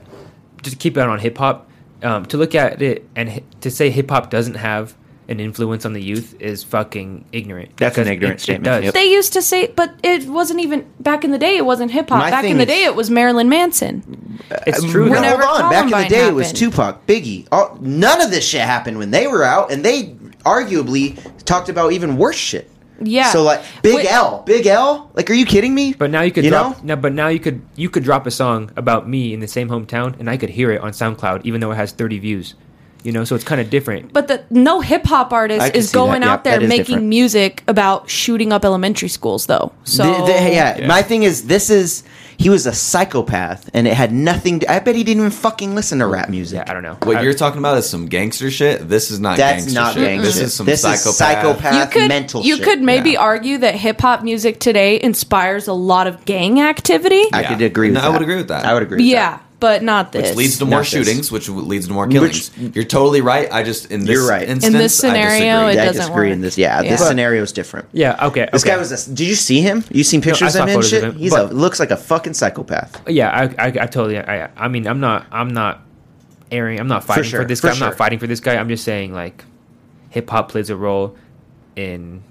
Speaker 1: just keep it on hip hop, um, to look at it and hi- to say hip hop doesn't have an influence on the youth is fucking ignorant.
Speaker 2: That's an
Speaker 1: Because
Speaker 2: ignorant
Speaker 1: it- it
Speaker 2: statement,
Speaker 1: does.
Speaker 2: yep.
Speaker 3: They used to say, but it wasn't even back in the day. It wasn't hip hop.
Speaker 2: My
Speaker 3: Back
Speaker 2: thing
Speaker 3: in the
Speaker 2: is-
Speaker 3: day, it was Marilyn Manson.
Speaker 1: It's true.
Speaker 2: No,
Speaker 1: though.
Speaker 3: Whenever
Speaker 2: hold on. Back in the
Speaker 3: Columbine
Speaker 2: day, it was
Speaker 3: happened.
Speaker 2: Tupac, Biggie. All, none of this shit happened when they were out, and they arguably talked about even worse shit.
Speaker 3: Yeah.
Speaker 2: So like Big
Speaker 3: Wait-
Speaker 2: L, Big L. Like, are you kidding me?
Speaker 1: But now you could
Speaker 2: You
Speaker 1: drop no, but now you could you could drop a song about me in the same hometown and I could hear it on SoundCloud even though it has 30 views. You know, so it's kind of different.
Speaker 3: But the no hip hop
Speaker 2: I
Speaker 3: artist
Speaker 2: can
Speaker 3: is
Speaker 2: see that.
Speaker 3: going
Speaker 2: Yeah,
Speaker 3: out
Speaker 2: that
Speaker 3: there
Speaker 2: is
Speaker 3: making
Speaker 2: different.
Speaker 3: music about shooting up elementary schools, though. So
Speaker 2: The- the- yeah,
Speaker 4: Yeah.
Speaker 2: my thing is this is he was a psychopath, and it had nothing. To, I bet he didn't even fucking listen to rap music.
Speaker 1: Yeah, I don't know.
Speaker 4: What
Speaker 1: I-
Speaker 4: you're talking about is some gangster shit. This is not
Speaker 2: That's
Speaker 4: gangster
Speaker 2: not
Speaker 4: shit.
Speaker 2: gangster
Speaker 4: This
Speaker 2: shit.
Speaker 4: is some
Speaker 2: This is
Speaker 4: psychopath.
Speaker 2: psychopath.
Speaker 3: you could
Speaker 2: mental
Speaker 3: you
Speaker 2: shit.
Speaker 3: could maybe
Speaker 4: Yeah.
Speaker 3: argue that hip hop music today inspires a lot of gang activity.
Speaker 2: I
Speaker 4: Yeah.
Speaker 2: could agree.
Speaker 4: No,
Speaker 2: with
Speaker 4: I
Speaker 2: that.
Speaker 4: would agree with that.
Speaker 2: I would agree. With
Speaker 3: yeah, but not this.
Speaker 4: Which leads to
Speaker 2: Not
Speaker 4: more
Speaker 2: this.
Speaker 4: shootings, which w- leads to more killings. You're totally right. I just in this
Speaker 2: You're right. In
Speaker 4: instance,
Speaker 3: this scenario,
Speaker 4: I
Speaker 3: it
Speaker 2: That.
Speaker 4: disagree.
Speaker 2: I
Speaker 3: doesn't
Speaker 2: disagree
Speaker 3: work.
Speaker 2: in this. Yeah, this
Speaker 3: Yeah.
Speaker 2: scenario is different.
Speaker 1: Yeah, okay.
Speaker 2: This
Speaker 1: okay.
Speaker 2: guy was. A, did you see him? You seen
Speaker 1: I
Speaker 2: pictures
Speaker 1: saw
Speaker 2: of him and
Speaker 1: photos of
Speaker 2: shit?
Speaker 1: him,
Speaker 2: He's
Speaker 1: but-
Speaker 2: a looks like a fucking psychopath.
Speaker 1: Yeah, I I, I totally I I mean, I'm not I'm not airing. I'm not fighting for,
Speaker 2: sure,
Speaker 1: this
Speaker 2: for
Speaker 1: guy. I'm
Speaker 2: sure.
Speaker 1: not fighting for this guy. I'm just saying like hip hop plays a role in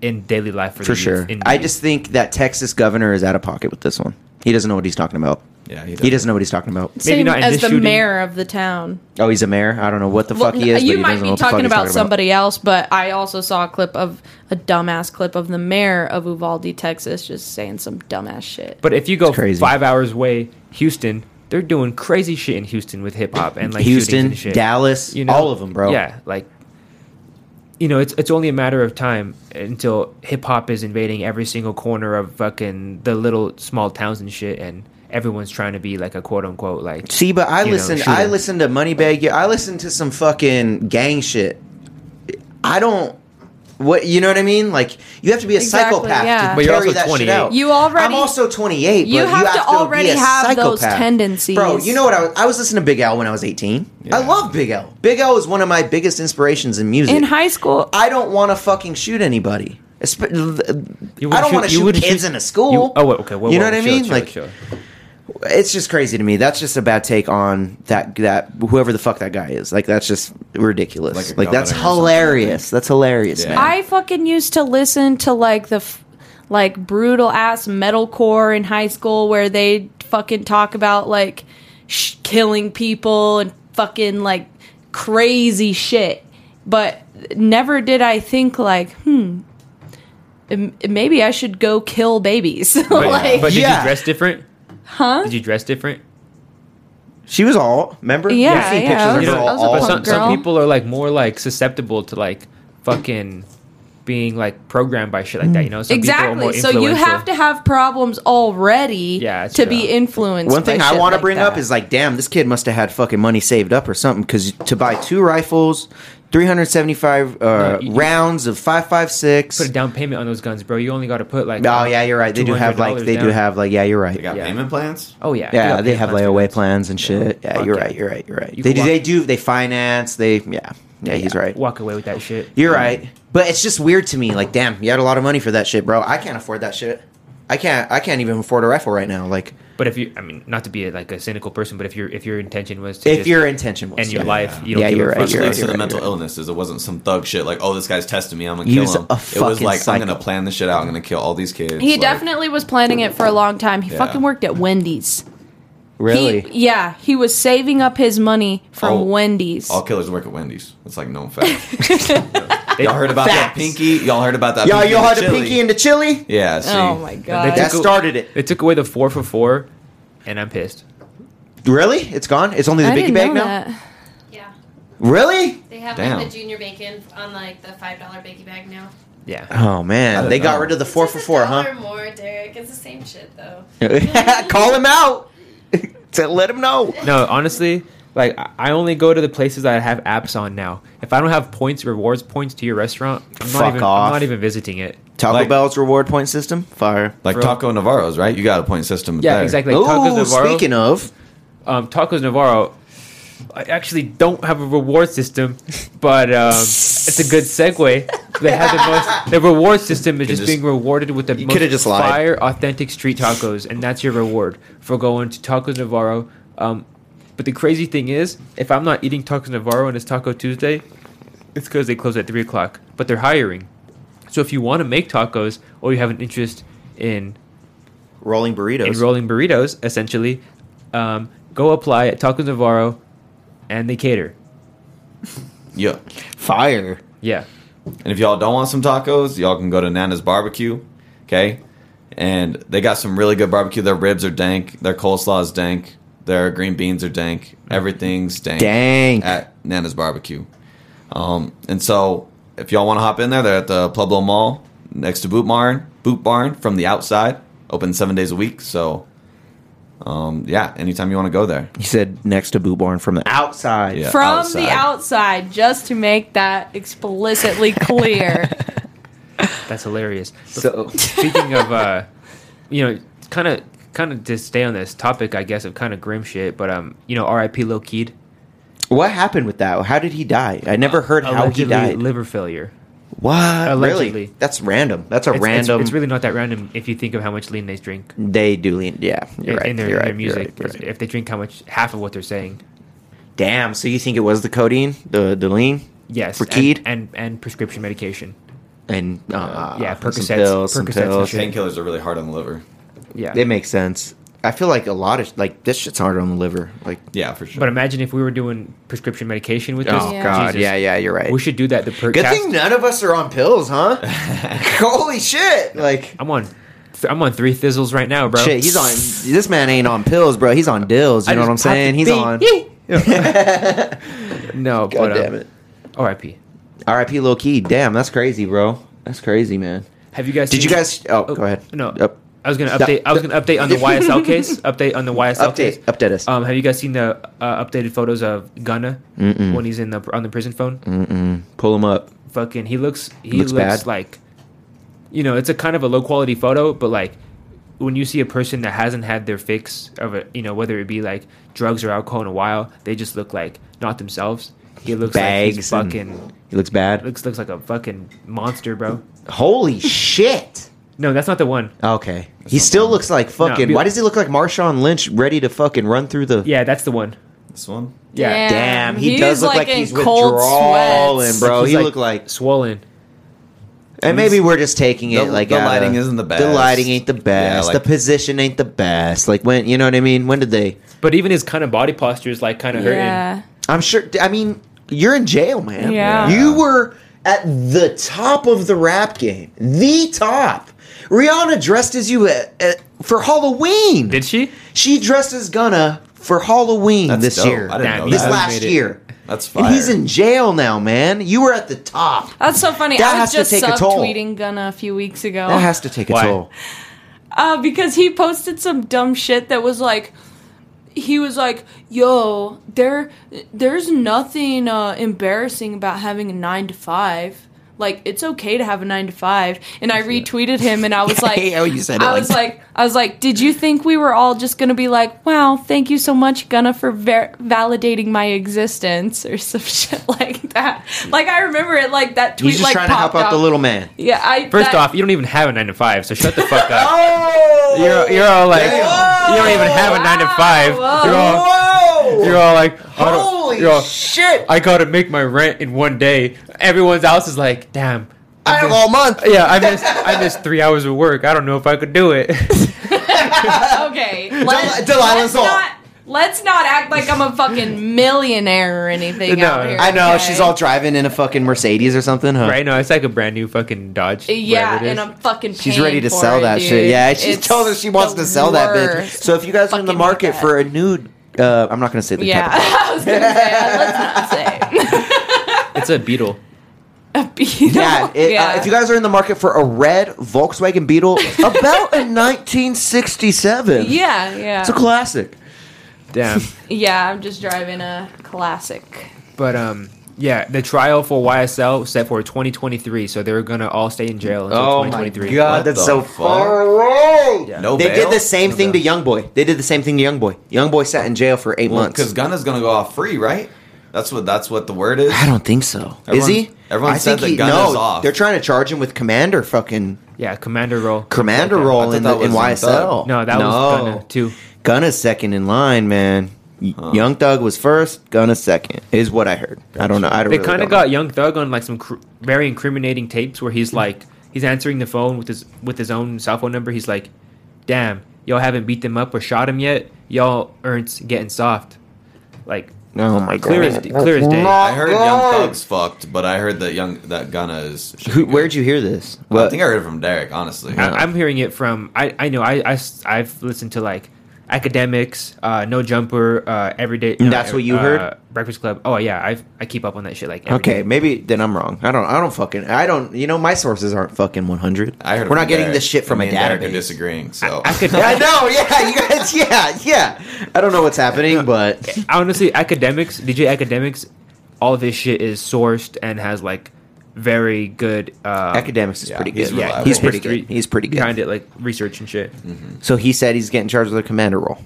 Speaker 1: in daily life for,
Speaker 2: For
Speaker 1: the youth,
Speaker 2: sure.
Speaker 1: in the
Speaker 2: I
Speaker 1: youth.
Speaker 2: just think that Texas governor is out of pocket with this one. He doesn't know what he's talking about.
Speaker 4: Yeah,
Speaker 2: He doesn't know what he's talking about.
Speaker 1: maybe
Speaker 3: Same
Speaker 1: not in
Speaker 3: as
Speaker 1: this
Speaker 3: the
Speaker 1: shooting.
Speaker 3: mayor of the town.
Speaker 2: Oh, he's a mayor. I don't know what the fuck he is.
Speaker 3: you
Speaker 2: but he
Speaker 3: might
Speaker 2: doesn't know
Speaker 3: be
Speaker 2: what the fuck
Speaker 3: talking
Speaker 2: he's
Speaker 3: about somebody else, but I also saw a clip of a dumbass clip of the mayor of Uvalde, Texas, just saying some dumbass shit.
Speaker 1: But if you go
Speaker 2: crazy.
Speaker 1: five hours away, Houston, they're doing crazy shit in Houston with hip hop and like shootings
Speaker 2: Houston,
Speaker 1: and shit.
Speaker 2: Dallas, all of them, bro.
Speaker 1: Yeah, like you know, it's it's only a matter of time until hip hop is invading every single corner of fucking the little small towns and shit, and everyone's trying to be like a quote unquote like.
Speaker 2: See, but I
Speaker 1: You know,
Speaker 2: listen.
Speaker 1: shooter.
Speaker 2: I listen to Moneybag. Yeah, I listen to some fucking gang shit. I don't. What you know what I mean? Like you have to be a
Speaker 3: Exactly,
Speaker 2: psychopath
Speaker 3: yeah.
Speaker 2: to
Speaker 3: But
Speaker 1: you're
Speaker 2: carry
Speaker 1: also
Speaker 2: that
Speaker 1: 28.
Speaker 2: shit out.
Speaker 3: You already-
Speaker 2: I'm also 28. But
Speaker 3: You have to already
Speaker 2: be a
Speaker 3: have those
Speaker 2: psychopath.
Speaker 3: tendencies.
Speaker 2: bro. You know what? I was, I was listening to Big L when I was 18. I
Speaker 4: Yeah.
Speaker 2: love Big L. Big L is one of my biggest inspirations in music.
Speaker 3: in high school,
Speaker 2: I don't want to fucking shoot anybody. Espe-
Speaker 1: You
Speaker 2: I
Speaker 1: wouldn't
Speaker 2: don't want to
Speaker 1: you
Speaker 2: shoot
Speaker 1: wouldn't
Speaker 2: kids in a school.
Speaker 1: you- oh, wait, okay. Well,
Speaker 2: you know
Speaker 1: well,
Speaker 2: what I
Speaker 1: chill,
Speaker 2: mean?
Speaker 1: chill,
Speaker 2: like,
Speaker 1: chill.
Speaker 2: it's just crazy to me. That's just a bad take on that that whoever the fuck that guy is. Like that's just ridiculous.
Speaker 4: Like
Speaker 2: Like,
Speaker 4: a
Speaker 2: that's
Speaker 4: governor or something,
Speaker 2: hilarious. That's hilarious,
Speaker 4: Yeah.
Speaker 2: man.
Speaker 3: I fucking used to listen to like the f- like brutal ass metalcore in high school where they fucking talk about like sh- killing people and fucking like crazy shit. But never did I think like, hmm, m- maybe I should go kill babies.
Speaker 1: But,
Speaker 3: like,
Speaker 1: but did
Speaker 2: Yeah.
Speaker 1: you dress different?
Speaker 3: huh?
Speaker 1: Did you dress different?
Speaker 2: she was all remember.
Speaker 3: Yeah,
Speaker 2: You've seen
Speaker 3: yeah,
Speaker 2: pictures
Speaker 3: I
Speaker 2: of
Speaker 3: was-
Speaker 2: her
Speaker 3: I was a
Speaker 2: all-
Speaker 1: but
Speaker 3: punk
Speaker 1: some,
Speaker 3: girl.
Speaker 1: some people are like more like susceptible to like fucking being like programmed by shit like that. You know, some people are more
Speaker 3: Exactly. So you
Speaker 1: influential.
Speaker 3: have to have problems already
Speaker 1: Yeah, it's
Speaker 3: to
Speaker 1: true.
Speaker 3: be influenced.
Speaker 2: One thing
Speaker 3: by
Speaker 2: I
Speaker 3: shit
Speaker 2: want to
Speaker 3: like
Speaker 2: bring up
Speaker 3: that.
Speaker 2: is like, damn, this kid must have had fucking money saved up or something because to buy two rifles, 375 uh,
Speaker 1: No, you-
Speaker 2: rounds of 556.
Speaker 1: put a down payment on those guns, bro. You only got to put like.
Speaker 2: oh yeah, you're right. They do have like
Speaker 1: $200
Speaker 2: they do
Speaker 1: down.
Speaker 2: have like yeah, you're right.
Speaker 4: They got
Speaker 1: Yeah.
Speaker 4: payment plans.
Speaker 1: Oh yeah.
Speaker 2: Yeah,
Speaker 1: got
Speaker 2: they
Speaker 1: pay
Speaker 2: have
Speaker 1: plans for
Speaker 2: layaway
Speaker 1: guns.
Speaker 2: plans and shit. Yeah,
Speaker 1: Fuck
Speaker 2: you're
Speaker 1: yeah.
Speaker 2: right. You're right. You're right.
Speaker 1: You
Speaker 2: they
Speaker 1: can
Speaker 2: do.
Speaker 1: walk-
Speaker 2: They do. They finance. They yeah. Yeah, he's right.
Speaker 1: Walk away with that shit.
Speaker 2: You're right. But it's just weird to me. Like, damn, you had a lot of money for that shit, bro. I can't afford that shit. I can't. I can't even afford a rifle right now. Like,
Speaker 1: But if you, I mean, not to be like a cynical person, but if your if your intention was to
Speaker 2: if
Speaker 1: just
Speaker 2: your intention was
Speaker 1: end your
Speaker 2: yeah.
Speaker 1: life, you don't
Speaker 2: Yeah,
Speaker 1: give
Speaker 2: you're
Speaker 1: a
Speaker 2: right,
Speaker 1: fuck.
Speaker 4: Which
Speaker 2: you're
Speaker 4: leads to
Speaker 2: right,
Speaker 4: the
Speaker 2: you're
Speaker 4: mental
Speaker 2: right.
Speaker 4: illnesses. It wasn't some thug shit like, oh, this guy's testing me, I'm gonna kill
Speaker 2: Use
Speaker 4: him.
Speaker 2: a
Speaker 4: it was
Speaker 2: fucking
Speaker 4: like I'm gonna
Speaker 2: psycho.
Speaker 4: plan this shit out. I'm gonna kill all these kids.
Speaker 3: He
Speaker 4: like-
Speaker 3: definitely was planning it for a long time. He
Speaker 4: Yeah.
Speaker 3: fucking worked at Wendy's.
Speaker 2: Really?
Speaker 3: He, yeah, he was saving up his money from
Speaker 4: Oh.
Speaker 3: Wendy's.
Speaker 4: All killers work at Wendy's. It's like known fact.
Speaker 1: They-
Speaker 4: Y'all heard about that
Speaker 2: Facts.
Speaker 4: pinky? Y'all heard about that?
Speaker 2: Y'all,
Speaker 4: pinky
Speaker 2: you
Speaker 4: in
Speaker 2: had the
Speaker 4: Chile?
Speaker 2: pinky into chili.
Speaker 4: Yeah. See,
Speaker 3: oh my god!
Speaker 2: That
Speaker 1: That's-
Speaker 2: started it.
Speaker 1: They took away the four for four, and I'm pissed.
Speaker 2: Really? It's gone. It's only the
Speaker 3: I
Speaker 2: biggie
Speaker 3: didn't
Speaker 2: bag
Speaker 3: know
Speaker 2: now.
Speaker 3: that.
Speaker 5: Yeah.
Speaker 2: Really?
Speaker 5: They have
Speaker 4: Damn.
Speaker 5: like the junior bacon on like the $5 biggie bag now.
Speaker 1: Yeah.
Speaker 2: Oh
Speaker 4: I
Speaker 2: man,
Speaker 4: don't
Speaker 2: they got
Speaker 4: know.
Speaker 2: rid of the four
Speaker 5: It's
Speaker 2: for
Speaker 5: like a
Speaker 2: four,
Speaker 5: dollar
Speaker 2: huh?
Speaker 5: more, Derek. It's the same shit though.
Speaker 2: Call him out. to let him know.
Speaker 1: No, honestly, like I- I only go to the places that have apps on now. If I don't have points, rewards points to your restaurant, I'm
Speaker 2: Fuck
Speaker 1: not even,
Speaker 2: off.
Speaker 1: I'm not even visiting it.
Speaker 2: Taco
Speaker 4: Like-
Speaker 2: Bell's reward point system. Fire.
Speaker 4: Like
Speaker 1: Bro.
Speaker 4: Taco Navarro's, right? You got a point system.
Speaker 1: Yeah,
Speaker 4: there.
Speaker 1: exactly. Like Tacos
Speaker 2: Oh,
Speaker 1: Navarro.
Speaker 2: speaking of,
Speaker 1: um, Tacos Navarro. I actually don't have a reward system, but um, it's a good segue. They have the most. The reward system is just,
Speaker 4: just-
Speaker 1: being rewarded with the
Speaker 2: You
Speaker 1: most
Speaker 2: coulda just lied.
Speaker 1: fire, authentic street tacos, and that's your reward for going to Tacos Navarro. Um, but the crazy thing is, if I'm not eating Tacos Navarro and it's Taco Tuesday, It's because they close at three o'clock, but they're hiring. So if you want to make tacos or you have an interest in
Speaker 2: Rolling burritos.
Speaker 1: in rolling burritos, essentially, um, go apply at Tacos Navarro, and they cater.
Speaker 4: Yeah.
Speaker 2: Fire.
Speaker 1: Yeah,
Speaker 4: And if y'all don't want some tacos, y'all can go to Nana's Barbecue, okay? And they got some really good barbecue. Their ribs are dank. Their coleslaw is dank. Their green beans are dank. Everything's dank.
Speaker 2: Dank.
Speaker 1: Uh,
Speaker 4: At Nana's Barbecue. Um, and so if y'all want to hop in there, they're at the Pueblo Mall next to Boot Barn. Boot Barn from the outside. Open seven days a week. So, um, yeah, anytime you want to go there.
Speaker 2: He said next to Boot Barn from the outside.
Speaker 4: Yeah.
Speaker 3: From
Speaker 4: outside.
Speaker 3: the outside, just to make that explicitly clear.
Speaker 1: that's hilarious.
Speaker 2: So
Speaker 1: Speaking of, uh, you know, kind of, kind of to stay on this topic, I guess, of kind of grim shit. But um, you know, R.I.P. Lil Keed.
Speaker 2: what happened with that? How did he die? I never heard how he
Speaker 1: Uh, Allegedly
Speaker 2: died.
Speaker 1: Liver failure.
Speaker 2: what? Really?
Speaker 1: Allegedly.
Speaker 2: That's random. That's a
Speaker 1: It's, it's-
Speaker 2: random.
Speaker 1: It's, really not that random if you think of how much lean they drink
Speaker 2: they do lean. Yeah, you're
Speaker 1: in,
Speaker 2: right.
Speaker 1: in their,
Speaker 2: you're
Speaker 1: in
Speaker 2: right.
Speaker 1: their
Speaker 2: you're
Speaker 1: music.
Speaker 2: right, you're right.
Speaker 1: If they drink how much half of what they're saying.
Speaker 2: Damn. So you think it was the codeine, the the lean?
Speaker 1: Yes,
Speaker 2: For
Speaker 1: and-
Speaker 2: Keed?
Speaker 1: and, and prescription medication.
Speaker 2: And uh,
Speaker 1: Yeah,
Speaker 2: some
Speaker 1: Percocets-
Speaker 2: pills, some
Speaker 1: Percocets and
Speaker 2: pills.
Speaker 1: shit.
Speaker 4: Painkillers are really hard on the liver.
Speaker 1: Yeah,
Speaker 2: It makes sense. I feel like a lot of like this shit's hard on the liver. Like,
Speaker 4: Yeah, for sure.
Speaker 1: But imagine if we were doing prescription medication with this.
Speaker 2: oh god,
Speaker 1: Jesus.
Speaker 2: yeah, yeah, you're right.
Speaker 1: We should do that. The per-
Speaker 2: Good
Speaker 1: cast-
Speaker 2: thing none of us are on pills, huh? Holy shit! Like,
Speaker 1: I'm on. th- I'm on three thizzles right now, bro.
Speaker 2: shit, he's on. This man ain't on pills, bro. He's on dills. You
Speaker 1: I
Speaker 2: know
Speaker 1: just
Speaker 2: what I'm saying? He's on.
Speaker 1: popped
Speaker 2: god
Speaker 1: No, but um,
Speaker 2: damn it.
Speaker 1: R.I.P.
Speaker 2: R.I.P. Low Key. Damn, that's crazy, bro. That's crazy, man.
Speaker 1: Have you guys?
Speaker 2: Did
Speaker 1: seen-
Speaker 2: you guys? Oh,
Speaker 1: Oh,
Speaker 2: go ahead.
Speaker 1: No,
Speaker 2: Up,
Speaker 1: I was gonna
Speaker 2: Stop.
Speaker 1: update. I was gonna update on the YSL case. Update on the YSL case.
Speaker 2: update. Update us.
Speaker 1: Um, have you guys seen the uh, updated photos of Gunna when he's in the on the prison phone?
Speaker 2: Pull him up.
Speaker 1: Fucking, he looks he
Speaker 2: Looks
Speaker 1: looks,
Speaker 2: bad.
Speaker 1: like, you know, it's a kind of a low quality photo, but like when you see a person that hasn't had their fix of a, you know, whether it be like drugs or alcohol in a while, they just look like not themselves. He looks like he's
Speaker 2: Bags. and-
Speaker 1: fucking
Speaker 2: He looks bad.
Speaker 1: looks looks like a fucking monster, bro.
Speaker 2: Holy shit.
Speaker 1: No, that's not the one.
Speaker 2: Okay. He still looks like fucking.
Speaker 1: be-
Speaker 2: why does he look like Marshawn Lynch ready to fucking run through the.
Speaker 1: Yeah, that's the one.
Speaker 4: this one?
Speaker 1: Yeah.
Speaker 2: Damn, he
Speaker 3: He's
Speaker 2: does look like
Speaker 3: in
Speaker 2: he's
Speaker 3: cold
Speaker 2: withdrawalling,
Speaker 3: sweats.
Speaker 2: bro.
Speaker 1: He's,
Speaker 2: he looked like.
Speaker 1: swollen.
Speaker 2: And maybe we're just taking it
Speaker 4: The-
Speaker 2: like
Speaker 4: the
Speaker 2: out
Speaker 4: lighting
Speaker 2: of-
Speaker 4: isn't the
Speaker 2: The
Speaker 4: best.
Speaker 2: lighting ain't the
Speaker 4: Yeah,
Speaker 2: best.
Speaker 4: like-
Speaker 2: the position ain't the best. Like when you know what I mean. When did they?
Speaker 1: But even his kind of body posture is like kind of hurting.
Speaker 3: Yeah.
Speaker 2: I'm sure. I mean, you're in jail, man.
Speaker 3: Yeah.
Speaker 2: You were at the top of the rap game. The top. Rihanna dressed as you at, at- for Halloween.
Speaker 1: Did she?
Speaker 2: She dressed as Gunna for Halloween
Speaker 4: That's
Speaker 2: this
Speaker 4: dope.
Speaker 2: year.
Speaker 4: I didn't
Speaker 1: Damn,
Speaker 4: know
Speaker 1: he's
Speaker 2: This
Speaker 4: that.
Speaker 1: la-
Speaker 2: last
Speaker 1: made it.
Speaker 2: year.
Speaker 4: That's fire.
Speaker 2: And he's in jail now, man. You were at the top.
Speaker 3: That's so funny.
Speaker 2: That
Speaker 3: I
Speaker 2: has
Speaker 3: was
Speaker 2: to
Speaker 3: just
Speaker 2: take a toll.
Speaker 3: subtweeting Gunna a few weeks ago.
Speaker 2: That has to take a
Speaker 1: Why?
Speaker 2: toll.
Speaker 3: Uh, because he posted some dumb shit that was like, he was like, "Yo, there, there's nothing uh, embarrassing about having a nine to five. Like, it's okay to have a nine to five. And I retweeted him, and I was like,
Speaker 2: Yeah, you said it
Speaker 3: I
Speaker 2: like
Speaker 3: was
Speaker 2: that.
Speaker 3: like, I was like, did you think we were all just gonna be like, wow, thank you so much, Gunna, for ver- validating my existence or some shit like that? Like, I remember it like that tweet.
Speaker 2: He's just
Speaker 3: like,
Speaker 2: trying to help
Speaker 3: popped
Speaker 2: out the
Speaker 3: up.
Speaker 2: little man.
Speaker 3: Yeah, I
Speaker 1: First
Speaker 3: that-
Speaker 1: off, you don't even have a nine to five, so shut the fuck up.
Speaker 2: Oh!
Speaker 1: You're, you're all like,
Speaker 2: Damn.
Speaker 1: you don't even have a nine to five.
Speaker 3: Whoa.
Speaker 1: You're all,
Speaker 2: Whoa!
Speaker 1: you're all like, I don't-
Speaker 2: Holy
Speaker 1: you're all,
Speaker 2: shit!
Speaker 1: I gotta make my rent in one day. Everyone's else is like, damn.
Speaker 2: I have all month.
Speaker 1: Yeah, I missed I missed three hours of work. I don't know if I could do it.
Speaker 3: okay. Let's,
Speaker 2: Delilah's
Speaker 3: let's
Speaker 2: all-
Speaker 3: not let's not act like I'm a fucking millionaire or anything.
Speaker 1: No,
Speaker 3: out here,
Speaker 2: I know
Speaker 3: okay?
Speaker 2: she's all driving in a fucking Mercedes or something, huh?
Speaker 1: right now, it's like a brand new fucking Dodge.
Speaker 3: Yeah,
Speaker 1: whatever it
Speaker 3: and
Speaker 1: is.
Speaker 3: I'm fucking.
Speaker 2: She's
Speaker 3: paying
Speaker 2: ready to
Speaker 3: for
Speaker 2: sell
Speaker 3: it,
Speaker 2: that
Speaker 3: dude.
Speaker 2: shit. Yeah, she's
Speaker 3: It's
Speaker 2: told us she wants to
Speaker 3: the
Speaker 2: sell that bitch.
Speaker 3: worst.
Speaker 2: So if you guys are in the
Speaker 3: Fucking
Speaker 2: market
Speaker 3: hate that.
Speaker 2: for a nude, uh, I'm not gonna say the
Speaker 3: Yeah,
Speaker 2: type.
Speaker 3: I was gonna say let's not say
Speaker 1: it's a Beetle.
Speaker 3: a beetle.
Speaker 2: Yeah, it, Uh, if you guys are in the market for a red Volkswagen Beetle, about a 1967.
Speaker 3: yeah, yeah,
Speaker 2: it's a classic.
Speaker 1: Damn.
Speaker 3: yeah. I'm just driving a classic.
Speaker 1: But um, yeah, the trial for YSL was set for 2023, so they're gonna all stay in jail until 2023.
Speaker 2: god,
Speaker 4: What
Speaker 2: that's
Speaker 4: the
Speaker 2: so
Speaker 4: fuck?
Speaker 2: far away.
Speaker 4: No
Speaker 2: they
Speaker 4: bail?
Speaker 2: did the same
Speaker 1: No
Speaker 2: thing to
Speaker 1: bail.
Speaker 2: Young Boy. They did the same thing to Young Boy. Young Boy sat in jail for eight months.
Speaker 4: Because Gunna's gonna go off free, right? That's what that's what the word is.
Speaker 2: I don't think so. is
Speaker 4: Everyone-
Speaker 2: he?
Speaker 4: everyone
Speaker 2: I
Speaker 4: said
Speaker 2: think
Speaker 4: that gun
Speaker 2: no,
Speaker 4: is off.
Speaker 2: They're trying to charge him with commander fucking
Speaker 1: Yeah, Commander Roll.
Speaker 2: commander
Speaker 1: Okay.
Speaker 2: role
Speaker 4: I
Speaker 2: in,
Speaker 4: thought
Speaker 2: the, in
Speaker 4: that was in
Speaker 2: YSL.
Speaker 4: Thug.
Speaker 1: No, that was Gunna too.
Speaker 2: Gunna's second in line, man. Young Thug was first, Gunna second, is what I heard. I don't know. I don't.
Speaker 1: They
Speaker 2: really
Speaker 1: kind
Speaker 2: don't
Speaker 1: of
Speaker 2: know.
Speaker 1: got Young Thug on like some cr- very incriminating tapes where he's like, he's answering the phone with his with his own cell phone number. He's like, "Damn, y'all haven't beat them up or shot him yet. Y'all aren't getting soft." Like
Speaker 2: Oh my god!
Speaker 1: clear as clear as day.
Speaker 4: I heard Young Thug's fucked, but I heard that Young that Gunna is.
Speaker 2: Who, where'd you hear this?
Speaker 4: I think I heard it from Derek. Honestly,
Speaker 1: I, I'm hearing it from I, I know I, I have listened to like academics, uh, no jumper, uh, everyday.
Speaker 2: And that's what you
Speaker 1: uh,
Speaker 2: heard?
Speaker 1: Breakfast Club. Oh yeah, I I keep up on that shit like every
Speaker 2: Okay,
Speaker 1: day.
Speaker 2: maybe then I'm wrong. I don't. I don't fucking. I don't. You know, my sources aren't fucking 100.
Speaker 4: I heard it
Speaker 2: We're
Speaker 4: from
Speaker 2: not getting
Speaker 4: Derek,
Speaker 2: this shit from
Speaker 4: and
Speaker 2: a
Speaker 4: me and Derek are
Speaker 2: database.
Speaker 4: disagreeing. So
Speaker 1: I could
Speaker 2: Yeah, I know. Yeah, you guys. Yeah, yeah. I don't know what's happening, but
Speaker 1: honestly academics DJ academics, all of his shit is sourced and has like very good uh,
Speaker 2: academics is
Speaker 4: yeah,
Speaker 2: pretty
Speaker 4: he's
Speaker 2: good. Yeah,
Speaker 4: reliable.
Speaker 2: he's pretty
Speaker 1: history
Speaker 2: good. He's pretty
Speaker 1: behind
Speaker 2: good.
Speaker 1: it like research and shit.
Speaker 2: Mm-hmm. So he said he's getting charged with a commander role.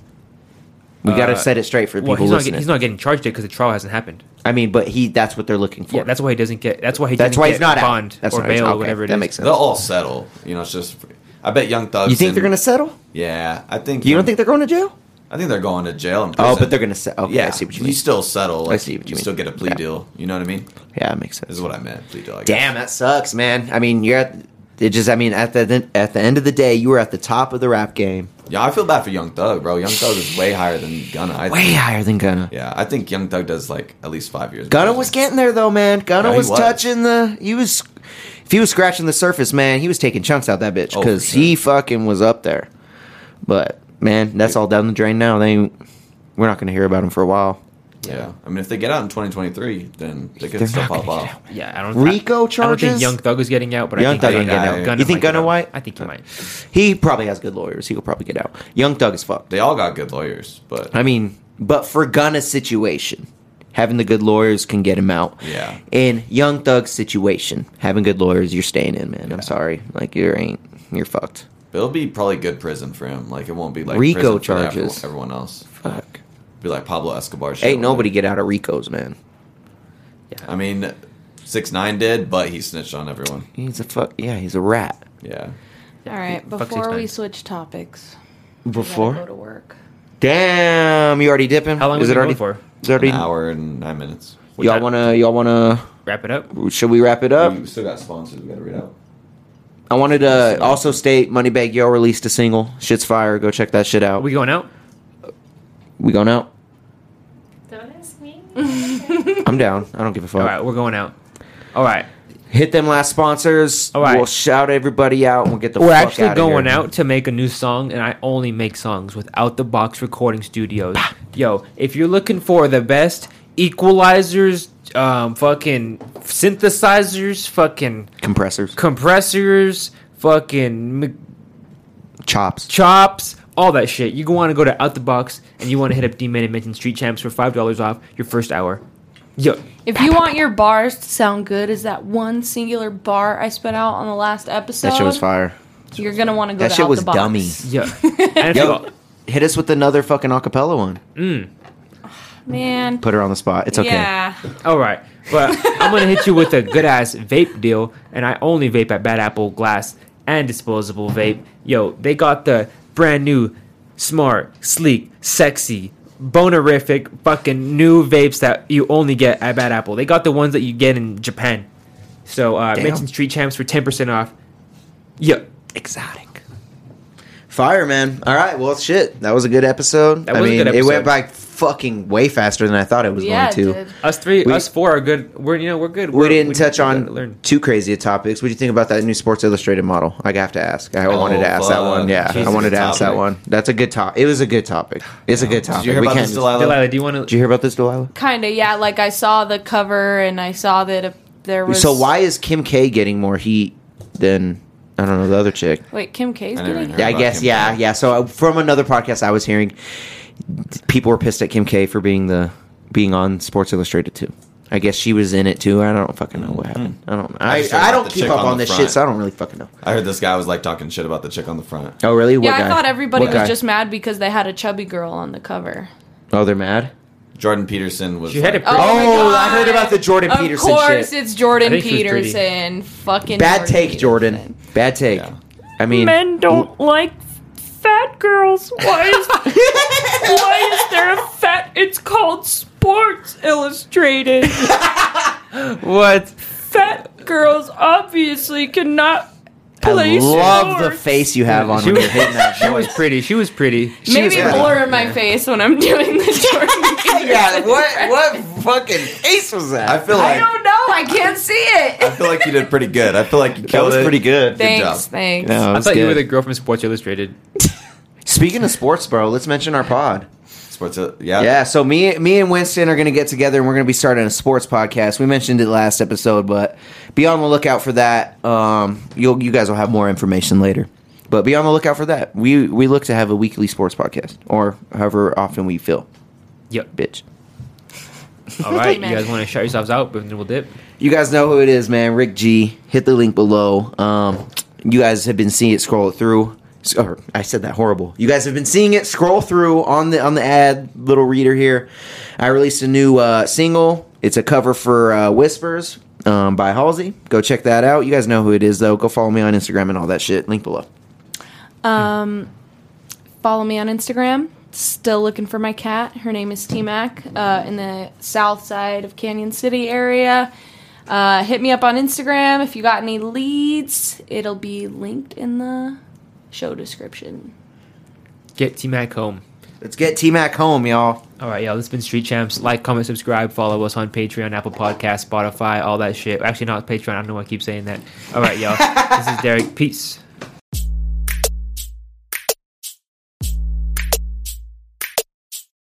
Speaker 2: We got to
Speaker 1: Uh,
Speaker 2: set it straight for people
Speaker 1: Well, he's not,
Speaker 2: listening.
Speaker 1: get, he's not getting charged yet because the trial hasn't happened.
Speaker 2: I mean, but he—that's what they're looking for.
Speaker 1: Yeah, that's why he doesn't get. That's why he.
Speaker 2: That's
Speaker 1: didn't
Speaker 2: why
Speaker 1: get
Speaker 2: he's not out.
Speaker 1: bond
Speaker 2: That's
Speaker 1: or
Speaker 2: why he's-
Speaker 1: bail
Speaker 2: okay,
Speaker 1: or whatever. It is.
Speaker 2: that makes sense.
Speaker 4: they'll all settle. You know, it's just. I bet Young Thug's.
Speaker 2: You think they're
Speaker 4: in-
Speaker 2: gonna settle?
Speaker 4: Yeah, I think.
Speaker 2: You don't think they're going to jail?
Speaker 4: I think they're going to jail. And
Speaker 2: Oh,
Speaker 4: prison.
Speaker 2: but they're gonna settle. Okay,
Speaker 4: yeah,
Speaker 2: I see what you mean.
Speaker 4: still settle. Like,
Speaker 2: see what you mean.
Speaker 4: still get a plea
Speaker 2: Yeah.
Speaker 4: deal. You know what I mean?
Speaker 2: yeah, it makes sense.
Speaker 4: This is what I meant. Plea deal. I guess.
Speaker 2: Damn, that sucks, man. I mean, you're at it just. I mean, at the at the end of the day, you were at the top of the rap game,
Speaker 4: Yeah, I feel bad for Young Thug, bro. Young Thug is way higher than Gunna. I
Speaker 2: way
Speaker 4: think.
Speaker 2: higher than Gunna.
Speaker 4: Yeah, I think Young Thug does like at least five years. in
Speaker 2: Gunna
Speaker 4: prison.
Speaker 2: was getting there though, man. Gunna
Speaker 4: Yeah, he
Speaker 2: was,
Speaker 4: was.
Speaker 2: touching the. He was. If he was scratching the surface, man, he was taking chunks out that bitch
Speaker 4: Oh, for
Speaker 2: because
Speaker 4: sure.
Speaker 2: he fucking was up there. But man, that's all down the drain now. They, ain't- we're not gonna hear about him for a while.
Speaker 4: Yeah. I mean, if they get out in 2023, then they could
Speaker 2: They're
Speaker 4: still
Speaker 2: not
Speaker 4: pop
Speaker 2: gonna get
Speaker 4: off.
Speaker 2: out.
Speaker 1: Yeah, I don't.
Speaker 2: Rico
Speaker 1: I- I don't
Speaker 2: charges?
Speaker 1: think Young Thug is getting out, but
Speaker 2: Young
Speaker 1: I think
Speaker 2: Thug
Speaker 1: Gunna-
Speaker 2: ain't getting out.
Speaker 1: Gunna
Speaker 2: You think
Speaker 1: might get
Speaker 2: Gunna
Speaker 1: out.
Speaker 2: White?
Speaker 1: I think he might.
Speaker 2: He probably has good lawyers. He could probably get out. Young Thug is fucked.
Speaker 4: They all got good lawyers, but
Speaker 2: I mean, but for Gunna's situation, having the good lawyers can get him out.
Speaker 4: Yeah.
Speaker 2: In Young Thug's situation, having good lawyers, you're staying in, man. I'm sorry, like you ain't, you're fucked.
Speaker 4: it'll be probably good prison for him. Like it won't be like
Speaker 2: Rico
Speaker 4: prison for everyone-
Speaker 2: charges.
Speaker 4: everyone else.
Speaker 2: Fuck.
Speaker 4: Be like Pablo Escobar. Shit
Speaker 2: Ain't nobody
Speaker 4: Like,
Speaker 2: get out of Rico's, man.
Speaker 4: I mean, six nine did, but he snitched on everyone.
Speaker 2: He's a fuck. Yeah, he's a rat.
Speaker 4: Yeah.
Speaker 3: All right,
Speaker 1: Fuck
Speaker 3: before we
Speaker 1: 6ix9ine.
Speaker 3: switch topics,
Speaker 5: I gotta
Speaker 2: Before,
Speaker 5: go to work.
Speaker 2: damn, you already dipping.
Speaker 1: How long
Speaker 2: is
Speaker 1: was
Speaker 2: it
Speaker 1: it
Speaker 2: already
Speaker 1: going for?
Speaker 2: Is it already?
Speaker 4: An hour and nine minutes.
Speaker 1: Was
Speaker 2: Y'all
Speaker 1: that-
Speaker 2: wanna? Y'all wanna?
Speaker 1: Wrap it up.
Speaker 2: Should we wrap it up?
Speaker 4: we still got sponsors. We got to read out.
Speaker 2: I wanted to also state Moneybag Yo released a single. Shit's fire. Go check that shit
Speaker 1: Are
Speaker 2: out.
Speaker 1: we
Speaker 2: We,
Speaker 1: going out?
Speaker 2: we going out?
Speaker 5: Don't ask me.
Speaker 2: I'm down. I don't give a fuck.
Speaker 1: All right, we're going out. All right,
Speaker 2: Hit them last sponsors.
Speaker 1: All right.
Speaker 2: We'll shout everybody out and we'll get the
Speaker 1: we're
Speaker 2: fuck
Speaker 1: actually
Speaker 2: outta
Speaker 1: going
Speaker 2: here.
Speaker 1: out to make a new song, and I only make songs without the Box Recording Studios. Yo, if you're looking for the best equalizers, um, fucking synthesizers, fucking
Speaker 2: Compressors.
Speaker 1: compressors, fucking mi-
Speaker 2: Chops.
Speaker 1: chops, all that shit. You want to go to Out the Box and you want to hit up D Man and mention Street Champs for five dollars off your first hour. Yo,
Speaker 3: if you want your bars to sound good, is that one singular bar I spit out on the last episode?
Speaker 2: That shit was fire.
Speaker 3: You're gonna want to go.
Speaker 2: That
Speaker 3: to
Speaker 2: shit
Speaker 3: Out
Speaker 2: was
Speaker 3: the Box.
Speaker 2: dummy.
Speaker 1: yo, and if
Speaker 2: Yo,
Speaker 1: you-
Speaker 2: hit us with another fucking acapella one.
Speaker 3: man.
Speaker 2: Put her on the spot. It's okay.
Speaker 3: Yeah,
Speaker 1: All right, but I'm gonna hit you with a good ass vape deal, and I only vape at Bad Apple Glass and Disposable Vape. Yo, they got the brand new, smart, sleek, sexy, bonerific fucking new vapes that you only get at Bad Apple. They got the ones that you get in Japan. So uh,
Speaker 2: Damn.
Speaker 1: mention Street Champs for ten percent off. Yo,
Speaker 2: Exotic. Fire, man. All right. Well, shit. That was a good episode.
Speaker 1: That
Speaker 2: I
Speaker 1: was a
Speaker 2: mean,
Speaker 1: good
Speaker 2: it
Speaker 1: episode.
Speaker 2: went by fucking way faster than I thought it was
Speaker 3: yeah,
Speaker 2: going to.
Speaker 3: dude.
Speaker 1: us three,
Speaker 2: We-
Speaker 1: us four are good. We're you know we're good.
Speaker 2: We
Speaker 1: We're-
Speaker 2: didn't touch
Speaker 1: we
Speaker 2: on
Speaker 1: learn.
Speaker 2: too crazy of topics. What do you think about that new Sports Illustrated model? I have to ask. I
Speaker 4: Oh,
Speaker 2: wanted to ask that
Speaker 4: fuck.
Speaker 2: one. Yeah,
Speaker 4: Jesus.
Speaker 2: I wanted to ask that
Speaker 4: Topic.
Speaker 2: one. That's a good top. It was a good topic. It's a good topic.
Speaker 4: Did you hear
Speaker 2: we
Speaker 4: about
Speaker 2: can't
Speaker 4: this,
Speaker 2: just-
Speaker 4: Delilah?
Speaker 1: Delilah, do you want
Speaker 2: Did you hear about this, Delilah?
Speaker 3: Kinda, yeah. Like I saw the cover and I saw that if there was.
Speaker 2: So why is Kim K getting more heat than I don't know the other chick?
Speaker 3: Wait, Kim K's
Speaker 4: I never
Speaker 3: getting.
Speaker 4: even
Speaker 2: Yeah, I
Speaker 4: about
Speaker 2: guess.
Speaker 4: Kim
Speaker 2: Yeah,
Speaker 4: K.
Speaker 2: yeah. So uh, from another podcast, I was hearing people were pissed at Kim K for being the being on Sports Illustrated too. I guess she was in it too. I don't fucking know what happened. I don't. I,
Speaker 4: I just heard
Speaker 2: I,
Speaker 4: about
Speaker 2: don't
Speaker 4: the
Speaker 2: keep
Speaker 4: chick
Speaker 2: up
Speaker 4: on
Speaker 2: on
Speaker 4: the
Speaker 2: this shit,
Speaker 4: front.
Speaker 2: so I don't really fucking know.
Speaker 4: I heard this guy was like talking shit about the chick on the front.
Speaker 2: Oh really? What
Speaker 3: Yeah, I
Speaker 2: guy?
Speaker 3: thought everybody
Speaker 2: What
Speaker 3: was
Speaker 2: guy?
Speaker 3: just mad because they had a chubby girl on the cover.
Speaker 2: Oh, they're mad.
Speaker 4: Jordan Peterson was.
Speaker 1: She had
Speaker 4: like-
Speaker 1: a- Oh
Speaker 3: my
Speaker 2: Oh,
Speaker 3: God.
Speaker 2: I heard about the Jordan
Speaker 3: of
Speaker 2: Peterson
Speaker 3: Of course,
Speaker 2: shit.
Speaker 3: it's Jordan
Speaker 1: I think she was pretty.
Speaker 3: Peterson. Fucking
Speaker 2: Bad
Speaker 3: Jordan
Speaker 2: take,
Speaker 3: Peterson.
Speaker 2: Jordan. Bad take.
Speaker 4: Yeah.
Speaker 2: I mean,
Speaker 6: men don't like fat girls. Why is why is there a fat? It's
Speaker 3: frustrated.
Speaker 1: What?
Speaker 3: Fat girls obviously cannot
Speaker 2: I
Speaker 3: play
Speaker 2: love the
Speaker 3: sports.
Speaker 2: face you have on
Speaker 1: She
Speaker 2: when
Speaker 1: was,
Speaker 2: you're hitting that
Speaker 1: she was
Speaker 2: voice.
Speaker 1: pretty. She was pretty.
Speaker 2: She was
Speaker 3: Maybe
Speaker 2: pretty.
Speaker 3: blur my face when I'm doing the tornado.
Speaker 2: yeah, what what fucking face was that?
Speaker 4: I feel
Speaker 3: I
Speaker 4: like I,
Speaker 3: don't know. I can't see it.
Speaker 4: feel like you did pretty good. I feel like you
Speaker 2: that
Speaker 4: killed
Speaker 2: was
Speaker 4: it.
Speaker 2: pretty good.
Speaker 4: Thank-
Speaker 3: Thanks,
Speaker 4: job.
Speaker 3: thanks.
Speaker 2: Yeah, that
Speaker 1: I
Speaker 2: was
Speaker 1: thought you were
Speaker 2: good.
Speaker 1: the girl from Sports Illustrated.
Speaker 2: Speaking of sports, bro, let's mention our pod.
Speaker 4: Sports, uh, yeah.
Speaker 2: Yeah, so me me and Winston are going to get together and we're going to be starting a sports podcast. We mentioned it last episode, but be on the lookout for that. Um, you'll you guys will have more information later. But be on the lookout for that. We we look to have a weekly sports podcast or however often we feel,
Speaker 1: Yep.
Speaker 2: bitch.
Speaker 1: All right. You
Speaker 3: Amen.
Speaker 1: guys want to shout yourselves out, but then we'll dip.
Speaker 2: You guys know who it is, man. Rick G. Hit the link below. Um, you guys have been seeing it scroll through. S- Or I said that horrible. You guys have been seeing it scroll through on the on the ad little reader here. I released a new uh, single. It's a cover for uh, Whispers um, by Halsey. Go check that out. You guys know who it is though. Go follow me on Instagram and all that shit. Link below.
Speaker 3: Um, follow me on Instagram. Still looking for my cat. Her name is T Mac. Uh, in the south side of Canyon City area. Uh, hit me up on Instagram if you got any leads. It'll be linked in the show description.
Speaker 1: Get T Mac home.
Speaker 2: Let's get T Mac home, y'all.
Speaker 1: All right, y'all. This has been Street Champs. Like, comment, subscribe, follow us on Patreon, Apple Podcasts, Spotify, all that shit. Actually, not Patreon. I don't know why I keep saying that. All right, y'all. this is Derek. Peace.